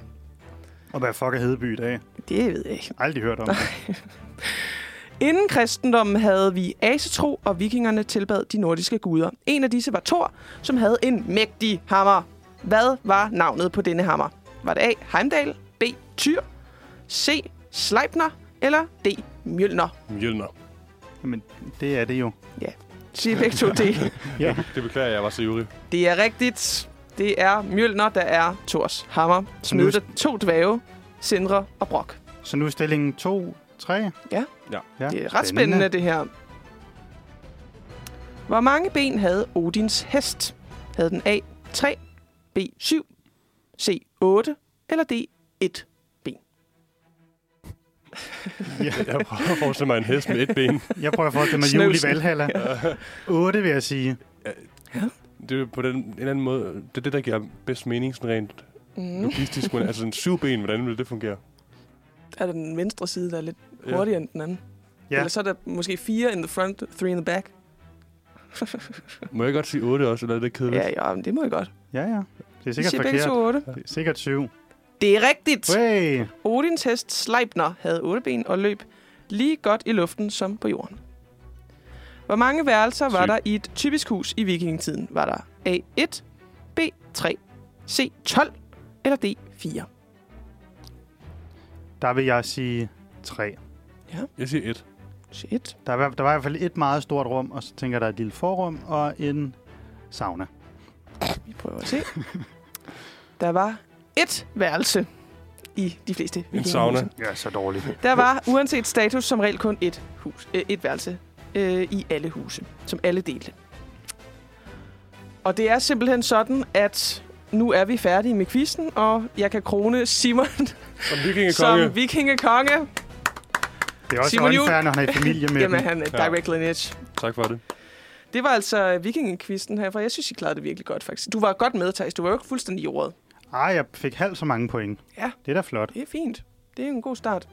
S2: Og hvad fuck er Hedeby i dag?
S1: Det ved jeg ikke.
S2: Aldrig hørt om.
S1: Inden kristendommen havde vi asetro, og vikingerne tilbad de nordiske guder. En af disse var Thor, som havde en mægtig hammer. Hvad var navnet på denne hammer? Var det A. Heimdall, B. Tyr, C. Sleipner eller D. Mjølner?
S3: Mjølner.
S2: Jamen, det er det jo.
S1: Siger begge to D.
S2: Ja.
S3: Det beklager jeg, jeg var så ivrig.
S1: Det er rigtigt. Det er Mjølner, der er Thors hammer. Smidt af to dvæve, Sindre og Brok.
S2: Så nu er stillingen 2, 3.
S1: Ja.
S3: Ja.
S2: ja.
S1: Det er ret spændende, det her. Hvor mange ben havde Odins hest? Havde den A 3, B 7, C 8 eller D 1?
S3: Jeg prøver at forestille mig en hest med et ben.
S2: Jeg prøver at forestille mig jul i
S1: Snøvsen.
S2: Valhalla. 8, vil jeg sige.
S3: Det er på den, en eller anden måde, det er det, der giver bedst mening, sådan rent
S1: Mm.
S3: logistisk. Men altså en syv ben, hvordan vil det fungere?
S1: Er der den venstre side, der er lidt hurtigere end den anden?
S2: Ja.
S1: Eller så er der måske 4 in the front, 3 in the back?
S3: Må jeg godt sige 8 også, eller er det kedeligt?
S1: ja, ja, men det må I godt.
S2: Ja, ja. Det er
S1: Vi
S2: sikkert
S1: siger begge
S2: forkert.
S1: to 8.
S2: Det er sikkert 7.
S1: Det er rigtigt.
S2: Hey!
S1: Odins hest Sleipner havde otte ben og løb lige godt i luften som på jorden. Hvor mange værelser var
S3: Sygt.
S1: der i et typisk hus i vikingetiden? Var der A1, B3, C12 eller D4?
S2: Der vil jeg sige 3.
S3: Jeg siger 1.
S1: Shit.
S2: Der var, der var i hvert fald et meget stort rum, og så tænker jeg, der er et lille forrum og en sauna.
S1: Vi prøver at se. Der var et værelse i de fleste
S3: En
S1: vikingehuse.
S3: sauna.
S2: Ja, så dårligt.
S1: Der var uanset status som regel kun et, hus, øh, et værelse øh, i alle huse, som alle delte. Og det er simpelthen sådan, at nu er vi færdige med quizzen, og jeg kan krone Simon
S3: Som
S1: som
S3: vikingekonge.
S1: vikingekonge.
S2: Det er også
S1: Simon Juhl.
S2: unfair, når han er i familie med
S1: Jamen,
S2: dem.
S1: han er
S3: Ja.
S1: direct lineage.
S3: Tak for det.
S1: Det var altså vikingekvisten herfra. Jeg synes, I klarede det virkelig godt, faktisk. Du var godt med, Thijs. Du var jo ikke fuldstændig i ordet.
S2: Ej, jeg fik halvt så mange point.
S1: Ja.
S2: Det er da flot.
S1: Det er fint. Det er en god start.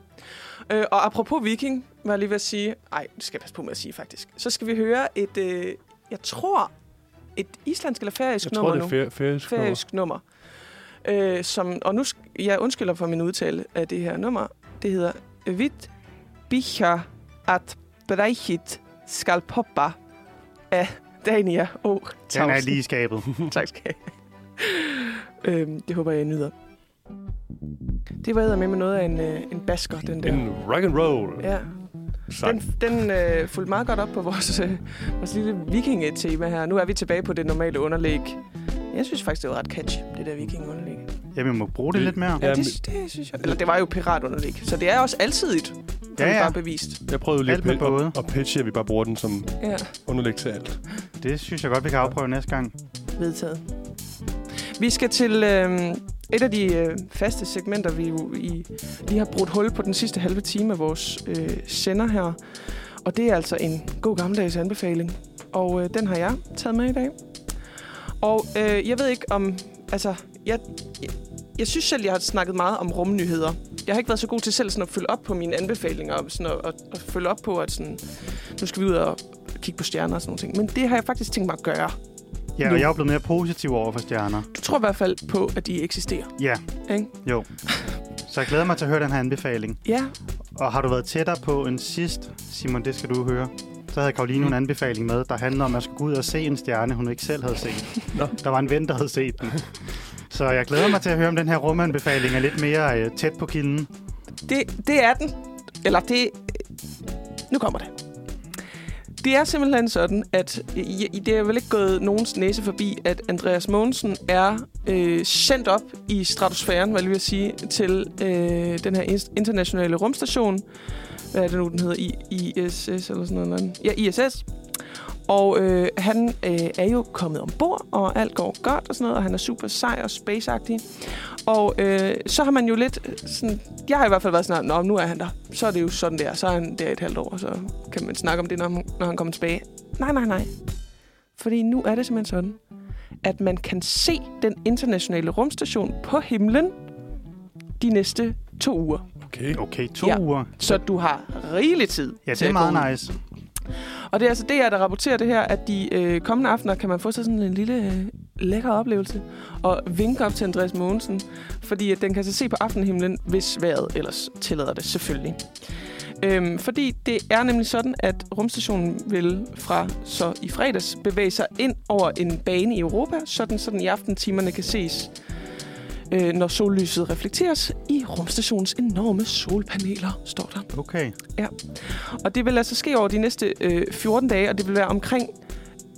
S1: Øh, og apropos viking, var jeg lige ved at sige... Ej, det skal jeg passe på med at sige, faktisk. Så skal vi høre et, øh, jeg tror, et islandsk eller færøsk
S3: Jeg
S1: nummer
S3: tror, det er
S1: nu.
S3: fæ- færisk nummer.
S1: Færøsk nummer. Øh, som, og nu sk- jeg undskylder for min udtale af det her nummer. Det hedder Vit bicha at brejhit skal poppa af Dania O.
S2: Den er
S1: Tausen.
S2: lige i skabet.
S1: Tak skal I have. øhm, Det håber jeg, I nyder. Det var med med noget af en, øh, en basker, den der.
S3: En rock and roll
S1: Ja,
S3: sang.
S1: den, den øh, fulgte meget godt op på vores, øh, vores lille vikingetema her. Nu er vi tilbage på det normale underlæg. Jeg synes faktisk, det var ret catchy, det der vikingunderlæg.
S2: Jamen, jeg må bruge det
S3: Det-
S2: lidt mere.
S1: Ja,
S3: Jamen-
S1: det, det synes jeg. Eller det var jo piratunderlæg, så det er også altidigt. Det
S2: Ja,
S1: er
S2: ja.
S1: bare bevist.
S3: Jeg prøvede lige
S2: Alt med
S3: at,
S2: både.
S3: at, at pitche, at vi bare bruger den som
S1: Ja.
S3: underlæg til alt.
S2: Det synes jeg godt, vi kan afprøve næste gang.
S1: Vedtaget. Vi skal til øh, et af de øh, faste segmenter, vi jo i, lige har brudt hul på den sidste halve time af vores øh, sender her. Og det er altså en god gammeldags anbefaling. Og øh, den har jeg taget med i dag. Og øh, jeg ved ikke om... Altså, jeg, jeg, jeg synes selv, jeg har snakket meget om rumnyheder. Jeg har ikke været så god til selv sådan at følge op på mine anbefalinger, og sådan at, at, at følge op på, at sådan, nu skal vi ud og kigge på stjerner og sådan noget. ting. Men det har jeg faktisk tænkt mig at gøre.
S2: Ja,
S1: Nu.
S2: og jeg er blevet mere positiv over for stjerner.
S1: Du tror i hvert fald på, at de eksisterer,
S2: Ja,
S1: ikke?
S2: jo. Så jeg glæder mig til at høre den her anbefaling.
S1: Ja,
S2: Og har du været tættere på en sidst, Simon, det skal du høre. Så havde Karoline en anbefaling med, der handlede om, at man skulle gå ud og se en stjerne, hun ikke selv havde set.
S3: Nå.
S2: Der var en ven, der havde set den. Så jeg glæder mig til at høre, om den her rumanbefaling er lidt mere øh, tæt på kilden.
S1: det, det er den. Eller det... Nu kommer det. Det er simpelthen sådan, at i, i- det er vel ikke gået nogens næse forbi, at Andreas Mogensen er øh, sendt op i stratosfæren, hvad jeg lige vil sige, til øh, den her ins- internationale rumstation. Hvad er det nu, den hedder? I, ISS eller sådan noget. eller andet. Ja, ISS. Og øh, han øh, er jo kommet ombord, og alt går godt og sådan noget, og han er super sej og spaceagtig. Og øh, så har man jo lidt øh, sådan... Jeg har i hvert fald været sådan, at "Nå, nu er han der. Så er det jo sådan der. Så er han der i et halvt år, og så kan man snakke om det, når han, når han kommer tilbage. Nej, nej, nej. Fordi nu er det simpelthen sådan, at man kan se den internationale rumstation på himlen de næste to uger.
S3: Okay.
S2: Okay, to
S1: Ja.
S2: ja. uger.
S1: Så du har rigelig tid
S2: Ja, det
S1: til
S2: er
S1: at gå ud.
S2: meget nice.
S1: Og det er altså DR, der rapporterer det her, at de øh, kommende aftener kan man få sig sådan en lille øh, lækker oplevelse og vinke op til Andreas Mogensen, fordi at den kan så se på aftenhimlen, hvis vejret ellers tillader det, selvfølgelig. Øhm, fordi det er nemlig sådan, at rumstationen vil fra så i fredags bevæge sig ind over en bane i Europa, sådan så den i aftentimerne kan ses, øh, når sollyset reflekteres i rumstationens enorme solpaneler, står der.
S2: Okay.
S1: Og det vil altså ske over de næste øh, 14 dage, og det vil være omkring...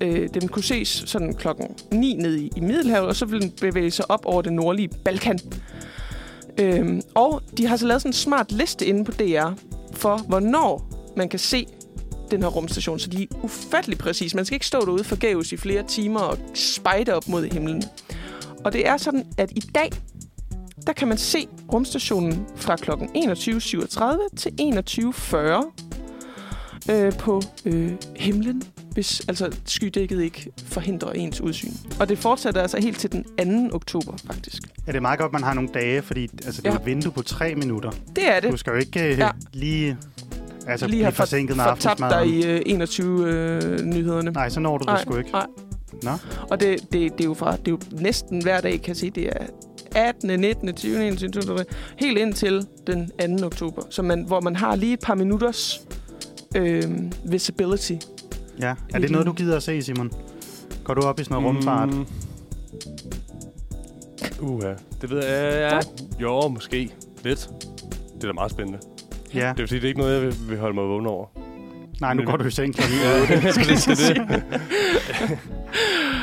S1: Øh, den kunne ses sådan klokken 9 nede i, i Middelhavet, og så vil den bevæge sig op over det nordlige Balkan. Øhm, og de har så lavet sådan en smart liste inde på DR for, hvornår man kan se den her rumstation, så de er ufattelig præcise. Man skal ikke stå derude forgæves i flere timer og spejde op mod himlen. Og det er sådan, at i dag, der kan man se rumstationen fra kl. 21.37 til 21.40 øh, på øh, himlen, hvis altså skydækket ikke forhindrer ens udsyn. Og det fortsætter altså helt til den 2. oktober, faktisk.
S2: Ja, det er meget godt, man har nogle dage, fordi altså, det er
S1: Ja.
S2: ja. et vindue på tre minutter.
S1: Det er
S2: Du
S1: det.
S2: skal jo ikke øh,
S1: Ja.
S2: ja. lige, altså,
S1: Lige
S2: blive
S1: har
S2: forsinket med
S1: for, fortabt dig
S2: aftensmaden.
S1: i øh, 21-nyhederne.
S2: Nej, så når du det sgu ikke.
S1: nej.
S2: Nå.
S1: Og det, det, det, er jo fra, det er jo næsten hver dag, kan jeg sige, det er 18., 19., 20., 21., 22., helt indtil den 2. oktober, så man, hvor man har lige et par minutters øh, visibility.
S2: Ja. Er det noget, du gider at se, Simon? Går du op i sådan noget mm. rumfart?
S3: Mm. Uha. Det ved jeg. Ja. Jo, måske. Lidt. Det er da meget spændende.
S2: Ja.
S3: Det er fordi, det er ikke noget, jeg vil, vil holde mig vågen over.
S2: Nej, nu
S3: Men-
S2: går du i seng kl.
S3: det er det.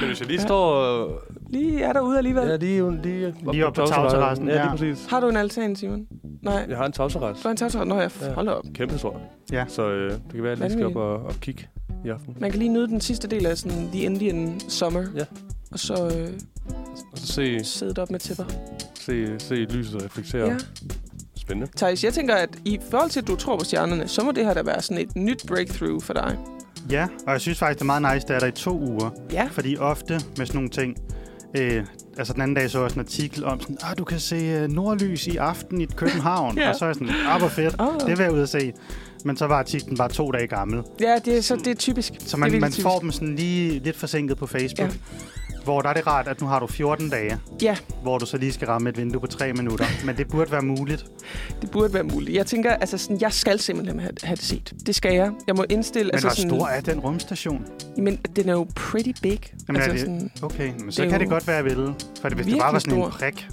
S3: Men hvis jeg lige står og...
S1: Lige er derude alligevel.
S3: Ja, lige, lige,
S2: Lige op på tagterrassen,
S3: Ja, lige
S2: ja.
S3: præcis.
S1: Har du en altan, Simon? Nej.
S3: Jeg har en tagterrasse.
S1: Du har en tagtøj? Nå, jeg
S3: Ja.
S1: hold op.
S3: Kæmpe stor.
S2: Ja.
S3: Så øh, det kan være, at jeg lige skal op og, og kigge i aften.
S1: Man kan lige nyde den sidste del af sådan The Indian Summer.
S3: Ja.
S1: Og så øh,
S3: Og så se,
S1: sidde op med tæpper.
S3: se, se lyset reflektere. Ja. Spændende.
S1: Thijs, jeg tænker, at i forhold til, at du tror på stjernerne, så må det her da være sådan et nyt breakthrough for dig.
S2: Ja, og jeg synes faktisk, det er meget nice, det er der i to uger.
S1: Ja.
S2: Fordi ofte med sådan nogle ting... Øh, altså den anden dag så jeg også en artikel om sådan, ah, du kan se øh, nordlys i aften i København.
S1: Ja.
S2: Og så er jeg sådan, ah, hvor fedt.
S1: Oh.
S2: Det vil jeg ud og se. Men så var artiklen bare to dage gammel.
S1: Ja, det er, så det er typisk.
S2: Så
S1: det er
S2: man,
S1: virkelig
S2: man får dem sådan lige lidt forsinket på Facebook. Ja. Hvor der er det rart, at nu har du 14 dage,
S1: Ja,
S2: hvor du så lige skal ramme et vindue på tre minutter. Men det burde være muligt.
S1: det burde være muligt. Jeg tænker, altså sådan, jeg skal simpelthen have, have det set. Det skal jeg. Jeg må indstille...
S2: Men
S1: altså
S2: altså hvor
S1: sådan,
S2: stor er den rumstation?
S1: Men den er jo pretty big.
S2: Jamen,
S1: altså,
S2: er det-
S1: sådan,
S2: Okay, men så
S1: Det er
S2: det kan det
S1: jo
S2: godt være, jeg ville. For hvis det bare var
S1: virkelig
S2: sådan en
S1: stor.
S2: prik,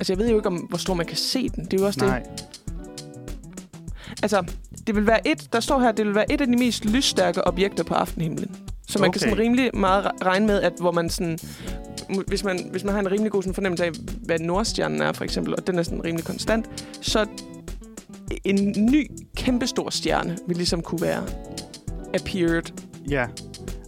S1: altså, jeg ved jo ikke, om, hvor stor man kan se den. Det er jo også det.
S2: nej.
S1: Altså, det vil være et, der står her, det vil være et af de mest lysstærke objekter på aftenhimlen. Så man okay. kan
S2: Okay.
S1: sådan rimelig meget re- regne med, at hvor man sådan... mu- Hvis man, hvis man har en rimelig god sådan fornemmelse af, hvad Nordstjernen er, for eksempel, og den er sådan rimelig konstant, så en ny, kæmpestor stjerne vil ligesom kunne være appeared.
S2: Ja.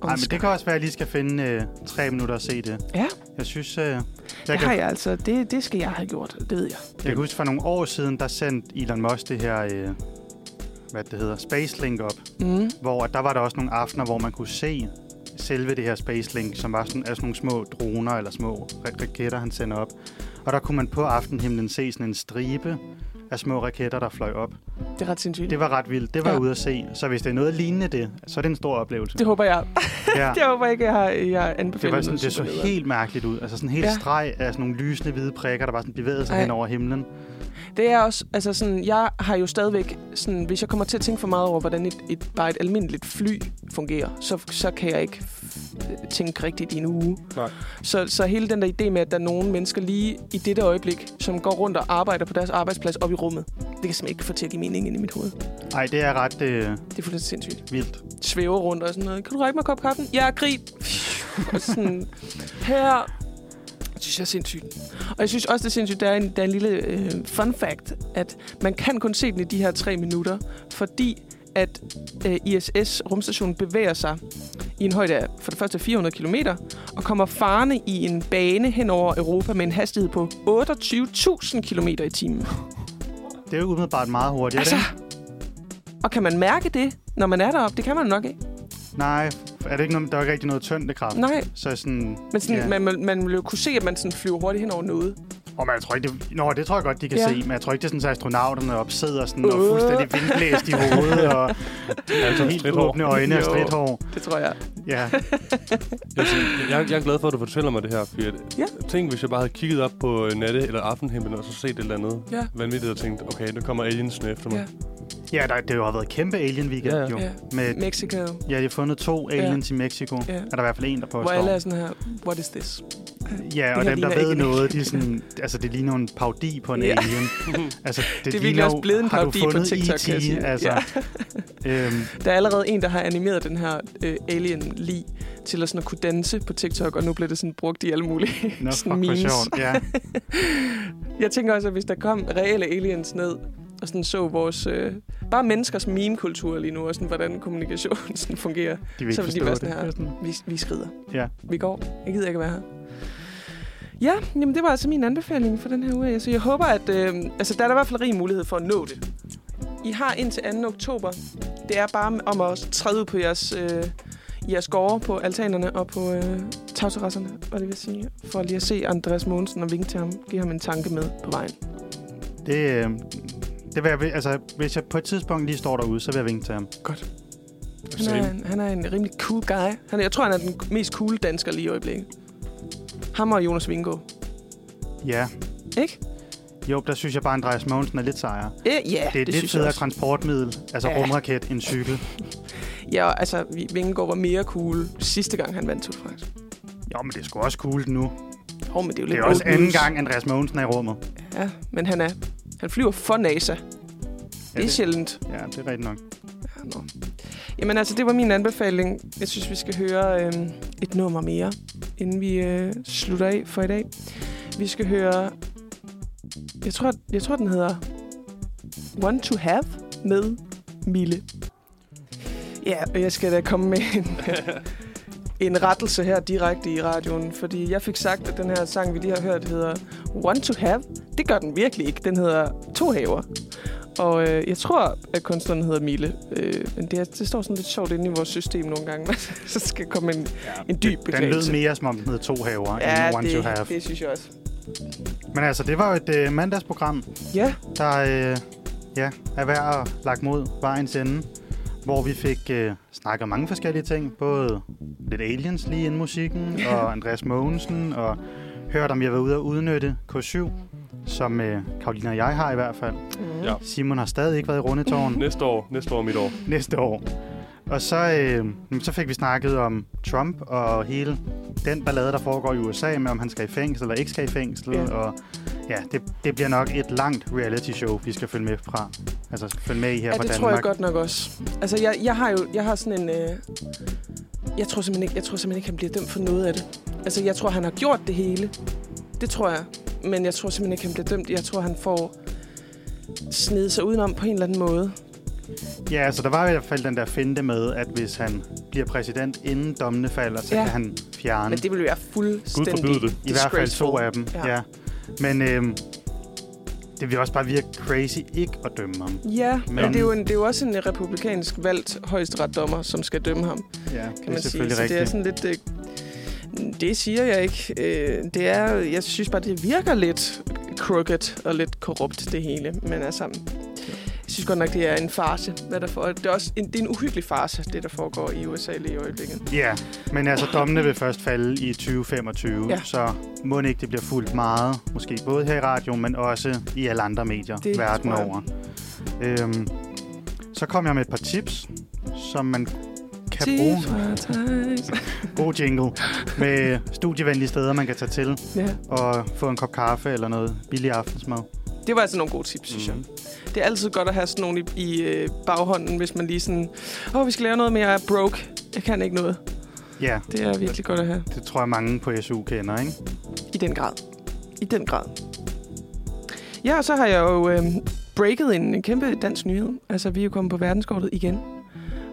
S2: Ej, men det kan også være, at jeg lige skal finde øh, tre minutter og se det.
S1: Ja.
S2: Jeg synes, øh, jeg,
S1: Det
S2: jeg, kan,
S1: har
S2: jeg.
S1: jeg altså. Det, det skal jeg have gjort. Det ved jeg.
S2: kan huske, for nogle år siden, der sendte Elon Musk det her, øh, hvad det hedder, Spacelink op.
S1: Mm.
S2: Hvor at der var der også nogle aftener, hvor man kunne se selve det her Spacelink, som var sådan, altså nogle små droner eller små ra- raketter, han sender op. Og der kunne man på aftenhimlen se sådan en stribe af små raketter, der fløj op.
S1: Det er ret sindssygt.
S2: Det
S1: Det,
S2: var ret vildt. Det var
S1: Ja.
S2: ja. ude at se. Så hvis det er noget lignende det, så er det en stor oplevelse.
S1: det håber jeg.
S2: ja.
S1: Jeg håber ikke, jeg har, jeg har anbefalet
S2: Det, var sådan,
S1: noget
S2: det så
S1: superlederen.
S2: helt mærkeligt ud. Altså sådan en helt
S1: Ja.
S2: ja. streg af sådan nogle lysende hvide prikker, der bare sådan bevægede sig
S1: Ej.
S2: hen over himlen.
S1: Det er også, altså sådan, jeg har jo stadigvæk, sådan, hvis jeg kommer til at tænke for meget over, hvordan et, et bare et almindeligt fly fungerer, så, så kan jeg ikke f- tænke rigtigt i en uge.
S3: Nej.
S1: Så, så hele den der idé med, at der er nogle mennesker lige i dette øjeblik, som går rundt og arbejder på deres arbejdsplads op i rummet, det kan jeg simpelthen ikke få til at give mening ind i mit hoved. Det
S2: Nej, det er ret øh,
S1: er fuldstændig sindssygt.
S2: vildt.
S1: Svæver rundt og sådan noget. Kan du række mig en kop kaffen? Ja, grib. og sådan, her Det synes jeg er sindssygt. Og jeg synes også, det er sindssygt, der er en, der er en lille øh, fun fact, at man kan kun se den i de her tre minutter, fordi at øh, ISS-rumstationen bevæger sig i en højde af for det første 400 km, og kommer farne i en bane hen over Europa med en hastighed på 28.000 km i timen.
S2: Det er jo umiddelbart meget hurtigt.
S1: Altså,
S2: Altså...
S1: Og kan man mærke det, når man er deroppe? Det kan man nok ikke.
S2: Nej, er det ikke noget, der er ikke rigtig noget tyngdekraft?
S1: Nej,
S2: Så sådan...
S1: men sådan,
S2: Ja.
S1: man, man, man vil jo kunne se, at man sådan flyver hurtigt hen over noget.
S2: Og man, jeg tror ikke, det... Nå, det tror jeg godt, de kan
S1: Ja.
S2: ja. se, men jeg tror ikke, det er sådan, så astronauterne op sidder sådan, og
S1: Øh.
S2: fuldstændig vindblæst i hovedet, og
S3: Altså,
S2: helt
S3: stridthår.
S2: åbne øjne og
S1: Jo.
S2: stridt hår.
S1: Det tror jeg.
S2: Ja,
S3: Jeg, jeg, jeg er glad for, at du fortæller mig det her, fordi at-
S1: Ja.
S3: tænk, hvis jeg bare havde kigget op på øh, natte- eller aftenhimlen, og så set et eller andet
S1: Ja.
S3: vanvittigt, og tænkt, okay, nu kommer aliensene efter mig.
S1: Ja.
S2: ja der, det har jo været kæmpe alien-weekend,
S3: Ja, ja.
S2: jo.
S1: Ja.
S2: Med,
S1: Mexico.
S2: ja, de har fundet to aliens ja. i Mexico.
S1: Ja.
S2: Ja. Er der i hvert fald en, der påstår.
S1: Hvor alle er sådan her, what is this?
S2: Ja, og
S1: her
S2: dem, der
S1: ligner
S2: ved
S1: ikke en
S2: noget, de er sådan, altså, det ligner en parodi på en
S1: Ja.
S2: ja. alien. Altså,
S1: Det er
S2: ligner
S1: virkelig også
S2: jo,
S1: blevet en
S2: har du
S1: parodi på
S2: fundet
S1: TikTok, kan jeg
S2: E.T.?
S1: sige.
S2: Altså, ja. øhm,
S1: Der er allerede en, der har animeret den her øh, alien lige til at, sådan at kunne danse på TikTok, og nu bliver det sådan brugt i alle mulige
S2: nå, fuck,
S1: sådan
S2: hvor
S1: memes.
S2: sjovt. Ja.
S1: Jeg tænker også, at hvis der kom reelle aliens ned, og sådan så vores... Øh, bare menneskers meme-kultur lige nu, og sådan, hvordan kommunikation sådan fungerer.
S2: De vil
S1: Så
S2: ikke
S1: vil de
S2: forstå
S1: være
S2: det.
S1: sådan her. Vi, vi skrider.
S2: Ja.
S1: Vi går. Jeg gider ikke at være her. Ja, jamen det var altså min anbefaling for den her uge. Så jeg håber, at øh, altså, der er der i hvert fald rig mulighed for at nå det. I har indtil 2. oktober. Det er bare om at træde ud på jeres, øh, i jeres gårde på altanerne og på øh, tagterrasserne, og det vil sige, for lige at se Andreas Mogensen og vinke til ham, give ham en tanke med på vejen.
S2: Det, øh, det vil jeg, altså, hvis jeg på et tidspunkt lige står derude, så vil jeg vinke til ham.
S1: Han er,
S3: Same.
S1: en, han er en rimelig cool guy. Han er, jeg tror, han er den mest cool dansker lige i øjeblikket. Ham og Jonas Vingo.
S2: Ja.
S1: Ikke?
S2: Jo, der synes jeg bare, Andreas Mogensen er lidt sejere. Ja,
S1: Øh, Ja, yeah,
S2: det er et lidt
S1: synes jeg
S2: federe
S1: også.
S2: transportmiddel, altså
S1: Ja.
S2: ja. rumraket, end cykel.
S1: Ja, og altså, Vi- Vingegaard var mere cool sidste gang, han vandt Tour de France.
S2: Jo, men det er sgu også cool nu.
S1: Hov, men det er jo
S2: Det
S1: lidt
S2: er også
S1: old
S2: anden
S1: news.
S2: gang, Andreas Mogensen er i rummet.
S1: Ja, men han er... Han flyver for NASA.
S2: Ja,
S1: Det er sjældent.
S2: ja, det er rigtigt nok.
S1: Ja, nå. Jamen altså, det var min anbefaling. Jeg synes, vi skal høre øh, et nummer mere, inden vi øh, slutter af for i dag. Vi skal høre... Jeg tror, jeg tror den hedder One to Have med Mille. Ja, og jeg skal da komme med en, en rettelse her direkte i radioen, fordi jeg fik sagt, at den her sang, vi lige har hørt, hedder One to Have. Det gør den virkelig ikke. Den hedder To Haver. Og øh, jeg tror, at kunstneren hedder Mille. Øh, men det, er, det står sådan lidt sjovt inde i vores system nogle gange, men så skal komme en,
S2: Ja.
S1: en dyb
S2: Den
S1: beklagelse.
S2: lød mere, som om den hed to haver, ja, end one
S1: det,
S2: to have.
S1: det synes jeg også.
S2: Men altså, det var jo et øh, mandagsprogram,
S1: Ja,
S2: der øh, ja, er værd at lagt mod vejens ende, hvor vi fik øh, snakket om mange forskellige ting, både lidt aliens lige inden musikken, og Andreas Mogensen, og hørt om, jeg har været ude og udnytte K7, som øh, Karolina og jeg har i hvert fald.
S1: Mm.
S3: Ja.
S2: Simon har stadig ikke været i rundetårn
S3: Næste år, næste år er mit år.
S2: næste år. Og så, øh, jamen, så fik vi snakket om Trump og hele den ballade, der foregår i USA med, om han skal i fængsel eller ikke skal i fængsel.
S1: Ja.
S2: Ja. Og ja, det, det bliver nok et langt reality show, vi skal følge med fra. Altså følge med i her
S1: ja det
S2: fra Danmark.
S1: tror jeg godt nok også. Altså, jeg, jeg har jo jeg har sådan en... Øh, jeg tror simpelthen ikke, jeg tror simpelthen ikke, han bliver dømt for noget af det. Altså, jeg tror, han har gjort det hele. Det tror jeg. Men jeg tror simpelthen ikke, han bliver dømt. Jeg tror, han får snedet sig udenom på en eller anden måde.
S2: Ja, altså der var i hvert fald den der finte med, at hvis han bliver præsident, inden dommene falder, så
S1: Ja.
S2: ja. kan han fjerne
S1: Men det ville være
S3: Gud
S1: fuldstændig
S3: forbyde det.
S2: i hvert fald to
S1: disgraceful.
S2: af dem.
S1: Ja.
S2: Ja. ja. Men øhm, det vil også bare virke crazy ikke at dømme ham.
S1: Ja, men,
S2: Men-
S1: det, er jo en, det er jo også en republikansk valgt højesteretsdommer, som skal dømme ham, kan
S2: Ja, det er
S1: man sige.
S2: selvfølgelig
S1: Så det
S2: rigtigt.
S1: er sådan lidt... Øh, det siger jeg ikke. Øh, det er, jeg synes bare, det virker lidt crooked og lidt korrupt, det hele. Men altså, jeg synes godt nok, det er en farse, hvad der for. Det er også en, det er en uhyggelig farse, det der foregår i USA lige i øjeblikket.
S2: Ja, men altså dommene vil først falde i 2025,
S1: Ja.
S2: ja. så må ikke det bliver fuldt meget, måske både her i radioen, men også i alle andre medier
S1: Det
S2: det verden
S1: tror jeg.
S2: over. Øhm, så kom jeg med et par tips, som man kan bruge.
S1: Tips fra Thijs.
S2: God jingle. Med studievenlige steder, man kan tage til
S1: ja.
S2: og få en kop kaffe eller noget billig aftensmad.
S1: Det var altså nogle gode tips, synes jeg.
S3: Mm.
S2: Mhm.
S1: Det er altid godt at have sådan nogle i, i øh, baghånden, hvis man lige sådan... Åh, oh, vi skal lave noget mere. Jeg er broke. Jeg kan ikke noget.
S2: Ja,
S1: Det er virkelig godt at have.
S2: det tror jeg mange på SU kender, ikke?
S1: I den grad. I den grad. Ja, og så har jeg jo øh, breaket en kæmpe dansk nyhed. Altså, vi er jo kommet på verdenskortet igen.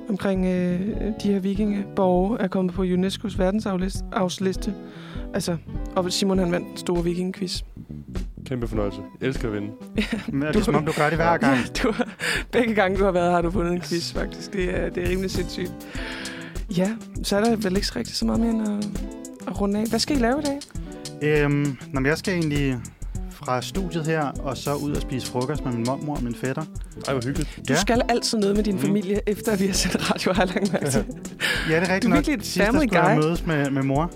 S1: Omkring øh, de her vikingeborge er kommet på UNESCO's verdensarvsliste. Altså, og Simon han vandt den store vikingquiz.
S3: Kæmpe fornøjelse. Jeg elsker at vinde.
S2: Men er
S1: Du-
S2: det som om, du gør det hver gang.
S1: Ja, du har, begge gange, du har været her, har du vundet en quiz, faktisk. Det er, det er rimelig sindssygt. Ja, så er der vel ikke så rigtig så meget mere end at, at runde af. Hvad skal I lave i dag?
S2: Øhm, når jeg skal egentlig fra studiet her, og så ud og spise frokost med min mormor og min fætter.
S3: Ej, hvor hyggeligt.
S1: Du
S2: Ja.
S1: skal altid noget med din
S2: Mm.
S1: familie, efter vi har sendt radio har jeg lagt mærke til.
S2: Ja, det er
S1: Du er
S2: rigtigt nok.
S1: virkelig et
S2: Sidst, der
S1: family
S2: skulle jeg
S1: guy.
S2: mødes med, med mor.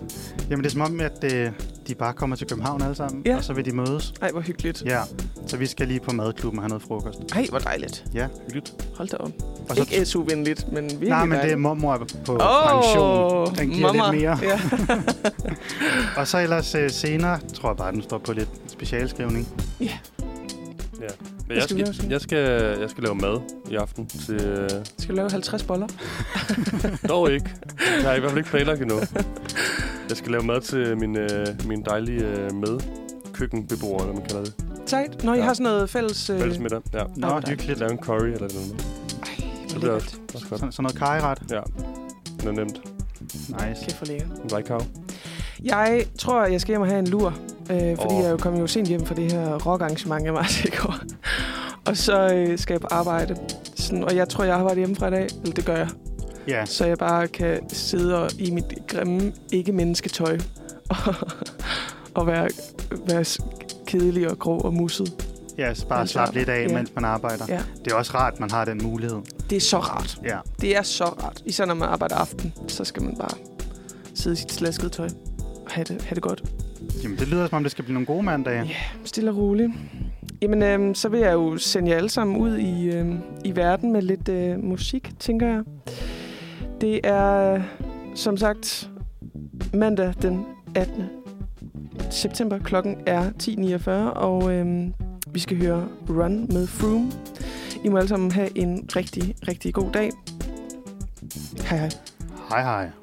S2: Jamen, det er som om, at øh, de bare kommer til København alle sammen,
S1: Ja.
S2: ja. og så vil de mødes.
S1: Ej, hvor hyggeligt.
S2: Ja, så vi skal lige på madklubben og have noget frokost.
S1: Ej, hvor dejligt.
S3: Hyggeligt.
S1: Hold da op.
S2: Og så,
S1: Ikke SU-venligt, men virkelig
S2: nej, men det er
S1: dejligt.
S2: mormor er på
S1: Åh,
S2: oh, pension. Den giver
S1: mamma.
S2: lidt mere.
S1: Ja.
S2: Og så ellers øh, senere, tror jeg bare, den står på lidt specialskrivning.
S3: Men
S1: skal
S3: jeg, skal,
S1: vi
S3: jeg,
S1: også.
S3: skal, jeg, skal, jeg skal lave mad i aften til... øh,
S1: Skal du lave 50 boller?
S3: Dog ikke. Jeg har i hvert fald ikke planlagt endnu. Jeg skal lave mad til min, øh, min dejlige øh, medkøkkenbeboer, eller hvad man kalder det.
S1: Sejt. Når I
S3: Ja.
S1: har sådan noget fælles... Øh,
S3: Fælles middag. Ja.
S2: Nå,
S1: hvor
S2: Nå
S1: dejligt.
S2: hyggeligt.
S3: Lave en curry eller noget. Det bliver
S1: lækkert.
S3: også, også godt.
S2: Sådan, sådan noget kajeret.
S3: Ja. Det er nemt.
S2: Nice.
S1: Kæft for lækkert.
S3: En vejkav.
S1: Jeg tror, jeg skal hjem og have en lur, øh, fordi
S3: Åh.
S1: jeg jo kom jo sent hjem fra det her rockarrangement, jeg var til i går. Og så øh, skal jeg på arbejde. Sådan, og jeg tror, jeg arbejder hjemmefra i dag, eller det gør jeg.
S2: Ja,
S1: Så jeg bare kan sidde og, i mit grimme ikke-mennesketøj og, og være, være s- kedelig og grå og musset.
S2: ja så bare
S1: Altså,
S2: slappe lidt af,
S1: ja.
S2: mens man arbejder.
S1: Ja.
S2: Det er også rart, man har den mulighed.
S1: Det er så rart.
S2: Ja.
S1: Det er så rart. Især når man arbejder aften, så skal man bare sidde i sit slaskede tøj og have det, have det godt.
S2: Jamen, det lyder som om, det skal blive nogle gode mandage.
S1: Ja. Stille og roligt. Jamen, øhm, så vil jeg jo sende jer alle sammen ud i, øhm, i verden med lidt øh, musik, tænker jeg. Det er, øh, som sagt, mandag den 18. september. Klokken er 10.49, og øhm, vi skal høre Run med Froome. I må alle sammen have en rigtig, rigtig god dag. Hej hej.
S2: Hej hej.